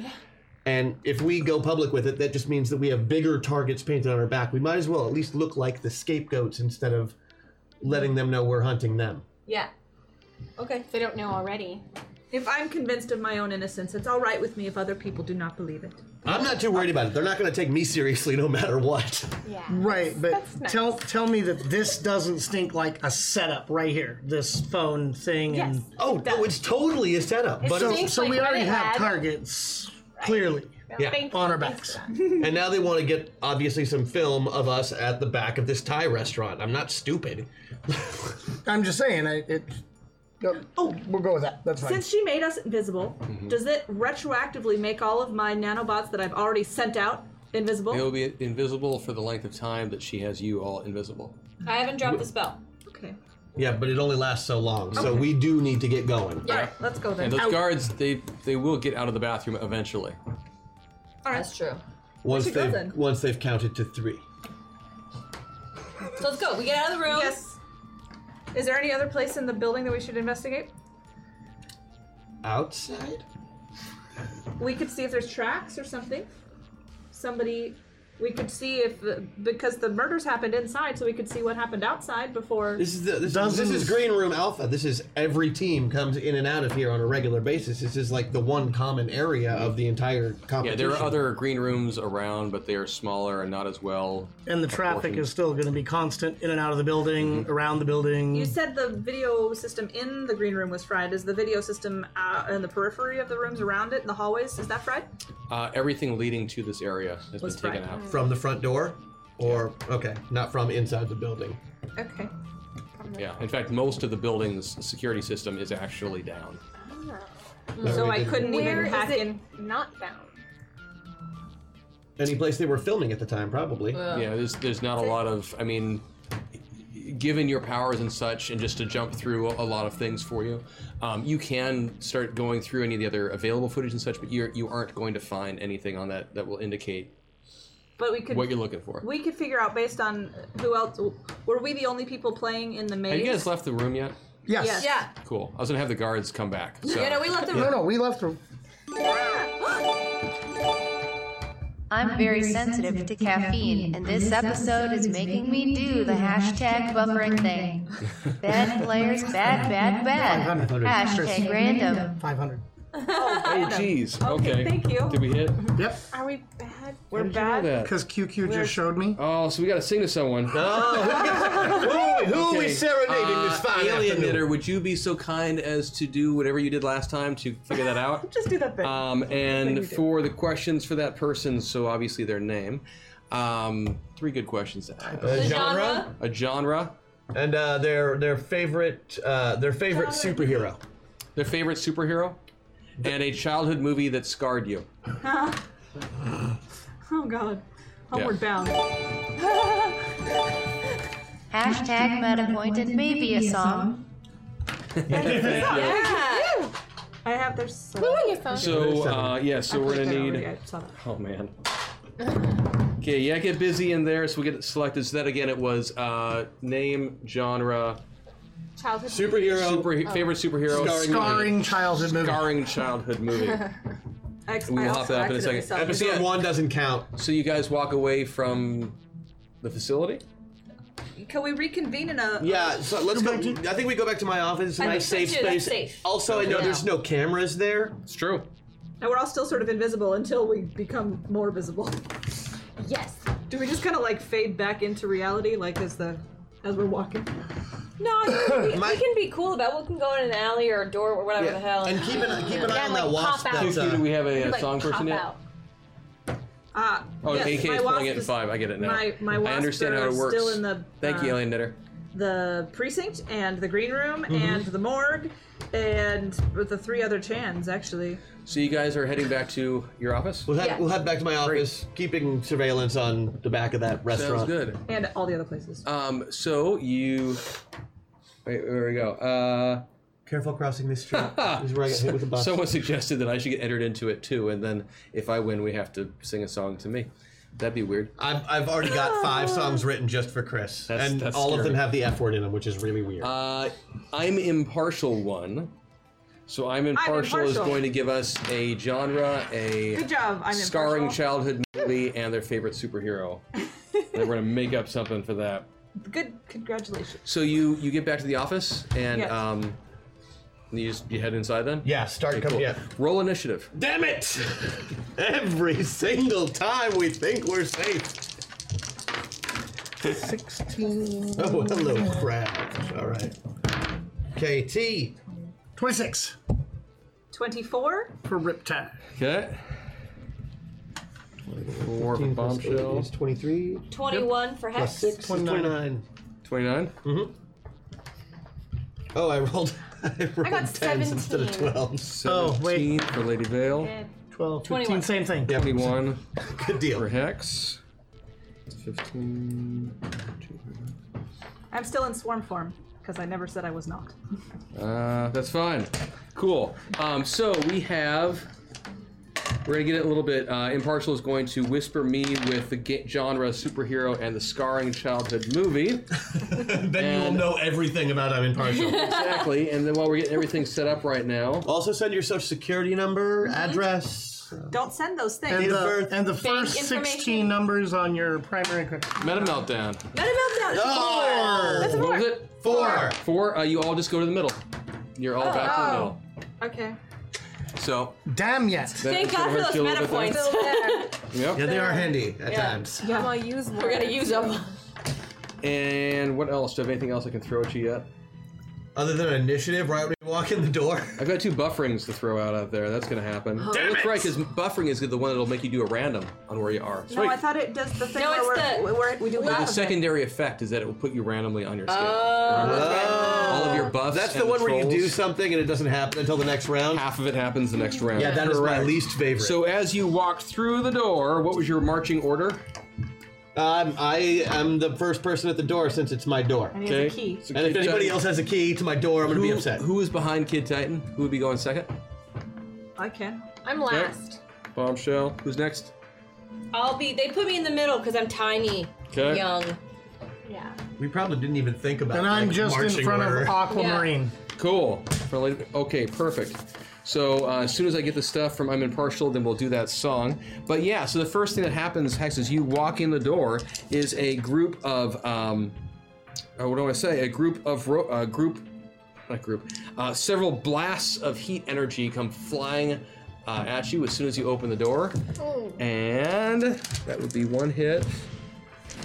And if we go public with it, that just means that we have bigger targets painted on our back. We might as well at least look like the scapegoats instead of letting them know we're hunting them.
Yeah.
Okay. They don't know already.
If I'm convinced of my own innocence, it's all right with me if other people do not believe it.
I'm not too worried about it. They're not going to take me seriously no matter what.
Yeah.
Right, but
That's nice.
tell tell me that this doesn't stink like a setup right here. This phone thing and
Oh, no, it's totally a setup. But
so,
stinks
so we
like
already
Reddit
have
had.
targets clearly
Yeah,
Thank
on
you.
our backs.
and now they want to get obviously some film of us at the back of this Thai restaurant. I'm not stupid.
I'm just saying, I, it. Oh, we'll go with that. That's fine.
Since she made us invisible, does it retroactively make all of my nanobots that I've already sent out invisible?
It will be invisible for the length of time that she has you all invisible.
I haven't dropped the spell.
Okay.
Yeah, but it only lasts so long, so we do need to get going.
All right, let's go
And
then.
those guards, they they will get out of the bathroom eventually.
That's true.
Once
should go
they've
then.
once they've counted to three.
So let's go. We get out of the room.
Yes. Is there any other place in the building that we should investigate?
Outside?
We could see if there's tracks or something. Somebody. We could see if because the murders happened inside, so we could see what happened outside before.
This is the this, is- this
Dozens.
is Green Room Alpha. This is every team comes in and out of here on a regular basis. This is like the one common area of the entire
Yeah,
competition.
there are other green rooms around, but they are smaller and not as well.
and the traffic is still going to be constant in and out of the building,
Mm-hmm.
around the building.
You said the video system in the green room was fried. Is the video system uh, in the periphery of the rooms around it, in the hallways, is that fried?
Uh, everything leading to this area has
Let's
been taken
try
out.
from the front door, or okay, not from inside the building.
Okay.
Yeah, in fact, most of the building's security system is actually down.
That
So
we
I
didn't-
couldn't
Where
even
is
hack
it
in.
not bound?
any place they were filming at the time, probably.
Uh,
Yeah, there's there's not a lot of. I mean, given your powers and such, and just to jump through a lot of things for you, um, you can start going through any of the other available footage and such. But you're you aren't going to find anything on that that will indicate
But we could
what you're looking for.
we could figure out based on who else were we the only people playing in the maze?
Have you guys left the room yet?
yes.
Yes.
Yeah.
Cool. I was gonna have the guards come back. So.
Yeah, no, we left the
No,
room.
no, we left her.
I'm very sensitive to caffeine, and this episode is making me do the hashtag buffering thing. Bad players, bad, bad, bad.
500.
Hashtag random.
500.
Hey, jeez. Okay.
thank you.
Did we hit?
Yep.
Are we bad?
We're
Look
bad.
at that.
Because QQ just showed me.
Oh, so we gotta sing to someone.
Who, who are we
Okay,
serenading
Uh,
this fine
alien
afternoon?
knitter, would you be so kind as to do whatever you did last time to figure that out?
Just do that thing.
Um, and for the questions for that person, so obviously their name. Um, three good questions to ask.
Uh,
Genre.
A genre,
and uh, their their favorite uh, their favorite superhero.
their favorite superhero, and a childhood movie that scarred you.
oh god.
Yeah.
Homeward bound.
Hashtag meta point and maybe a song.
I have their so
So uh, yeah, so we're gonna need. Oh man. Okay, yeah, get busy in there. So we get selected. So that again, it was uh, name, genre,
Childhood.
Superhero.
Oh.
super, favorite superhero,
Scarring-
Scarring childhood movie.
scarring childhood movie. We'll hop that up in a second.
Episode
Yeah.
one doesn't count.
So you guys walk away from the facility.
Can we reconvene in a
Yeah, so let's go. I think we go back to my office. It's a
I
nice
think
safe
so too, that's
space.
safe.
Also, I know there's no cameras there.
It's true.
And we're all still sort of invisible until we become more visible.
Yes.
Do we just kind of like fade back into reality, like as the as we're walking?
No, I think we,
My-
we can be cool about. it. We can go in an alley or a door or whatever the hell.
And keep an keep an eye
Yeah,
on
like,
that wasp.
pop out.
That's,
Do we
uh,
have a, uh
Like,
song
pop
person yet?
out.
Ah,
Oh, AK
yes, my
is pulling
wasp
it in
is-
five. I get it now.
My my
I
wasps
understand
are
how it works.
still in the
Thank you,
uh,
Alien Knitter.
the precinct and the green room
Mm-hmm.
and the morgue and with the three other Chans actually.
So you guys are heading back to your office.
we'll, head, we'll head back to my office, keeping surveillance on the back of that restaurant.
Sounds good.
And all the other places.
Um, so you. Wait, where we go? Uh,
Careful crossing this street. this is where I got hit with a bus.
someone suggested that I should get entered into it too, and then if I win, we have to sing a song to me. That'd be weird.
I've, I've already got five songs written just for Chris,
That's-
and
that's
all of
scary.
them have the F word in them, which is really weird.
Uh, I'm Uh, impartial one. So I'm impartial, is
impartial.
going to give us a genre, a
Good job, I'm
scarring
impartial.
childhood movie, and their favorite superhero. and we're gonna make up something for that.
Good, congratulations.
So you you get back to the office and
Yes.
um, you just you head inside then.
Yeah, start
Okay,
coming.
cool.
Yeah.
Roll initiative.
Damn it! Every single time we think we're safe.
16.
Oh, hello, crab. All right. KT.
26
24?
for Riptide.
Okay. Four for
15 plus eight
bombshell.
is 23.
21 for
Plus
Hex.
6 is
29.
29.
Twenty-nine.
Oh, I rolled, I rolled
got
10s instead of
17.
12s.
Oh,
Seventeen
wait.
for Lady Vale.
12, 15,
21.
same thing.
Yeah,
Twenty-one
good
for
deal.
Hex. Fifteen.
I'm still in swarm form, because I never said I was not.
Uh, that's fine. Cool. Um, so we have. We're gonna get it a little bit. Uh, Impartial is going to whisper me with the ga- genre superhero and the scarring childhood movie.
Then you will
And-
know everything about I'm impartial.
Exactly. and then while we're getting everything set up right now,
also, send your social security number, address.
Don't send those
And
things.
Date of
the,
birth.
and the first
information.
16 numbers on your primary credit.
meta meltdown.
Not about that.
Four.
That's a
What was
four.
it?
Four.
Four. Uh, you all just go to the middle. You're all back to the
Oh.
middle.
Okay.
So
Damn yet.
that
Thank
should
God for
hurt
those
you a
meta
little bit
points.
there. Oh.
Yeah, they are handy at times.
I'm gonna use one.
We're going to use them.
And what else? Do I have anything else I can throw at you yet?
Other than initiative, right when you walk in the door.
I've got two bufferings to throw out out there. That's gonna happen. Damn That's right, because buffering is the one that'll make you do a random on where you are.
No,
Sweet.
I thought it does the thing
No,
where,
it's
we're,
the-
where we do
Oh,
the
love.
secondary effect is that it will put you randomly on your scale.
Oh.
All of your buffs.
That's
and
the one where you do
trolls,
something and it doesn't happen until the next round.
Half of it happens the next round.
Yeah, that is my
Correct.
least favorite.
So as you walk through the door, what was your marching order?
um, I am the first person at the door since it's my door.
He has a key.
So
And if
Kid
anybody
Titan-
else has a key to my door, I'm going to
who,
be upset.
who is behind Kid Titan? Who would be going second?
I can.
I'm last.
Bombshell. Who's next?
I'll be. They put me in the middle because I'm tiny,
Okay.
young.
Yeah.
We probably didn't even think about.
And I'm
like,
just in
marching
front
order.
of Aquamarine.
Cool. For later- Okay, perfect. So uh, as soon as I get the stuff from I'm Impartial, then we'll do that song. But yeah, so the first thing that happens, Hex, is you walk in the door is a group of um, uh, what do I say? A group of ro- uh, group, not group, uh, several blasts of heat energy come flying uh, at you as soon as you open the door, and that would be one hit.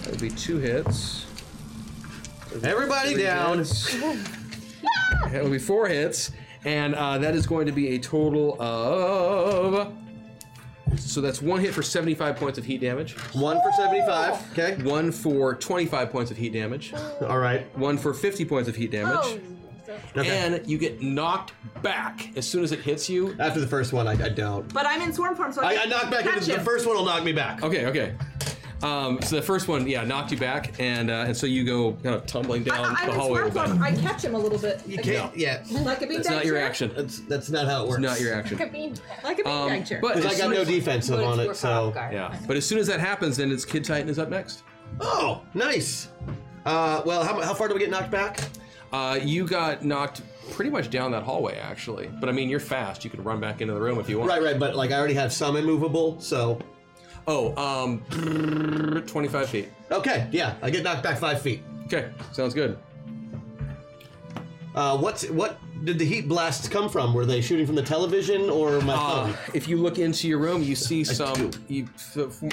That would be two hits.
Everybody
Three
down.
hits. that will be four hits, and uh, that is going to be a total of. So that's one hit for 75 points of heat damage,
One for seventy-five. Okay.
one for 25 points of heat damage,
All right.
one for 50 points of heat damage,
Oh.
Okay.
and you get knocked back as soon as it hits you.
After the first one, I, I don't.
But I'm in swarm form, so I,
I, I
can
knock back.
catch
Into, the
him.
first one will knock me back.
Okay, okay. Um, so the first one, yeah, knocked you back, and uh, and so you go kind of tumbling down
I, I'm
the
in
hallway. a
swarm
little bit.
form. I catch him a little bit.
You can't. Yeah.
Like a bean
That's
bag
not your
chair.
action.
That's that's not how it works.
Not your action.
Like a bean
Um,
bag chair.
but
Because
as
I got
soon
no
as-
defensive on it, so.
Yeah, but as soon as that happens, then it's Kid Titan is up next.
Oh, nice. Uh, well, how, how far do we get knocked back?
Uh, you got knocked pretty much down that hallway, actually. But I mean, you're fast. You could run back into the room if you want.
Right, right. But like, I already have some immovable, so.
Oh, um, 25 feet.
Okay. Yeah, I get knocked back five feet.
Okay, sounds good.
Uh, what's what did the heat blasts come from? Were they shooting from the television or my
Uh,
phone?
if you look into your room, you see some.
do.
You,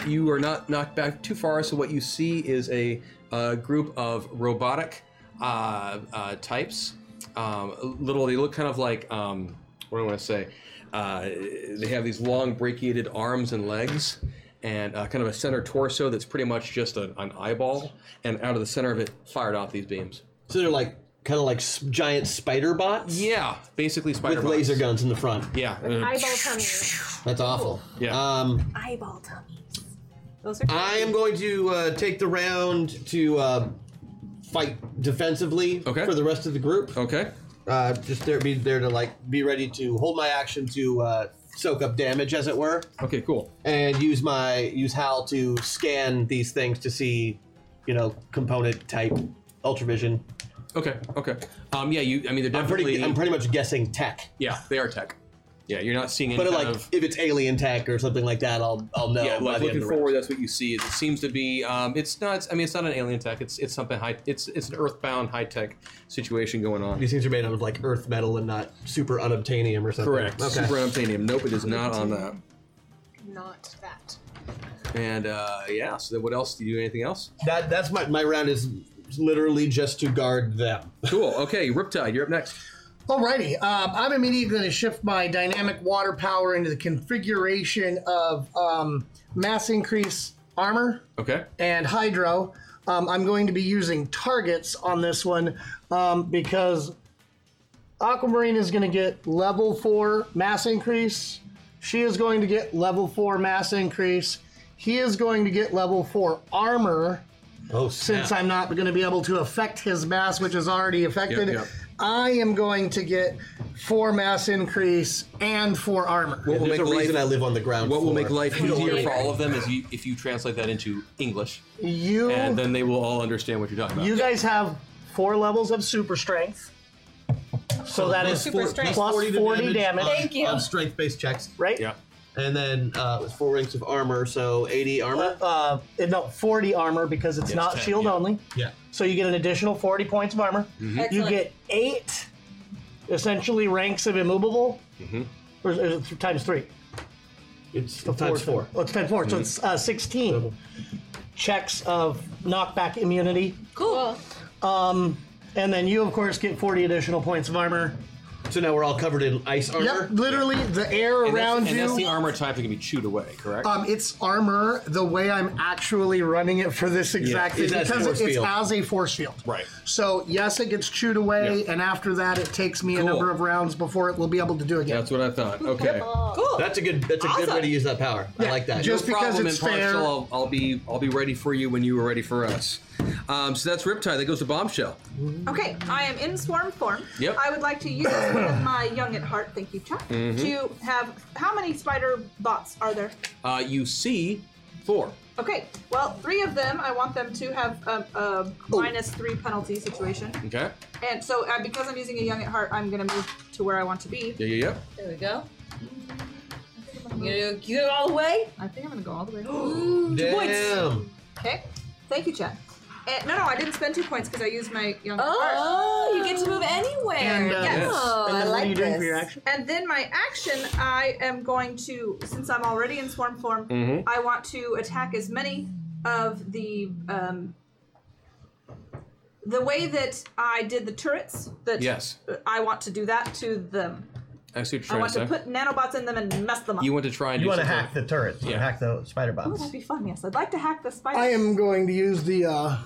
you are not knocked back too far, so what you see is a, uh group of robotic uh, uh, types. Um, little, they look kind of like um, what do I want to say? Uh, they have these long brachiated arms and legs, and uh, kind of a center torso that's pretty much just a, an eyeball. And out of the center of it, fired off these beams.
So they're like kind of like s- giant spider bots
Yeah, basically spider
with laser
bots.
guns in the front.
Yeah, uh,
Eyeball tummies.
That's awful.
Yeah.
Um,
Eyeball tummies.
Those are
I am going to uh, take the round to uh, fight defensively
Okay. Oh.
for the rest of the group.
okay.
Uh, just there, be there to like be ready to hold my action to uh, soak up damage, as it were.
Okay, cool.
and use my use Hal to scan these things to see, you know, component type, ultravision,
Okay. Okay. Um, yeah. You. I mean, they're
I'm pretty.
definitely.
I'm pretty much guessing tech.
yeah, they are tech. Yeah, you're not seeing any
But
kind
like,
of.
if it's alien tech or something like that, I'll I'll know.
Yeah,
by
like
the end
looking
of the round.
forward, that's what you see. Is it seems to be. Um, it's not. I mean, it's not an alien tech. It's it's something high. It's it's an earthbound high tech situation going on.
These things are made out of like earth metal and not super unobtainium or something.
Correct.
Okay.
Super unobtainium. Nope, it is not on that.
Not that.
And uh, yeah. So then, what else? Do you do anything else?
That that's my my round is literally just to guard them.
Cool. Okay, Riptide, you're up next.
Alrighty, um, I'm immediately going to shift my dynamic water power into the configuration of um, mass increase armor
Okay.
and hydro. Um, I'm going to be using targets on this one um, because Aquamarine is going to get level four mass increase. She is going to get level four mass increase. He is going to get level four armor
Oh,
since I'm not going to be able to affect his mass, which is already affected.
yep.
I am going to get four mass increase and four armor.
What will
There's
make
a
reason
life-
I live on the ground.
What will
floor.
make life easier for all of them is you, if you translate that into English,
You
and uh, then they will all understand what you're talking about.
You guys have four levels of super strength. So that is
Four-
strength.
plus 40 damage,
on-
Thank you.
on strength based checks,
right?
yeah.
and then uh, with four ranks of armor, so 80 armor.
Uh, no, 40 armor because it's not
10,
shield
yeah. Mm-hmm.
only.
yeah.
So you get an additional 40 points of armor. You
Excellent.
get eight, essentially, ranks of immovable.
Mm-hmm.
Or is it times three?
It's times four.
Oh, it's times 4 So it's
Mm-hmm.
uh, 16 checks of knockback immunity.
cool.
And then you, of course, get 40 additional points of armor.
So now we're all covered in ice armor.
Yep, literally the air
And that's-
around
and
you.
that's the armor type that can be chewed away, correct?
Um, it's armor the way I'm actually running it for this exact
Yeah,
thing
it's as
because
force
it's
field.
as a force field.
Right.
So yes, it gets chewed away,
Yeah.
and after that, it takes me
Cool.
a number of rounds before it will be able to do again.
That's what I thought. Okay.
Cool.
That's a good. That's a good way to use that power. I like that.
just-
No problem
because it's
in parcel.
fair.
I'll, I'll be I'll be ready for you when you are ready for us. Um, so that's Riptide. That goes to Bombshell.
Okay, I am in swarm form.
Yep.
I would like to use one of my young at heart, thank you, Chuck,
Mm-hmm.
to have. How many spider bots are there?
Uh, you see four.
Okay, well, three of them, I want them to have a, a minus three penalty situation.
Okay.
And so, uh, because I'm using a young at heart, I'm going to move to where I want to be.
Yeah, yeah, yeah.
There we go. You get all the way.
I think I'm going to go all the way.
Damn.
Okay. Thank you, Chad. Uh, no, no, I didn't spend two points because I used my young at heart.
Oh, you get to move anywhere.
And, uh,
Yes.
Oh,
and then
I
what
like
are you
this.
doing for your action?
And then my action, I am going to, since I'm already in swarm form,
Mm-hmm.
I want to attack as many of the. Um, the way that I did the turrets, that
Yes.
I want to do that to them.
I see what
I
you're
want
trying
to
to say.
put nanobots in them and mess them up.
You want to try and
You
do
want to
something.
hack the turrets?
Yeah.
Yeah. Hack the spider
Oh, that'd
bots.
be fun. Yes, I'd like to hack the spider.
I am going to use the uh,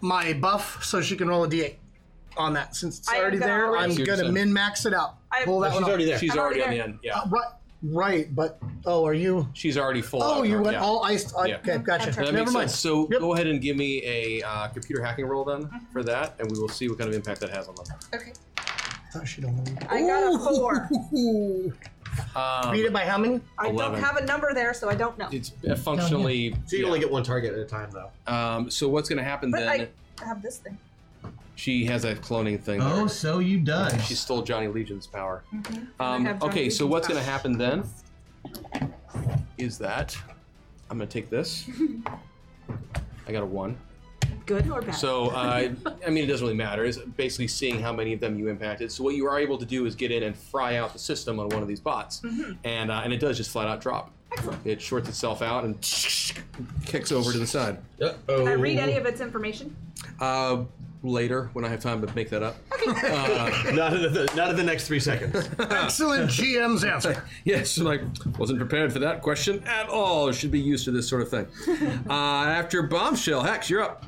my buff so she can roll a d8 on that since it's
I am
already
gonna
there.
already-
I'm
You're
going to
saying-
min max it out.
I-
Pull
No,
that
She's
one off.
already there.
She's
I'm
already
already
on the
there.
end. Yeah.
right, right, but oh, are you?
She's already full.
Oh,
out
you
there,
went
yeah.
all iced.
Yeah.
Okay, gotcha.
That
Never
makes
mind.
sense. So
Yep.
go ahead and give me a uh, computer hacking roll then
Mm-hmm.
for that, and we will see what kind of impact that has on them.
Oh, she don't know.
I got a four.
Beat it by how many?
I don't
11.
have a number there, so I don't know.
Um, It's uh, functionally.
So you
yeah.
only get one target at a time, though.
um, so what's going to happen
But
then?
I have this thing.
She has that cloning thing.
Oh,
there.
Oh, so you die.
She stole Johnny Legion's power.
I
Um,
Mm-hmm. have Johnny
okay, so
Legion's
what's going to
power.
happen then is that I'm going to take this. I got a one.
Good or bad?
So, uh, I mean, it doesn't really matter. It's basically seeing how many of them you impacted. So, what you are able to do is get in and fry out the system on one of these bots.
Mm-hmm.
And, uh, and it does just flat out drop. It shorts itself out and kicks over to the side.
Can I read any of its information?
Uh, later, when I have time to make that up.
Not in the not in the next three seconds.
Excellent GM's answer.
Yes, like wasn't prepared for that question at all. Should be used to this sort of thing. uh, after bombshell, Hex, you're up.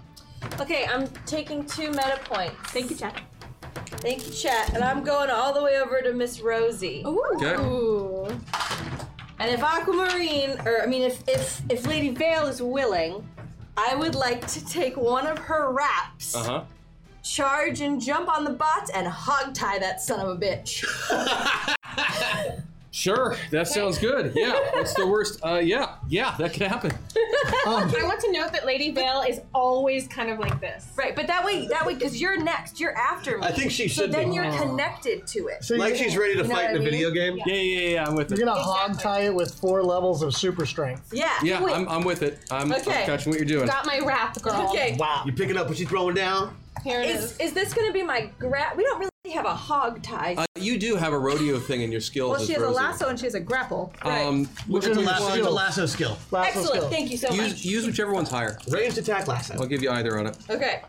Okay, I'm taking two meta points.
Thank you, Chad.
Thank you, chat. And I'm going all the way over to Miss Rosie.
Okay.
Ooh.
And if Aquamarine, or I mean, if if if Lady Vale is willing, I would like to take one of her wraps,
Uh huh.
charge and jump on the bots, and hogtie that son of a bitch.
Sure, that sounds good. Yeah, what's the worst? Uh, yeah, yeah, that could happen.
Oh.
I want to note that Lady Vale is always kind of like this.
Right, but that way, that way, because you're next, you're after me.
I think she
so
should
then
be.
you're connected to it.
So
Like
you're-
she's ready to
You know
fight
what
in a
I mean?
video game.
Yeah, yeah, yeah, yeah. I'm with it.
You're gonna hog tie it with four levels of super strength.
Yeah.
Yeah,
wait.
I'm, I'm with it. I'm,
Okay.
I'm catching what you're doing.
Got my wrap, girl.
okay.
Wow.
You picking up what she's throwing down?
Here it
Is
is.
is this gonna be my grab? We don't really have a hog tie.
Uh, you do have a rodeo thing in your skills.
Well, she
as
has a
Rosie.
lasso and she has a grapple.
Um,
Which
It's
is
a
a
lasso, it's a lasso skill.
Lasso
Excellent.
skill.
Thank you so much.
use, use whichever one's higher.
Ranged attack lasso.
I'll give you either on it.
okay.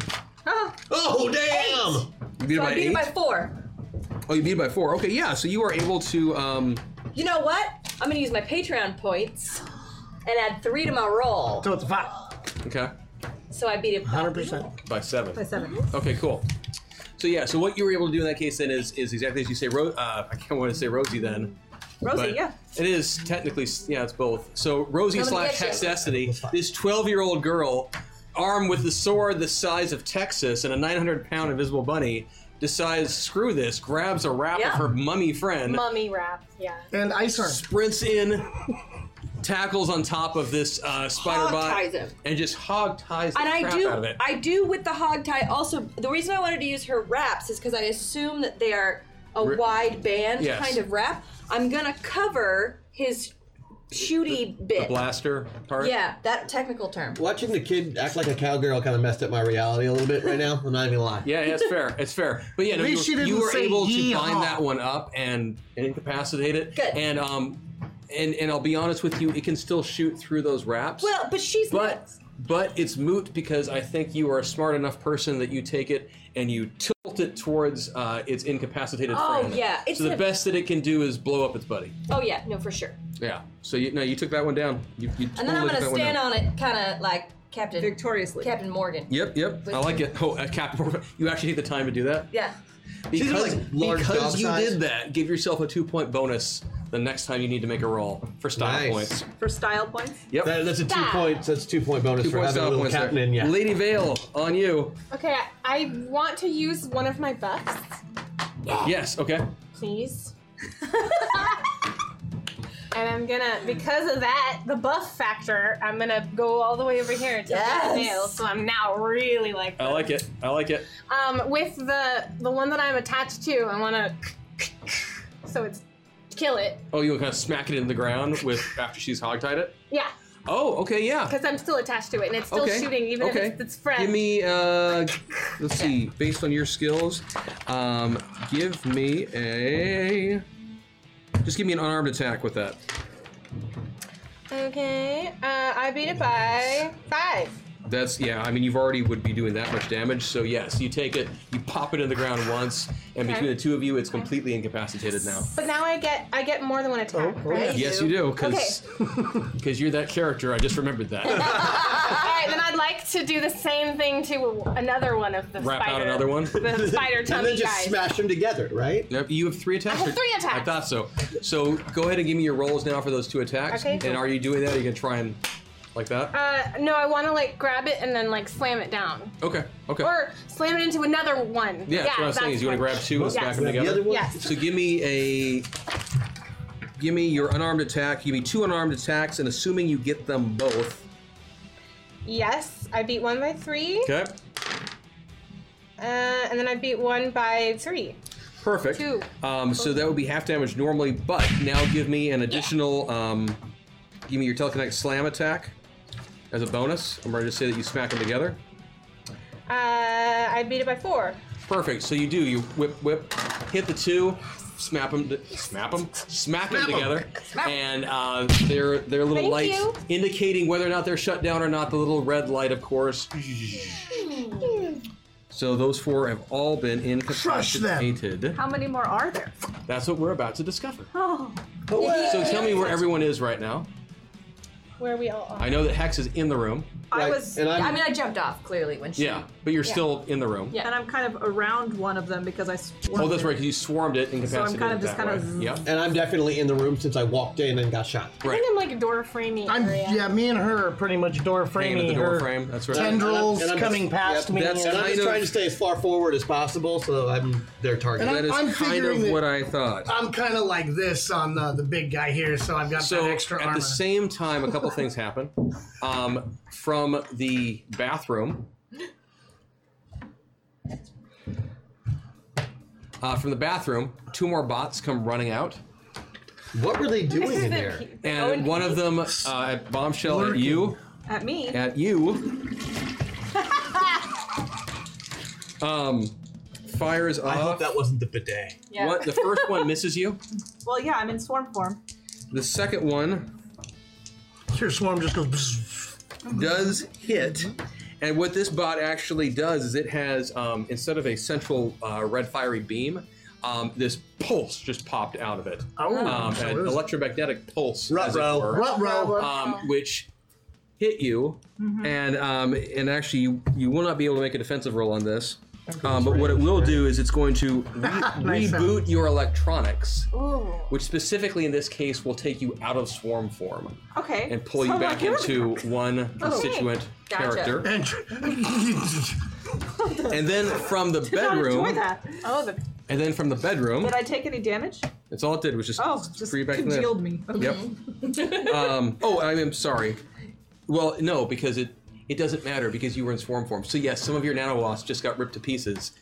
Uh-huh.
Oh damn!
You beat it
So
by
I beat
eight.
it by four.
oh, you beat it by four. Okay, yeah. So you are able to. Um,
You know what? I'm gonna use my Patreon points and add three to my roll.
So it's a five.
okay,
So I beat it. by-
Hundred percent.
by seven.
By seven.
Okay, cool. So yeah, so what you were able to do in that case then is is exactly as you say. Ro- uh, I can't want to say Rosie then.
Rosie,
but
yeah.
It is technically, yeah, it's both. So Rosie
Coming
slash
to get
Hex
you.
Destiny, this 12 year old girl, armed with the sword the size of Texas and a 900 pound invisible bunny, decides, screw this, grabs a wrap
Yeah.
of her mummy friend,
Mummy wrap. Yeah.
And ice arm.
sprints in, tackles on top of this uh, spider
Hog ties
bot,
him.
and just hog ties the
And I
crap out of
do,
it.
I do with the hog tie. Also, the reason I wanted to use her wraps is because I assume that they are a
Ri-
wide band
Yes.
kind of wrap. I'm gonna cover his shooty bit.
the blaster part?
Yeah, that technical term.
Watching the kid act like a cowgirl kind of messed up my reality a little bit right now. I'm not even gonna lie.
Yeah, yeah, it's fair. It's fair. But yeah, no, you,
least she
were-
didn't
you were
say
able to
yee-haw.
bind that one up and incapacitate it.
Good.
And um, and and I'll be honest with you, it can still shoot through those wraps.
Well, but she's
but but it's moot because I think you are a smart enough person that you take it and you tilt it towards uh, its incapacitated
Oh,
friend.
yeah, it's
so the
an-
best that it can do is blow up its buddy.
Oh yeah, no for sure.
Yeah. So you no, you took that one down. You, you
And then
totally
I'm
took
gonna
Oh, that one
stand
down.
on it, kind of like Captain
Victoriously.
Captain Morgan.
Yep, yep. I like it. Oh, uh, Captain Morgan, you actually take the time to do that.
Yeah.
These are
Because,
like large
because
dog
you
size.
did that, give yourself a two point bonus the next time you need to make a roll for style
Nice.
points.
For style points.
Yep.
That, that's a two point. That's a two point bonus
two
for
point
having a
style
little
points.
captain
there.
in you.
Lady Vale, on you.
Okay, I, I want to use one of my buffs,
Yes, okay.
please. and I'm gonna, because of that, the buff factor, I'm gonna go all the way over here to
Yes.
the nail. So I'm now really like,
Oh.
I like it. I like it.
um, with the the one that I'm attached to, I want to, so it's kill it.
Oh, you kind of smack it in the ground with after she's hogtied it?
Yeah,
Oh, okay, yeah.
because I'm still attached to it, and it's still
okay.
shooting, even
okay.
if it's, it's friend.
Give me, uh, let's see, based on your skills, um, give me a. Just give me an unarmed attack with that.
Okay, uh, I beat it by five.
That's yeah. I mean, you've already would be doing that much damage. So yes, you take it, you pop it in the ground once, and between the two of you, it's completely incapacitated now.
But now I get I get more than one attack.
Oh,
right?
oh.
Yes, you do, because you're that character. I just remembered that.
All right, then I'd like to do the same thing to another one of the
Wrap out
spider.
another one?
The spider
And then
tummy
just
guys.
smash them together, right?
Yep, You have three attacks.
I have three
I
attacks.
thought so. So go ahead and give me your rolls now for those two attacks.
Okay.
And are you doing that? Are you gonna try and like that?
uh, no, I want to like grab it and then like slam it down,
okay. Okay.
or slam it into another one.
yeah, that's what I was saying. Is you want to grab two
Yes.
and stack them
The
together?
other one.
Yes.
So give me a give me your unarmed attack. Give me two unarmed attacks, and assuming you get them both.
Yes, I beat one by three,
Okay.
uh, and then I beat one by three.
Perfect.
Two.
Um, so that would be half damage normally, but now give me an additional. Um, give me your telekinetic slam attack as a bonus. I'm going to just say that you smack them together.
Uh, I beat it by four.
Perfect. So you do. You whip, whip, hit the two, smack them, smack them, smack them together, and uh, their their little
Thank
lights
you.
indicating whether or not they're shut down or not. The little red light, of course. So those four have all been
Crush them.
incapacitated.
How many more are there?
That's what we're about to discover.
Oh,
So tell me where everyone is right now.
Where we all are.
I know that Hex is in the room.
I
Right,
was,
and I'm-
I mean, I jumped off clearly when she.
Yeah, but you're still in the room.
and I'm kind of around one of them because I. swarmed
Oh, that's
it.
right. 'cause You swarmed it, incapacitated.
kind of
it
just
that
kind
way.
of-
Yep.
And I'm definitely in the room since I walked in and got shot.
I think I'm like a door framing
I'm
area.
yeah, me and her are pretty much door framing.
Hanging at the door
her
frame. That's right.
Tendrils
And I'm- and I'm-
coming past
yep,
me.
that's
And
and
I'm just
Kind of-
trying to stay as far forward as possible so I'm their target.
And
That is
I'm
kind
figuring
of
that-
what I thought.
I'm kind of like this on the, the big guy here, so I've got
So
that extra
at
armor.
the same time, a couple things happen. Um, from the bathroom. Uh, from the bathroom, two more bots come running out,
what were they doing in there?
Oh,
and one of them uh, at bombshell at you,
at me.
at you, um, fires
I hope
Uh-huh.
off.
that wasn't the bidet.
Yeah.
What the first one misses you.
Well, yeah, I'm in swarm form.
The second one
Your swarm just goes. bzzz.
does hit. And what this bot actually does is it has, um, instead of a central uh, red fiery beam, um, this pulse just popped out of it.
Oh,
Um,
so
an
it was- Oh.
electromagnetic pulse, as it
Ruh-roh.
were,
Ruh-roh.
um, which hit you.
Mm-hmm.
And um, and actually, you, you will not be able to make a defensive roll on this. Um, but what it will do is it's going to re- reboot your electronics, which specifically in this case will take you out of swarm form
Okay.
and pull
So
you
I'm
back
like,
into
Oh,
one constituent
Gotcha.
character.
And
And then from the
I did not enjoy
bedroom,
that.
Oh, the
and then from the bedroom,
Did I take any damage?
that's all it did was just
Oh, just
free back in there.
congealed me. Okay.
Yep. um, oh, I am sorry. Well, no, because it it doesn't matter because you were in swarm form. So yes, some of your nanowasps just got ripped to pieces.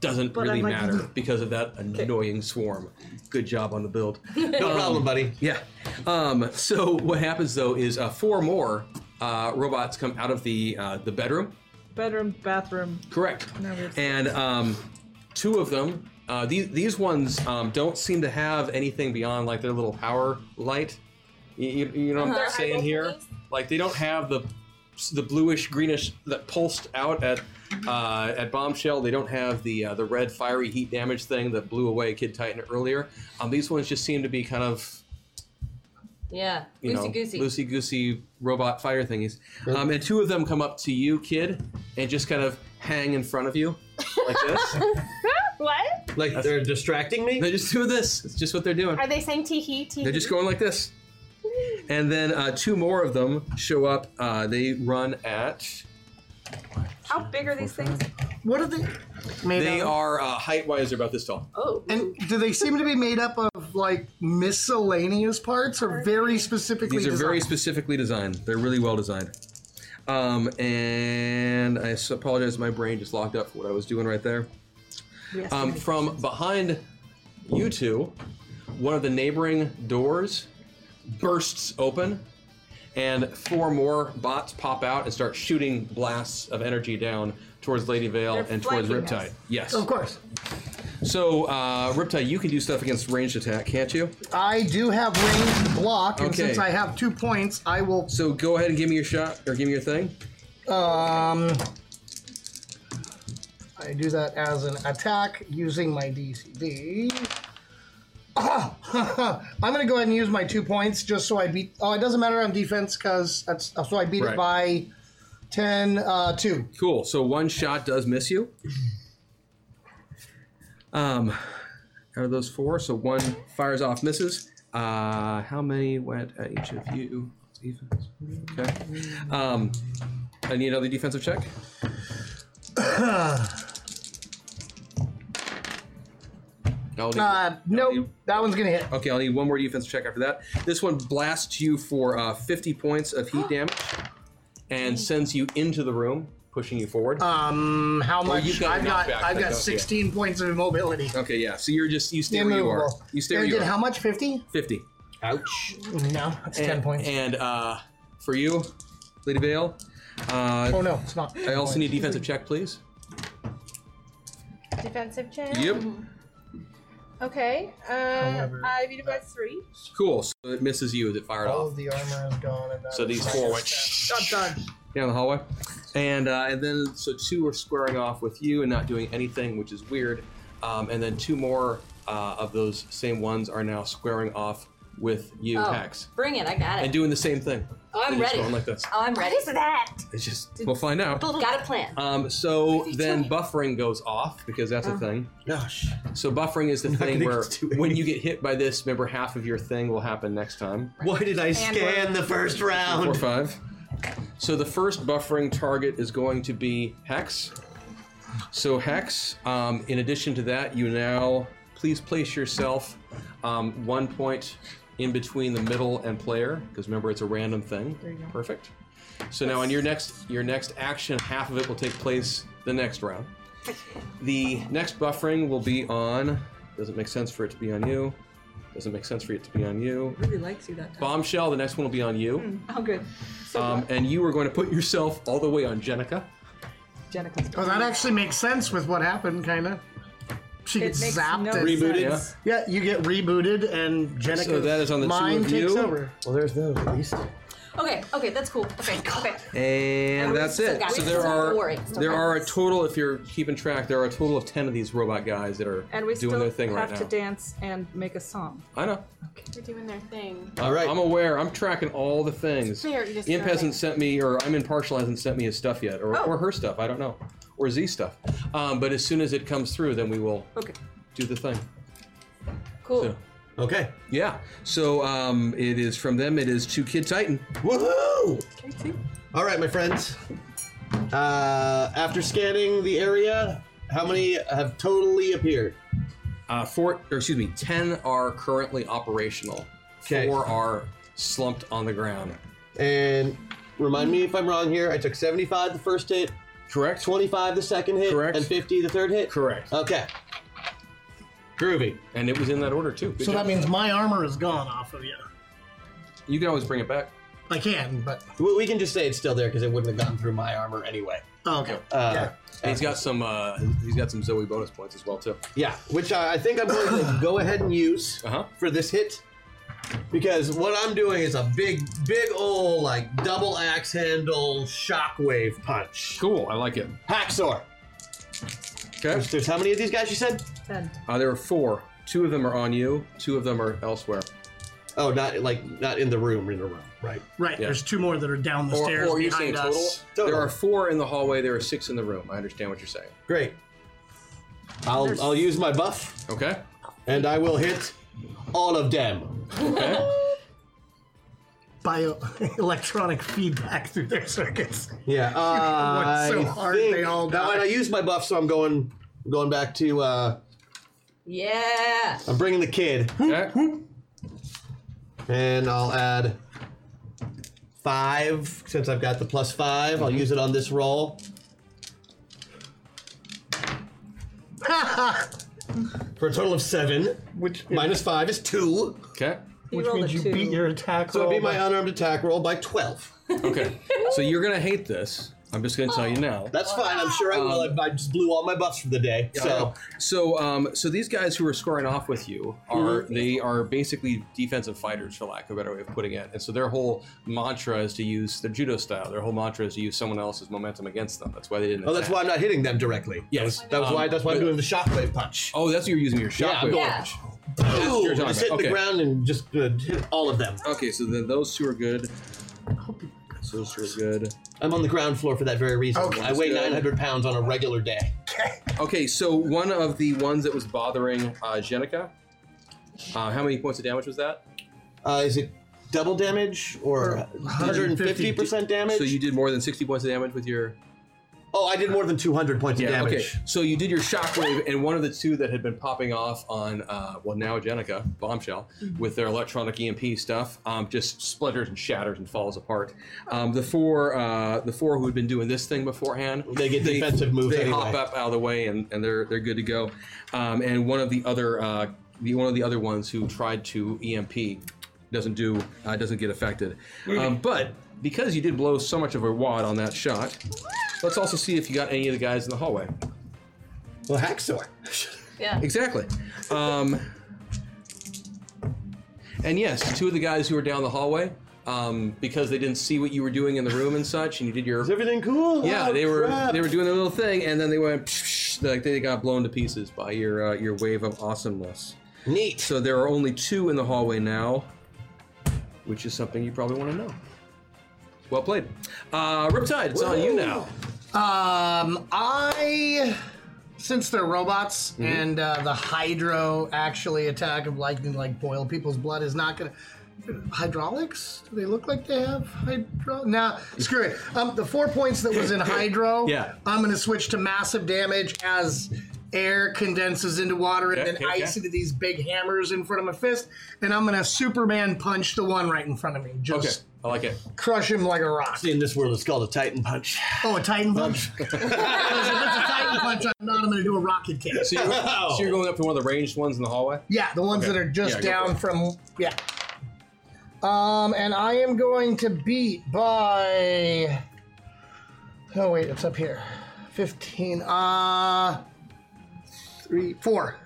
Doesn't
But
really
I'm like-
matter because of that annoying swarm. Good job on the build.
No problem, buddy.
Yeah. Um, so what happens though is uh, four more uh, robots come out of the uh, the bedroom.
Bedroom, bathroom.
Correct. And um, two of them, uh, these these ones um, don't seem to have anything beyond like their little power light. You, you, you know what I'm saying here? Like they don't have the the bluish greenish that pulsed out at uh, at bombshell. They don't have the uh, the red fiery heat damage thing that blew away Kid Titan earlier. Um, these ones just seem to be kind of
Yeah.
you
Goosey
know,
goosey.
loosey goosey robot fire thingies. Um, and two of them come up to you, kid, and just kind of hang in front of you like this.
what?
Like they're distracting me.
they just do this. It's just what they're doing.
Are they saying teehee teehee?
They're just going like this. And then uh, two more of them show up. Uh, they run at.
How big are these things?
what are they made
They
of?
are uh, height wise, they're about this tall.
Oh.
And do they seem to be made up of like miscellaneous parts or very specifically?
These are very
designed?
specifically designed. They're really well designed. Um, and I s- apologize, my brain just locked up for what I was doing right there.
Yes.
Um, from behind you two, one of the neighboring doors bursts open, and four more bots pop out and start shooting blasts of energy down towards Lady Vale
They're
and towards
flanking
Riptide.
us.
Yes.
Of course,
So, uh, Riptide, you can do stuff against ranged attack, can't you?
I do have range to block, and
Okay.
since I have two points, I will.
So go ahead and give me your shot or give me your thing.
Um, I do that as an attack using my DCD. Ah, I'm gonna go ahead and use my two points just so I beat. Oh, it doesn't matter on defense because that's uh, so I beat
Right.
it by 10, uh, two.
Cool. So one shot does miss you. Um, out of those four, so one fires off, misses. Uh, how many went at each of you? Defense. Okay. Um, I need another defensive check. I'll need-
Uh, nope,
you-
that one's gonna hit.
okay, I'll need one more defensive check after that. This one blasts you for uh, 50 points of heat damage and sends you into the room, pushing you forward.
Um, how much?
you've got
I've
a
got
knockback
I've
that
got
goes,
16 points of immobility.
Okay, yeah. So you're just you stay where you are.
Immovable.
You stay where
And
you
did
are.
how much? 50?
Fifty.
Ouch.
No, it's 10
And-
points.
And uh, for you, Lady Vale, uh,
oh no, it's not.
I also need defensive check, please.
defensive chain.
Yep.
Okay. Uh,
However,
I beat it by three.
Cool. So it misses you as it fired
All
off.
of the armor is gone. And that
So
is
these
my-
four went down the hallway, and uh, and then so two are squaring off with you and not doing anything, which is weird. Um, and then two more uh, of those same ones are now squaring off with you,
Oh,
Hex,
Bring it. I got
and
it.
doing the same thing.
Oh, I'm
They're just
ready.
Going like this.
Oh, I'm ready.
What is that?
It's just we'll find out.
Got a plan.
Um, so then buffering goes off because that's a thing.
Gosh.
So buffering is the thing
gonna
where
get to it.
when you get hit by this, remember half of your thing will happen next time.
Why did I scan the first
Four
round?
five. So the first buffering target is going to be Hex. So Hex, um, in addition to that, you now please place yourself um, one point in between the middle and player because remember it's a random thing. There you go. Perfect. So now on your next your next action, half of it will take place the next round. The next buffering will be on. Doesn't make sense for it to be on you. Doesn't make sense for it to be on you.
Really likes you that time.
Bombshell. The next one will be on you.
Oh, good.
Um, and you are going to put yourself all the way on Jenica.
Jenica's
Well, Oh, that actually makes sense with what happened, kind of. She gets
makes
zapped
no
and
Rebooted.
Yeah.
Yeah, you get rebooted and Jenica.
So that is on the two
mind
of
takes
you.
over.
Well, there's those at least.
Okay. Okay. That's cool. Okay. Okay.
And that's
still
it.
got
So
it.
there
Don't
are
worry. Still
there
got
are a
this.
total, if you're keeping track, there are a total of ten of these robot guys that are
And we
doing
still
their thing
have
right now.
to dance and make a song.
I know.
They're doing their thing.
All right.
I'm aware. I'm tracking all the things.
fair, you just
Imp
throw it in.
hasn't sent me, or I'm impartial hasn't sent me his stuff yet, or, or her stuff. I don't know, or Z stuff. Um, but as soon as it comes through, then we will
Okay.
do the thing.
Cool.
So,
Okay.
yeah. So um, it is from them. It is to Kid Titan.
Woohoo! All right, my friends. Uh, after scanning the area, how many have totally appeared?
Uh, four, or excuse me, ten are currently operational.
'Kay.
Four are slumped on the ground.
And remind me if I'm wrong here. I took 75 the first hit,
Correct.
25 the second hit,
Correct.
and 50 the third hit.
Correct.
Okay. Groovy.
And it was in that order too. Good
So
job.
that means my armor is gone off of you.
you can always bring it back.
I can, but
We we can just say it's still there because it wouldn't have gotten through my armor anyway.
oh, okay.
Uh,
yeah.
And he's got some. Uh, he's got some Zoe bonus points as well too.
Yeah, which I, I think I'm going to go ahead and use
Uh-huh.
for this hit. Because what I'm doing is a big, big old, like, double axe handle shockwave punch.
Cool. I like it.
Haxor.
Okay.
There's, there's how many of these guys you said?
Then
Uh, there are four. Two of them are on you. Two of them are elsewhere.
Oh, not, like, not in the room, in the room, right?
Right. There's two more that are down the
Or,
stairs
or are you saying
behind
total?
us.
Total.
There are four in the hallway. There are six in the room. I understand what you're saying.
Great. I'll, I'll use my buff,
Okay.
and I will hit all of them.
Okay.
Bio electronic feedback through their circuits.
Yeah, uh,
What's so
I
hard,
think-
they all
No, and
die.
I used my buff, so I'm going, going back to, uh,
Yeah.
I'm bringing the kid.
okay.
And I'll add five since I've got the plus five. I'll use it on this roll for a total of seven.
Which
Minus five is two.
Okay.
which
rolled
means
a
you
two.
beat your attack
So it'll
roll
be my
by-
unarmed attack roll by 12.
Okay. so you're gonna hate this. I'm just gonna tell you now.
That's fine. I'm sure I will.
Um,
I- I just blew all my buffs for the day. So,
So, um, so these guys who are scoring off with you are
Mm-hmm.
they are basically defensive fighters, for lack of a better way of putting it. And so their whole mantra is to use their judo style. Their whole mantra is to use someone else's momentum against them. That's why they didn't.
oh, that's why
attack.
I'm not hitting them directly. That
Yes.
was, that was
Um,
why. That's why I'm
but-
doing the shockwave punch.
Oh, that's what you're using your
Yeah, I'm
shockwave.
going-
Yeah.
what you're
Boom!
talking
Just
about.
hit the
Okay.
ground and just uh, hit all of them.
Okay, so then those two are good. So those two are good.
I'm on the ground floor for that very reason.
Okay.
I weigh
Good.
900 pounds on a regular day.
Okay, so one of the ones that was bothering uh, Jenica. Uh, how many points of damage was that?
Uh, is it double damage or 150 percent damage?
So you did more than 60 points of damage with your
oh, I did more than 200 points of damage.
Okay. So you did your shockwave, and one of the two that had been popping off on, uh, well, now Jenica, Bombshell, with their electronic EMP stuff, um, just splinters and shatters and falls apart. Um, the four, uh, the four who had been doing this thing beforehand,
They get defensive moves
They
anyway.
hop up out of the way, and, and they're they're good to go. Um, and one of the other, uh, the one of the other ones who tried to EMP doesn't do uh, doesn't get affected. Um, but because you did blow so much of a wad on that shot. Let's also see if you got any of the guys in the hallway.
Well, Haxor.
Exactly. Um, and yes, two of the guys who were down the hallway, um, because they didn't see what you were doing in the room and such, and you did your
Is everything cool?
yeah,
Oh,
they were
crap.
they were doing their little thing, and then they went psh, like they got blown to pieces by your uh, your wave of awesomeness.
neat.
So there are only two in the hallway now.
which is something you probably want to know. Well played. Uh, Riptide, it's on you now.
Um, I, since they're robots
Mm-hmm.
and uh, the hydro actually attack of lightning like boil people's blood is not gonna. Hydraulics? Do they look like they have hydro? Nah, screw it. Um, the four points that was in hydro.
Yeah.
I'm gonna switch to massive damage as air condenses into water and
Okay,
then
okay,
ice
okay.
into these big hammers in front of my fist. And I'm gonna Superman punch the one right in front of me.
Okay,
Just
I like it.
crush him like a rock.
In this world, it's called a Titan punch.
Oh, a Titan punch. 'Cause if it's a Titan punch, I'm not. I'm going to do a rocket kick.
So you're, so you're going up to one of the ranged ones in the hallway?
Yeah, the ones
Okay.
that are
Yeah,
just
go
down
for it.
from yeah. Um, and I am going to beat by. Oh wait, it's up here. Fifteen. Uh, three, four.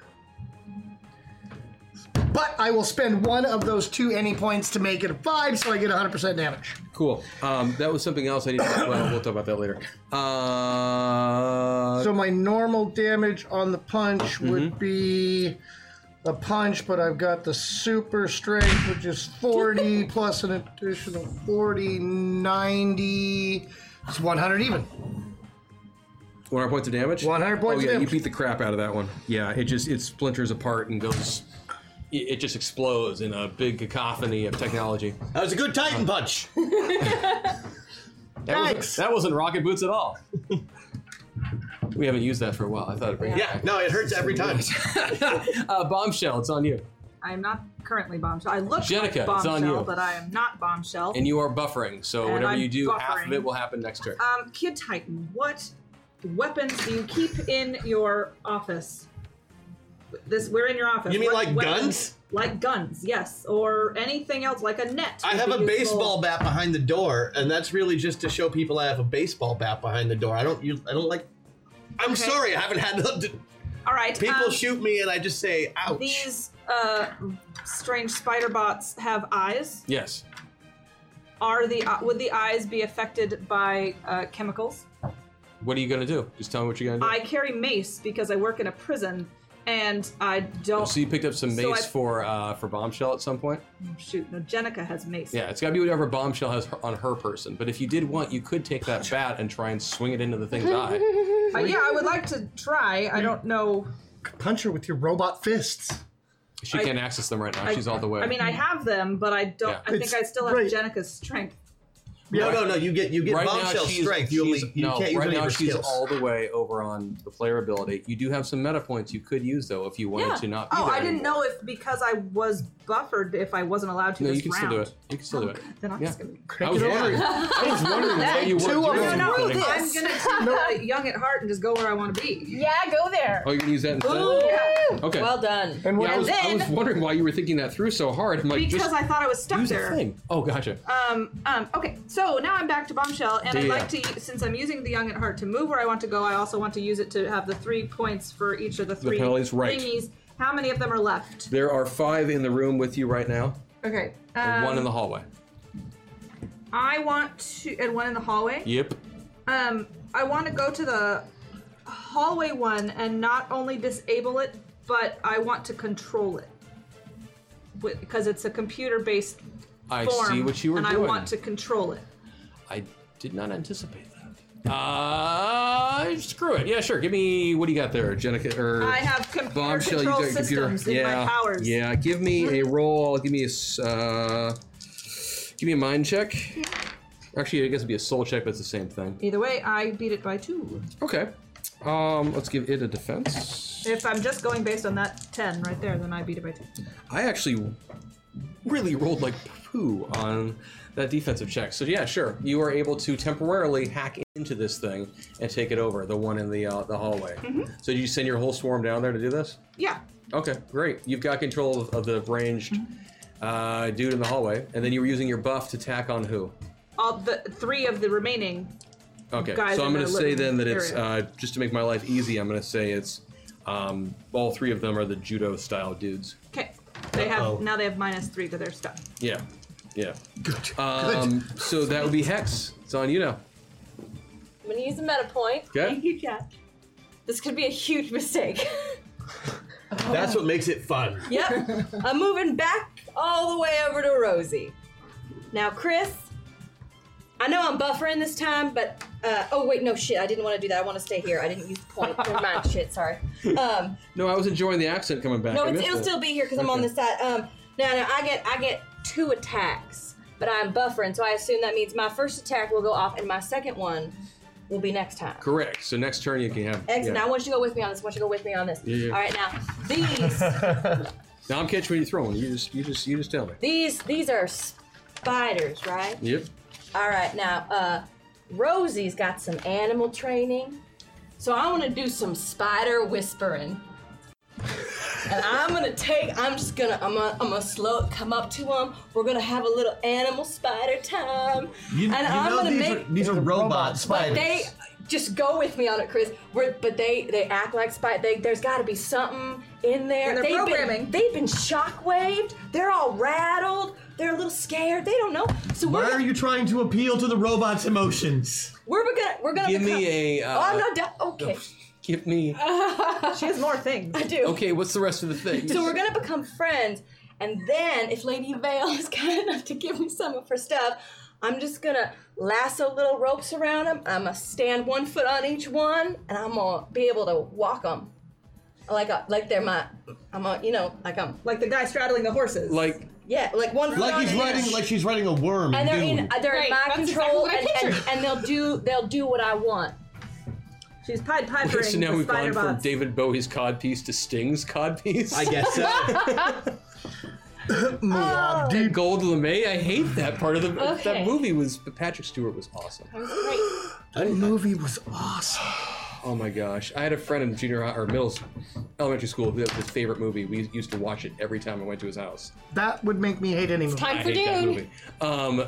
But I will spend one of those two any points to make it a five, so I get 100% damage.
Cool. Um, that was something else I need to talk about. We'll talk about that later. Uh,
So my normal damage on the punch
Mm-hmm.
would be a punch, but I've got the super strength, which is 40 plus an additional 40, 90. It's 100 even.
100 points of damage?
100 points
Oh,
of
yeah,
damage.
you beat the crap out of that one. Yeah, it just it splinters apart and goes. It it just explodes in a big cacophony of technology.
That was a good Titan punch.
That, wasn't,
Yikes.
that wasn't rocket boots at all. we haven't used that for a while. I thought it'd bring it
Yeah, no, it hurts every time.
Uh, bombshell, it's on you.
I am not currently bombshell. I look
Jenica,
like
it's on
bombshell,
you.
but I am not bombshell.
And you are buffering, so
And
whatever
I'm
you do, half of
buffering.
it will happen next turn.
um, Kid Titan, what weapons do you keep in your office? This we're in your office.
You mean
What
like
weapons-
guns?
Like guns, yes, or anything else like a net.
I
would
have
be
a
useful.
baseball bat behind the door, and that's really just to show people I have a baseball bat behind the door. I don't. You, I don't like. I'm
Okay.
sorry, I haven't had the
All right,
people
um,
shoot me, and I just say, "Ouch."
These uh, strange spider bots have eyes.
yes.
Are the uh, would the eyes be affected by uh, chemicals?
What are you going to do? Just tell me what you're going to do.
I carry mace because I work in a prison, and I don't.
so you picked up some mace
So I-
for uh, for bombshell at some point.
Oh, shoot, no. Jenica has mace.
Yeah, it's got to be whatever bombshell has on her person. But if you did want, you could take that bat and try and swing it into the thing's eye.
Uh, yeah. I would like to try. I don't know.
Punch her with your robot fists.
She
I-
can't access them right now.
I-
She's all the way.
I mean, I have them, but I don't.
Yeah.
I think
It's
I still have
great.
Jenica's strength.
no, no, no. You get you get
right now
bombshell
she's,
strength. You
She's,
only you
no,
can't use
right
any of
now
your
she's
skills.
all the way over on the player ability. You do have some meta points you could use though if you wanted
Yeah.
to not. Be
Oh,
there
I didn't
anymore.
know if because I was buffered, if I wasn't allowed to.
No,
this
you can
round.
still do it. You can still do it.
Then I'm just
Yeah.
gonna.
I was wondering. I was wondering why you
Two
weren't
of
doing anything.
them.
No,
Like,
I'm gonna be young at heart and just go where I want to be.
Yeah, go there.
Oh, you can use that instead. Okay.
Well done.
And what
yeah, I,
was,
was, I was wondering why you were thinking that through so hard. I'm like,
Because
just
I thought I was stuck
use
there.
the thing. Oh, gotcha.
Um, um, okay, so now I'm back to Bombshell, and I'd
Yeah.
like to, since I'm using the Young at Heart to move where I want to go, I also want to use it to have the three points for each of the three
penalties, right.
thingies. How many of them are left?
There are five in the room with you right now,
Okay.
and
Um,
one in the hallway.
I want to, and one in the hallway.
Yep.
Um, I want to go to the hallway one and not only disable it, but I want to control it because it's a computer-based
I
form,
see what you were
and
doing.
I want to control it.
I did not anticipate that. Uh, screw it. Yeah, sure. Give me what do you got there, Jenica? Or
I have computer
bombshell. You
control
got your computer.
systems in my
yeah,
powers. Mm-hmm.
yeah. Give me a roll. Give me a s- uh, give me a mind check. Actually, I guess it'd be a soul check, but it's the same thing.
Either way, I beat it by two.
Okay. Um, let's give it a defense.
If I'm just going based on that 10 right there, then I beat it by 2.
I actually really rolled like poo on that defensive check. So yeah, sure, you are able to temporarily hack into this thing and take it over, the one in the uh, the hallway.
Mm-hmm.
So you send your whole swarm down there to do this?
Yeah.
Okay, great. You've got control of, of the ranged
Mm-hmm.
uh, dude in the hallway, and then you were using your buff to tack on who?
All the three of the remaining.
Okay,
Guys
so I'm
in
going
the
to say
living
then that it's uh,
area.
just to make my life easy. I'm going to say it's um, all three of them are the judo style dudes.
Okay. They have
Uh-oh.
now they have minus 3 to their stuff.
Yeah, yeah. Good. Um, so that would be Hex. It's on you now.
I'm gonna use a meta point.
Okay.
you, Jack. This could be a huge mistake.
That's what makes it fun.
yep. I'm moving back all the way over to Rosie.
Now, Chris, I know I'm buffering this time, but uh, oh wait, no shit, I didn't want to do that. I want to stay here. I didn't use the point. Never mind. Shit, sorry. Um,
No, I was enjoying the accent coming back.
no,
I
it's,
missed
it'll
it.
still be here because I'm on
Okay.
this side. Um, no, no, I get I get two attacks, but I'm buffering, so I assume that means my first attack will go off, and my second one will be next time.
Correct. So next turn you can have.
Excellent.
yeah.
Now I want you to go with me on this. I want you to go with me on this.
Yeah, yeah.
All right, now these
Now I'm catching when you throw one. You just, you just, you just tell me.
these these are spiders, right?
Yep.
All right, now uh, Rosie's got some animal training, so I want to do some spider whispering. and I'm gonna take. I'm just gonna. I'm gonna. I'm gonna slow. Come up to them. We're gonna have a little animal spider time.
You,
and
you
I'm
know
gonna
these
make.
are, these are robot,
but
spiders.
they just go with me on it, Chris. We're, but they they act like spider. They, there's got to be something in there.
In their
they've
programming.
Been, they've been shockwaved. They're all rattled. They're a little scared. They don't know. So we're
Why are
gonna-
you trying to appeal to the robot's emotions?
We're gonna we're gonna
Give me
become-
a, uh,
oh, I'm not done. Okay,
Give me.
Oh.
She has more things.
I do.
Okay, what's the rest of the thing?
So we're gonna become friends, and then if Lady Vale is kind enough to give me some of her stuff, I'm just gonna lasso little ropes around them. I'm gonna stand one foot on each one, and I'm gonna be able to walk them, like a, like they're my, I'm a, you know, like I'm,
Like the guy straddling the horses.
like
yeah, like one foot on
Like he's
each.
riding, like she's riding a worm.
and they're
Dune.
in, they're in
Right,
my
that's
control,
exactly what I
and, and,
pictured.
and they'll do they'll do what I want.
She's Pied Pipering
so now
the
we've
spider
gone from
bots.
David Bowie's codpiece to Sting's codpiece.
I guess so.
Mob Deep. Gold LeMay. I hate that part of the
Okay.
that movie. Was Patrick Stewart was awesome.
that movie was awesome.
Oh my gosh! I had a friend in junior high or middle s- elementary school who that was his favorite movie. We used to watch it every time I went to his house.
That would make me hate any movie.
I
Time for
hate that
Dune.
movie. Um,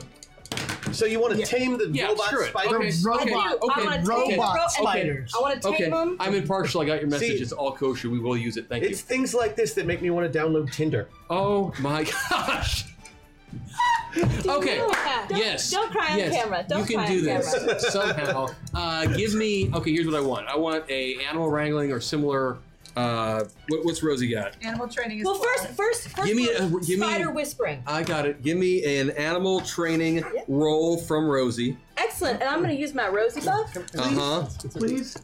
So you want to tame the
yeah,
robot
screw it.
spider?
Okay,
robot-
okay,
I
okay,
want to
okay,
take
robot
ro-
spiders.
I want to take
okay.
them.
I'm impartial. I got your message.
See-
it's all kosher. We will use it. Thank
It's
you.
things like this that make me want to download Tinder.
Oh my gosh. okay. yes.
don't cry on
yes.
camera. Don't
you can
cry
do
on
this somehow. Uh, give me. Okay, here's what I want. I want a animal wrangling or similar. Uh, what, what's Rosie got?
Animal training is
Well,
cool.
first, first, first,
Give me a-
one,
give me-
spider whispering.
I got it. Give me an animal training roll from Rosie.
Excellent, and I'm gonna use my rosy buff.
Uh huh.
Please,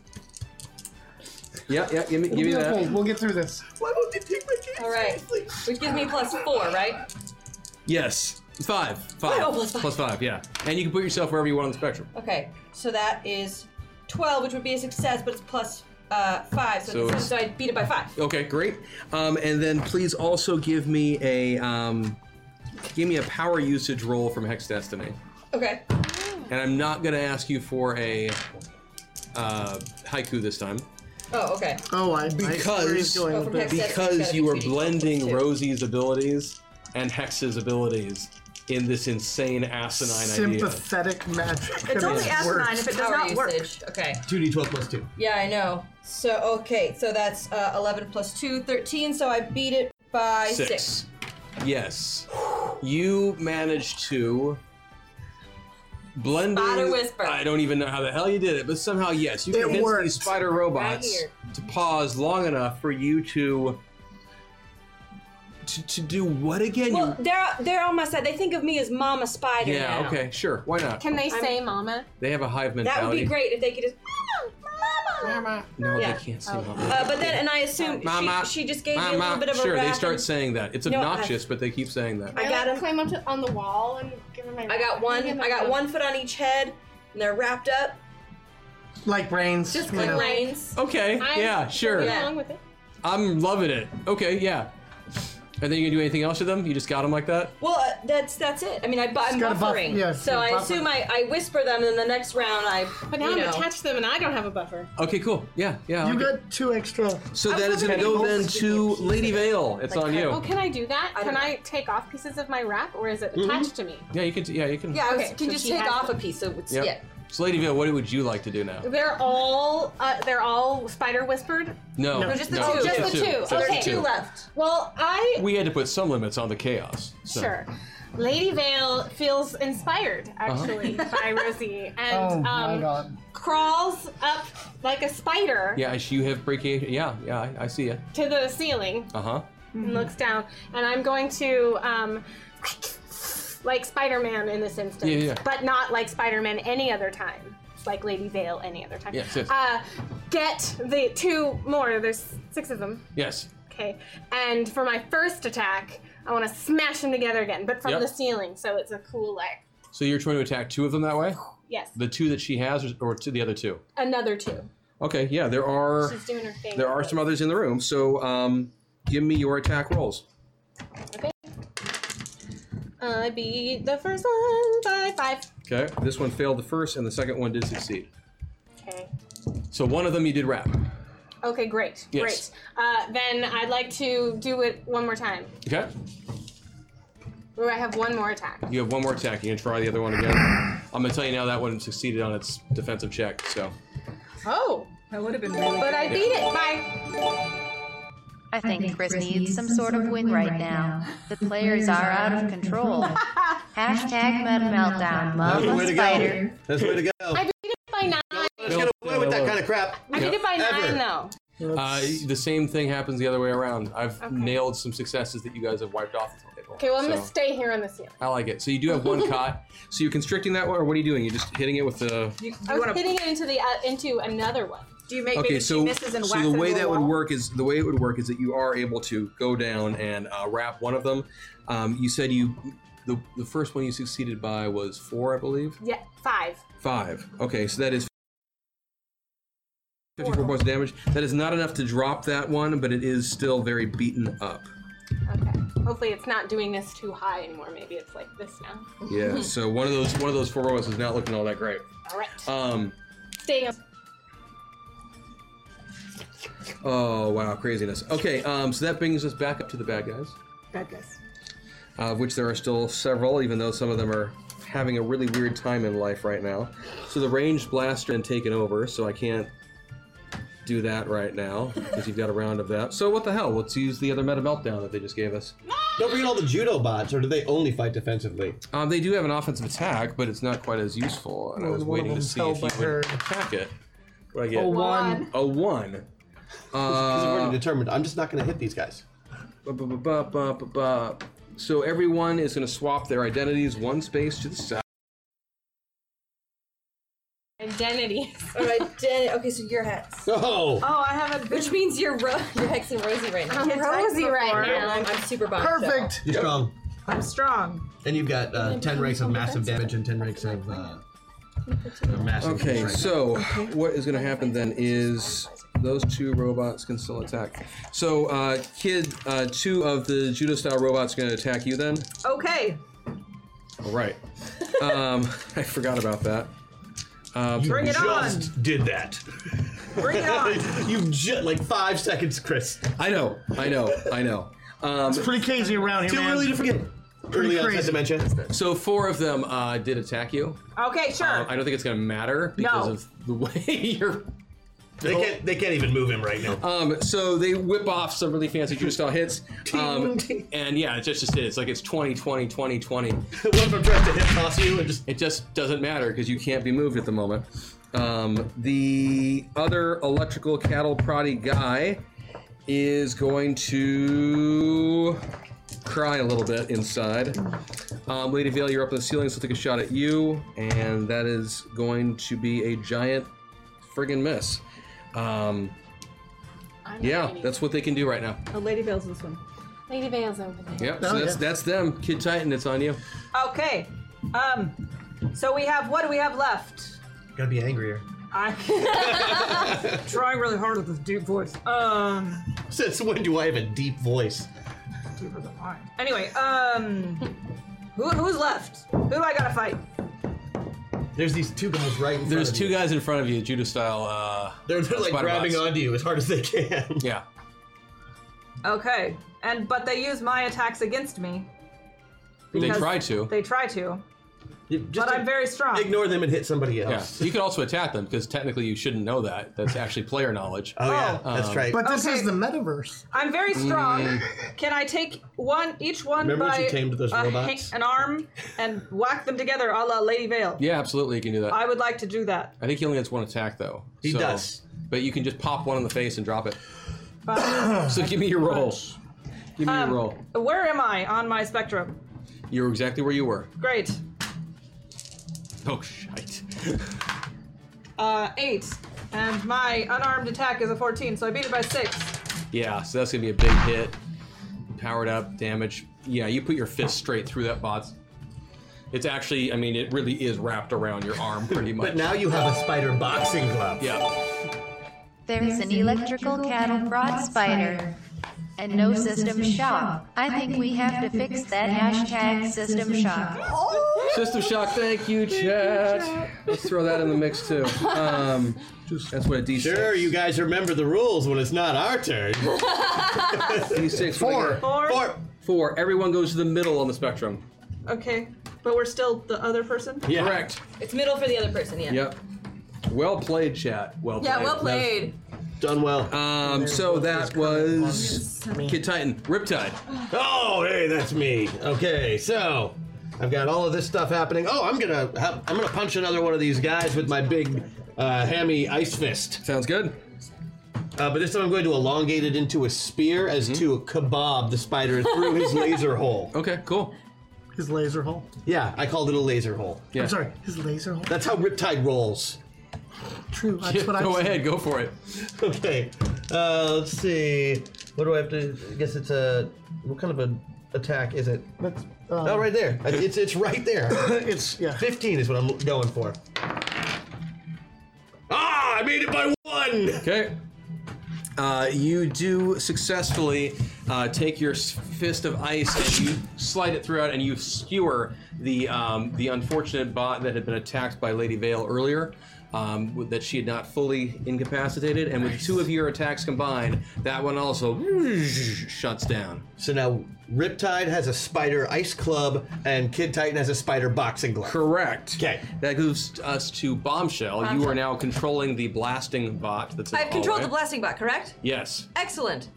Yeah, yeah. Give me, give me
It'll be okay.
that.
We'll get through this.
Why won't they take my chance?
All right, which gives me plus four, right?
Yes. Five. Five.
Oh, plus five.
Plus five. Yeah. And you can put yourself wherever you want on the spectrum.
Okay, so that is twelve, which would be a success, but it's plus uh, five, so,
So
it's-
it's-
so I beat it by five.
Okay, great. Um, and then please also give me a um, give me a power usage roll from Hex Destiny.
Okay,
And I'm not gonna ask you for a uh, haiku this time
oh, okay.
Oh, I I, where he's
because
going with this.
because you are blending Rosie's abilities and Hex's abilities in this insane asinine idea.
sympathetic magic.
It's only
It
asinine
works.
if it does
Power
not work.
usage. Okay.
2d12 plus 2.
Yeah, I know. So okay, so that's uh, eleven plus two, 13, So I beat it by six.
Six. Yes. You managed to blend
Spider whisper.
I don't even know how the hell you did it, but somehow yes, you
It
convinced
worked.
these spider robots
Right
to pause long enough for you to to, to do what again?
Well,
You-
they're they're on my side. They think of me as Mama Spider.
yeah,
now.
okay, sure. Why not?
Can they say mama?
They have a hive mentality.
That would be great if they could just Mama, Mama.
No,
Yeah.
they can't see mama.
Uh, but then, and I assume
Mama,
she, she just gave me a little
mama.
bit of a
Sure, they
rap
start
and-
saying that. It's
No, I-
obnoxious, but they keep saying that.
I
Can
got him.
like, Climb up to, on the wall and give him my.
I got one. I got one foot on each head, and they're wrapped up,
like brains.
just
you
like
know.
reins.
Okay,
I'm
yeah, sure.
Yeah. Along with it.
I'm loving it. Okay, yeah. And then you can do anything else to them? You just got them like that?
Well, uh, that's that's it. I mean, I, bu- I'm
gotta buff-
buffering,
yeah,
so
yeah,
I
buffer.
assume I, I whisper them, and the next round I.
But now
you
I'm
know.
attached to them and I don't have a buffer.
Okay, cool. Yeah, yeah. I
You
like it.
got two extra.
so that is going to go then to Lady Vale. It's on you.
Oh, can I do that?
I
can
don't
I take off pieces of my wrap, or is it attached to me?
Yeah, you can. Yeah, you can.
Yeah, I was,
Okay,
can
so
just
she
take
has
off
them.
a piece. So it's
Yep.
yeah.
So Lady Vale, what would you like to do now?
They're all uh, they're all spider whispered.
No,
No,
just the two. Just
the two.
Just the
Okay.
Two left.
Well, I
We had to put some limits on the chaos. so.
Sure. Lady Vale feels inspired, actually, by Rosie, and
Oh my
um,
god.
crawls up like a spider
Yeah, I- you have brachiation. Yeah, yeah, I, I see you.
to the ceiling
Uh huh.
and looks down. And I'm going to um,
like Spider-Man in this instance,
Yeah, yeah.
but not like Spider-Man any other time. It's like Lady Vale any other time.
Yes, yes.
Uh, get the two more. There's six of them.
Yes.
Okay. And for my first attack, I want to smash them together again, but from
Yep.
the ceiling. So it's a cool like
So you're trying to attack two of them that way?
yes,
The two that she has, or, or to the other two?
another two.
Okay, yeah, there are
She's doing her thing.
there are some others in the room. So um, give me your attack rolls.
Okay. I beat the first one by five.
Okay, this one failed the first, and the second one did succeed.
Okay.
So one of them you did wrap.
Okay, great.
Yes.
Great. Uh, then I'd like to do it one more time.
Okay,
Where I have one more attack.
you have one more attack. You can try the other one again. I'm gonna tell you now that one succeeded on its defensive check. So
Oh!
That would have been really
But I
Yeah.
beat it by.
I think Chris needs some sort of win right now. The players are out of control. Hashtag Mud Meltdown.
That's the way
Love a
to
spider.
go. That's the way to go.
I beat it by nine.
Let's get away with that kind of crap.
I beat it by nine, though.
uh, the same thing happens the other way around. I've nailed some successes that you guys have wiped off the table.
Okay, well, I'm
so.
gonna stay here on the ceiling.
I like it. So you do have one cot. So you're constricting that one, or what are you doing? You're just hitting it with the.
I was hitting it into the uh, into another one.
Do you make
okay,
it
so
she misses and
so
whacks
the
it
way
into a
that would
wall?
work is the way it would work is that you are able to go down and uh, wrap one of them. Um, you said you the the first one you succeeded by was four, I believe.
Yeah, five.
Five. Okay, so that is. 54 points of damage. That is not enough to drop that one, but it is still very beaten up.
Okay. Hopefully, it's not doing this too high anymore. Maybe it's like this now.
Yeah. so one of those one of those four robots is not looking all that great.
All right.
Um.
Staying up.
Oh wow, craziness. Okay. Um. So that brings us back up to the bad guys.
bad guys.
uh, of which there are still several, even though some of them are having a really weird time in life right now. So the ranged blaster and taken over, so I can't do that right now because you've got a round of that. So what the hell? Let's use the other meta meltdown that they just gave us.
Don't forget all the judo bots, or do they only fight defensively?
Um, they do have an offensive attack, but it's not quite as useful. And I
Well,
was
one
waiting
of
to
them's
see if
held
you
by
would attack it. What I get?
A one.
A one.
Because I've
Uh,
already determined I'm just not going to hit these guys.
Ba-ba-ba-ba-ba-ba. So everyone is going to swap their identities one space to the side.
Identity.
All right, Jen- okay, so your hex.
Oh.
Oh, I haven't.
Which means you're ro- you're hexing Rosie right now.
I'm
Can't type
Rosie right
before.
now.
I'm, I'm super bonked out.
Perfect. You're strong.
I'm strong.
And you've got uh, 10 ranks of massive damage and 10 ranks of uh, of massive
Okay,
damage.
so what is going to happen then is those two robots can still attack. So, uh, kid, uh, two of the judo style robots are going to attack you then.
Okay.
All right. Um, I forgot about that. Uh,
Bring it
just did that.
Bring it on.
You've just, like five seconds, Chris.
I know, I know, I know. Um,
It's pretty crazy around here,
Too
man.
early to forget. Early
Pretty
onset
crazy.
dementia.
so, four of them uh, did attack you.
Okay,
Um,
sure.
I don't think it's going to matter because
No.
of the way you're.
They
Oh.
can't. They can't even move him right now.
Um, so they whip off some really fancy judo style hits. Um, and yeah, it's just, just it. It's like it's 20, 20, 20, 20.
What if I'm trying to hip toss you and just?
It just doesn't matter because you can't be moved at the moment. Um, the other electrical cattle proddy guy is going to cry a little bit inside. Um, Lady Vale, you're up on the ceiling, so I'll take a shot at you, and that is going to be a giant friggin' miss. Um, yeah, that's what they can do right now.
Oh, Lady Vale's this one.
Lady Vale's over there.
Yep, so
Oh,
that's,
yeah.
that's them. Kid Titan, it's on you.
Okay. Um. So we have what do we have left?
Gotta be angrier.
I'm trying really hard with this deep voice. Um.
Since when do I have a deep voice?
Deeper than mine. Anyway, um, who, who's left? Who do I gotta fight?
There's these two guys right. In
There's
front of
two
you.
guys in front of you, Judah style. Uh,
They're, they're like
spider
grabbing
bots.
onto you as hard as they can.
Yeah.
Okay, and but they use my attacks against me.
They
because
try to.
They try to,
You Just
but I'm very strong.
ignore them and hit somebody
Yeah,
else.
you could also attack them because technically you shouldn't know that. That's actually player knowledge.
Oh yeah,
Oh.
that's
Um,
right.
But this
Okay.
is the metaverse.
I'm very strong. Can I take one each one
Mm. Remember when
by
she tamed those
a ha-
robots?
an arm and whack them together, a la Lady Vale?
Yeah, absolutely, you can do that. I,
I would like to do that.
think he only gets one attack though.
He does.
but you can just pop one in the face and drop it.
But
So give me your roll. Give me your roll.
where am I on my spectrum?
You're exactly where you were.
Great.
Oh shite.
Uh, eight. And my unarmed attack is a 14, so I beat it by six.
Yeah, so that's gonna be a big hit. Powered up, damage. Yeah, you put your fist straight through that bot's. It's actually, I mean, it really is wrapped around your arm pretty much.
But now you have a spider boxing glove.
Yeah.
There's an electrical cattle prod spider. And no system shock. I think we have to fix that hashtag system shock.
Oh!
System Shock, thank you, chat. Let's throw that in the mix too. Um, that's what a D6.
Sure, you guys remember the rules when it's not our turn.
D6.
Four.
Four.
Four. Everyone goes to the middle on the spectrum.
Okay. But we're still the other person?
Correct.
It's middle for the other person, yeah.
Yep. Well played, chat. Well
Yeah,
played.
well played.
Done well.
Um, so that was Kid Titan, Riptide.
Oh, hey, that's me. Okay, so I've got all of this stuff happening. Oh, I'm gonna have, I'm gonna punch another one of these guys with my big uh, hammy ice fist.
Sounds good.
Uh, but this time I'm going to elongate it into a spear as to kebab the spider through his laser hole.
Mm-hmm. Okay, cool.
His laser hole.
Yeah, I called it a laser hole.
Yeah.
I'm sorry, his laser hole.
That's how Riptide rolls.
True. That's what I.
go
said.
ahead, go for it.
Okay, uh, let's see. What do I have to? I guess it's a what kind of an attack is it?
That's,
Oh,
uh,
right there. It's it's right there.
It's yeah.
15 is what I'm going for. Ah, I made it by one!
Okay. Uh, you do successfully uh, take your s- fist of ice and you slide it throughout, and you skewer the um, the unfortunate bot that had been attacked by Lady Vale earlier. Um, with- that she had not fully incapacitated, and with two of your attacks combined, that one also shuts down.
So now Riptide has a spider ice club, and Kid Titan has a spider boxing glove.
Correct.
Okay.
That moves us to Bombshell. You are now controlling the blasting bot. That's in
I've controlled the
hallway.
blasting bot, correct?
Yes.
Excellent.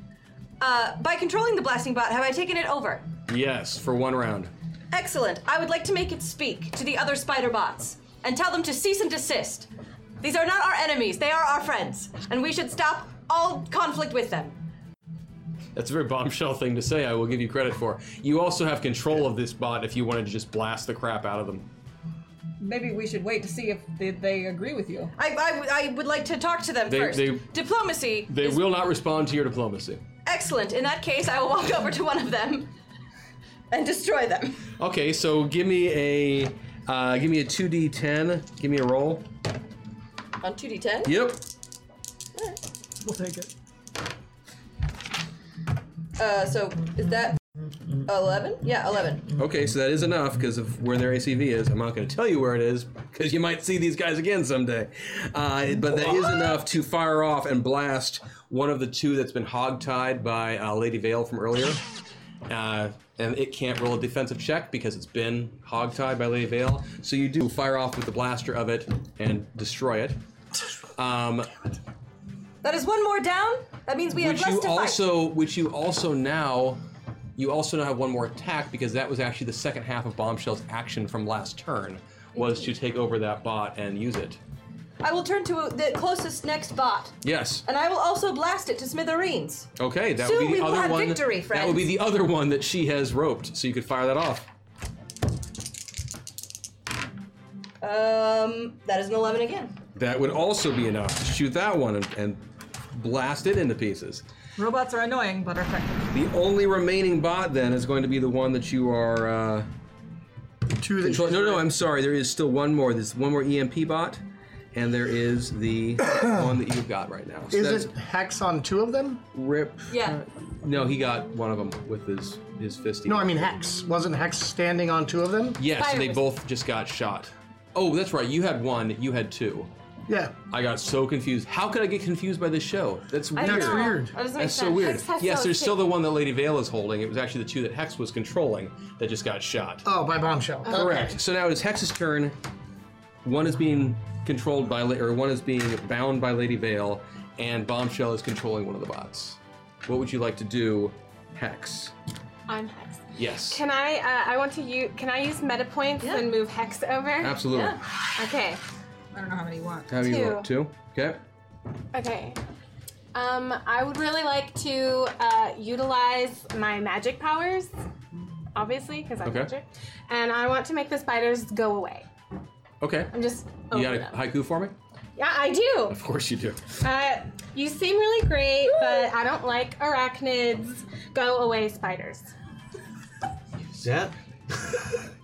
Uh, by controlling the blasting bot, have I taken it over?
Yes. For one round.
Excellent. I would like to make it speak to the other spider bots and tell them to cease and desist. These are not our enemies, they are our friends, and we should stop all conflict with them.
That's a very bombshell thing to say. I will give you credit for. You also have control of this bot if you wanted to just blast the crap out of them.
Maybe we should wait to see if they, they agree with you.
I, I, I would like to talk to them
They-
first.
they-
Diplomacy
They
is
will not respond to your diplomacy.
excellent. In that case, I will walk over to one of them and destroy them.
Okay, so give me a uh, give me a two d ten. Give me a roll.
On 2d10?
Yep.
We'll take it.
Uh, so is that 11? Yeah, 11.
Okay, so that is enough because of where their ACV is. I'm not going to tell you where it is because you might see these guys again someday. Uh, but that is enough to fire off and blast one of the two that's been hogtied by uh, Lady Vale from earlier. Uh, and it can't roll a defensive check because it's been hogtied by Lady Vale. So you do fire off with the blaster of it and destroy it. Um,
That is one more down. That means we have
which
less
you
to fight.
also which you also now you also now have one more attack because that was actually the second half of bombshell's action from last turn was to take over that bot and use it
I will turn to the closest next bot,
yes
and I will also blast it to smithereens.
okay that
Soon
would be
we
the
will
other
have
one
victory,
that
friends.
would be the other one that she has roped so you could fire that off
Um, that is an 11 again.
that would also be enough to shoot that one and, and blast it into pieces
Robots are annoying, but are effective.
the only remaining bot then is going to be the one that you are uh,
Two that
Control- no, no, I'm sorry. There is still one more. There's one more EMP bot, and there is the one that you've got right now. So that's
Is it hex on two of them?
Rip?
Yeah.
No, he got one of them with his his fisty.
No, I mean hex. Wasn't hex standing on two of them?
Yeah, so
Fire
they
was-
both just got shot. Oh, that's right. You had one. You had two.
Yeah.
I got so confused. How could I get confused by this show? That's weird.
That's weird.
That doesn't make
That's
sense.
so weird.
Hex has
Yes,
those
there's still
two-
the one that Lady Vale is holding. It was actually the two that Hex was controlling that just got shot.
Oh, by bombshell.
Correct. So now it is Hex's turn. One is being controlled by, La- or one is being bound by Lady Vale, and Bombshell is controlling one of the bots. What would you like to do, Hex?
I'm Hex.
Yes.
Can I? Uh, I want to use. Can I use meta points
Yeah.
and move Hex over?
Absolutely.
Okay.
I don't know how many you want.
How do you
Two.
want? Two. Okay.
Okay. Um, I would really like to uh, utilize my magic powers obviously, because I'm
Okay.
magic. And I want to make the spiders go away.
Okay.
I'm just.
You
over
got a
them.
haiku for me?
Oh, Yeah, I do.
Of course you do.
Uh, you seem really great, but I don't like arachnids. Go away, spiders.
Yeah.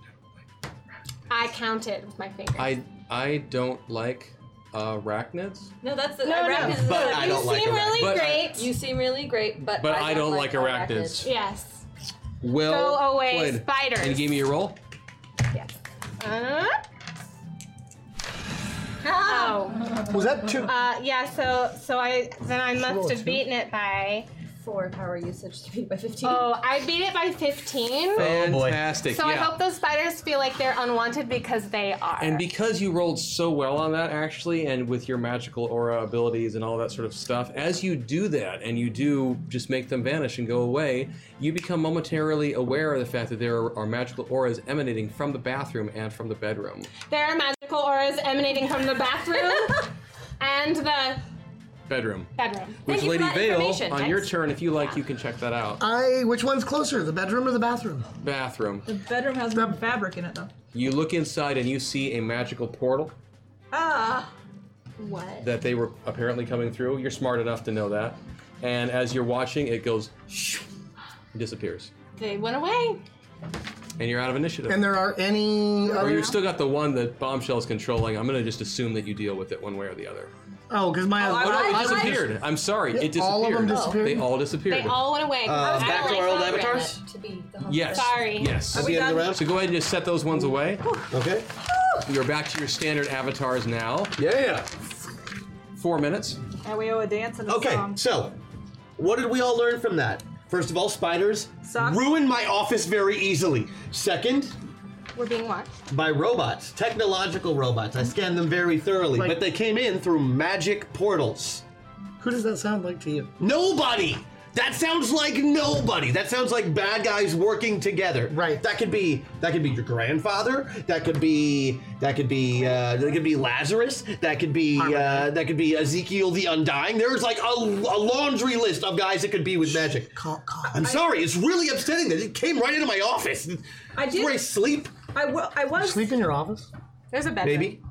I counted with my finger.
I I don't like arachnids,
No, that's the
No, no.
arachnids is
But
the-
I don't like arachnids. But-
You seem really great, but
but I don't like arachnids.
Yes.
Well,
Go away,
played.
spiders.
And you gave me a roll.
Uh, oh.
Was that two?
Uh, yeah. So, so I then I must have beaten it by
four power usage to beat by fifteen.
Oh, I beat it by fifteen.
Oh, Fantastic.
So I
yeah.
hope those spiders feel like they're unwanted because they are.
And because you rolled so well on that, actually, and with your magical aura abilities and all that sort of stuff, as you do that and you do just make them vanish and go away, you become momentarily aware of the fact that there are magical auras emanating from the bathroom and from the bedroom.
there are magical auras emanating from the bathroom and the
Bedroom.
bedroom.
Which Lady Vale, on your turn, if you like, you can check that out.
I. Which one's closer, the bedroom or the bathroom?
Bathroom.
The bedroom has more fabric in it, though.
You look inside and you see a magical portal
Ah. What?
that they were apparently coming through. You're smart enough to know that. And as you're watching, it goes and disappears.
They went away.
And you're out of initiative.
And there are any.
Or
other-
you've still got the one that Bombshell's controlling. I'm going to just assume that you deal with it one way or the other.
oh, because my.
Oh, no, it disappeared. I'm sorry. It disappeared.
All of them disappeared?
They all disappeared.
They all went away.
Uh,
I don't
back to
like
our old
that.
avatars?
To be the
Yes.
Sorry.
Yes.
Are we done?
So go ahead and just set those ones away.
Okay.
You're back to your standard avatars now.
Yeah.
Four minutes.
And we owe a dance and a
Okay,
song.
so what did we all learn from that? First of all, spiders
Socks.
ruin my office very easily. Second,
We're being watched.
by robots, technological robots. I scanned them very thoroughly,
Like-
but they came in through magic portals.
Who does that sound like to you?
Nobody! That sounds like nobody. That sounds like bad guys working together. Right. That could be that could be your grandfather. That could be that could be uh, that could be Lazarus. That could be uh, that could be Ezekiel the Undying. There's like a, a laundry list of guys it could be with magic. I'm sorry, it's really upsetting that it came right into my office.
I
It's
did-
Where I sleep,
I, wa- I was.
Sleep in your office?
There's a bedroom.
maybe.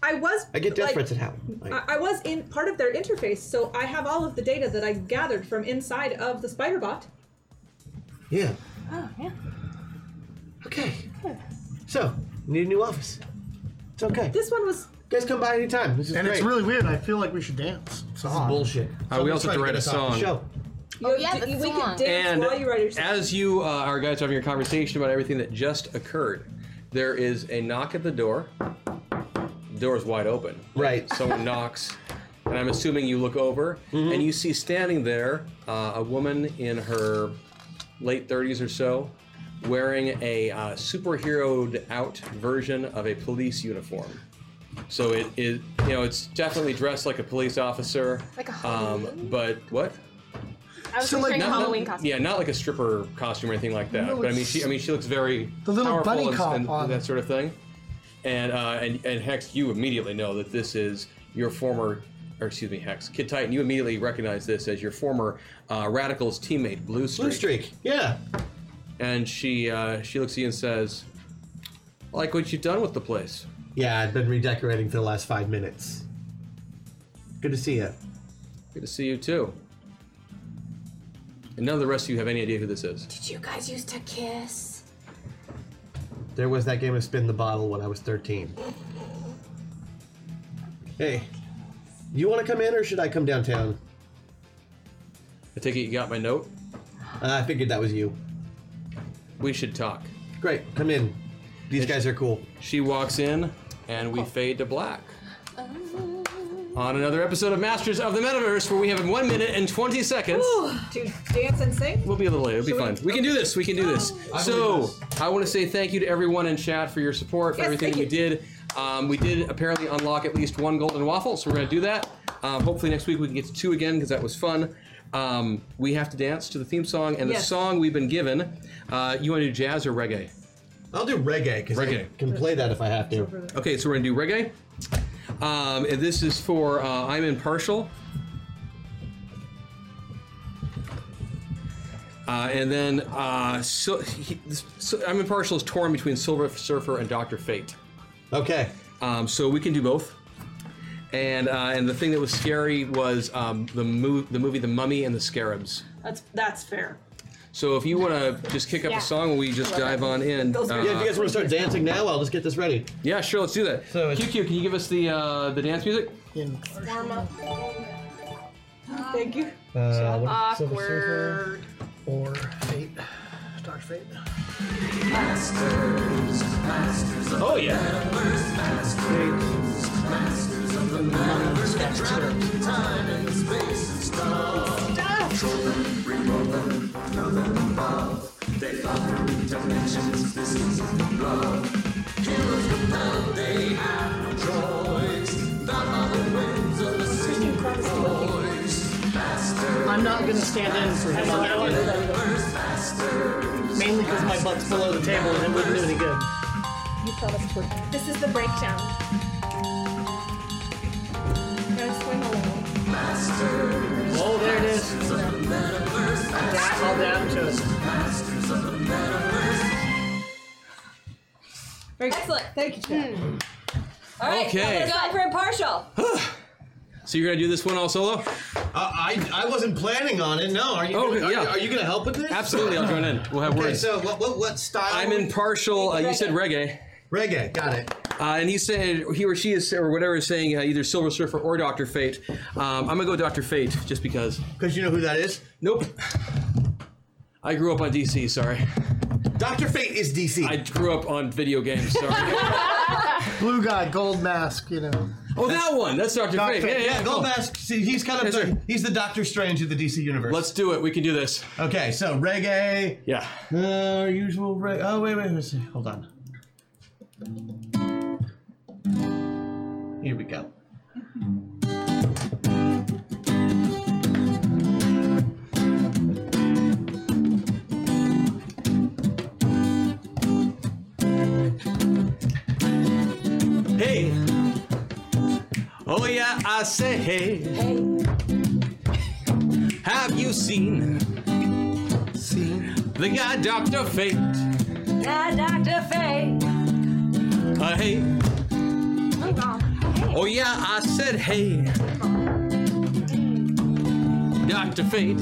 I was.
I get death
like,
threats at happened.
I, I was in part of their interface, so I have all of the data that I gathered from inside of the spider bot.
Yeah.
Oh yeah.
Okay. So, need a new office. It's okay.
This one was.
guys come by anytime. This is
And
great.
it's really weird. I feel like we should dance. It's odd.
Uh,
bullshit.
we
Someone's
also have
trying
to write
get
a
us off
song.
the show.
Oh
yeah, the
we
song.
can dance
And
while you write your song.
as you uh, are guys having your conversation about everything that just occurred, there is a knock at the door. Door's wide open.
Right.
Someone knocks, and I'm assuming you look over and you see standing there uh, a woman in her late 30s or so, wearing a uh, superheroed out version of a police uniform. So it is, you know, it's definitely dressed like a police officer.
Like a
um, but what?
I was
So, like,
picturing a
not-
Halloween costume.
Yeah, not like a stripper costume or anything like that.
No,
but I mean,
it's-
she I mean she looks very
The little
powerful
bunny
and,
cop
and
on-
that sort of thing. And uh, and and Hex, you immediately know that this is your former, or excuse me, Hex Kid Titan. You immediately recognize this as your former uh, Radical's teammate, Blue Streak.
Blue streak. Yeah.
And she uh, she looks at you and says, "Like what you've done with the place."
Yeah, I've been redecorating for the last five minutes. Good to see you.
Good to see you too. And none of the rest of you have any idea who this is.
Did you guys used to kiss?
There was that game of spin the bottle when I was 13. Hey, you want to come in or should I come downtown?
I take it you got my note.
Uh, I figured that was you.
We should talk.
Great, come in. These guys are cool.
She walks in, and we fade to black. On another episode of Masters of the Metaverse, where we have one minute and 20 seconds.
to dance and sing.
We'll be a little late. It'll be fun. We, can do this. We can do this.
Oh.
so, I want to say thank you to everyone in chat for your support, for
Yes,
everything
thank
you
you.
did. Um, we did apparently unlock at least one golden waffle, so we're going to do that. Um, hopefully, next week we can get to two again because that was fun. Um, we have to dance to the theme song, and the
Yes.
song we've been given. Uh, you want to do jazz or reggae?
I'll do reggae because I
Reggae.
can play that if I have to.
Okay, so we're gonna do reggae. Um, and this is for uh, I'm impartial. Uh, and then, uh, so, he, so I'm impartial is torn between Silver Surfer and Doctor Fate.
Okay.
Um, so we can do both. And uh, and the thing that was scary was um, the mo- the movie The Mummy and the Scarabs.
That's that's fair.
So if you want to just kick up
Yeah.
the song, we just dive on in. uh,
Those are- Yeah, if you guys wanna start dancing now, I'll just get this ready.
Yeah, sure. Let's do that. So QQ, can you give us the uh, the dance music?
Warm up. Thank you.
Uh,
Awkward.
Or fate. Dark fate.
Masters, masters of
Oh,
the
yeah.
metaverse, masters, masters of the metaverse that travel through time and space and stuff. Control them, reroll them, throw them above. They fall through dimensions, this is love. Heroes compelled, they have no choice. Not all the winds of the city voice. Masters,
I'm not gonna stand in for him on that one.
metaverse, masters.
Mainly because my butt's below the table and it wouldn't do any good.
You tell us to. This is the breakdown. Gotta swing along.
Oh, there it is. That, all down to it.
Excellent.
Thank you, Chad.
All right,
Okay.
let's go for impartial.
So you're gonna do this one all solo?
I I wasn't planning on it. No, are you?
Oh,
gonna, are,
yeah.
you- are you going to help with this?
Absolutely, I'll join in. We'll have
okay,
words.
so what, what what style?
I'm impartial. Uh, you said reggae.
reggae. Got it.
Uh, and he said he or she is or whatever is saying uh, either Silver Surfer or Doctor Fate. Um, I'm gonna go Doctor Fate just because.
Because you know who that is.
Nope. I grew up on DC. Sorry.
Doctor Fate is DC.
I grew up on video games. Sorry.
Blue guy, gold mask, you know.
oh, that one. That's Doctor Fate. Yeah, yeah.
yeah,
cool.
Gold Mask. See, he's kind
Oh. Yes,
of the,
sir.
he's the Doctor Strange of the DC universe.
Let's do it. We can do this.
okay, so reggae.
Yeah.
Uh, our usual reggae. Oh wait, wait, wait. a second. Hold on. Here we go.
Hey. Oh yeah, I say hey. Have you seen
Seen.
the guy Doctor Fate?
Yeah, Dr. Faye.
Uh, hey.
Oh, God.
Oh yeah, I said hey. Dr. Fate,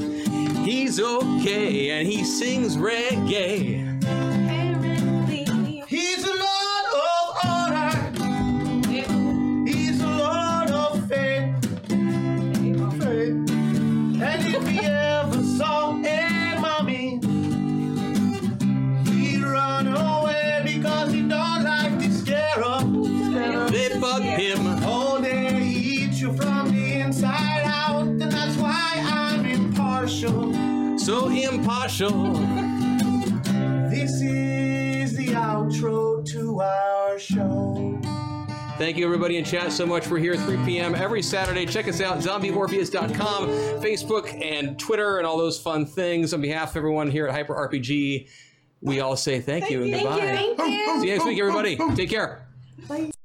he's okay and he sings reggae.
Apparently,
He's a lord of order. He's a lord of fate. Fate. And if he ever saw a mommy, he run away because he don't like the scarab.
They bug him.
Oh, they eat you from the inside out, and that's why I'm impartial.
So impartial.
This is the outro to our show.
Thank you, everybody in chat, so much. We're here at 3 p.m. every Saturday. Check us out, zombieorpheus.com, Facebook, and Twitter, and all those fun things. On behalf of everyone here at Hyper RPG, we all say thank, you and goodbye.
Thank you.
See you next week, everybody. Take care.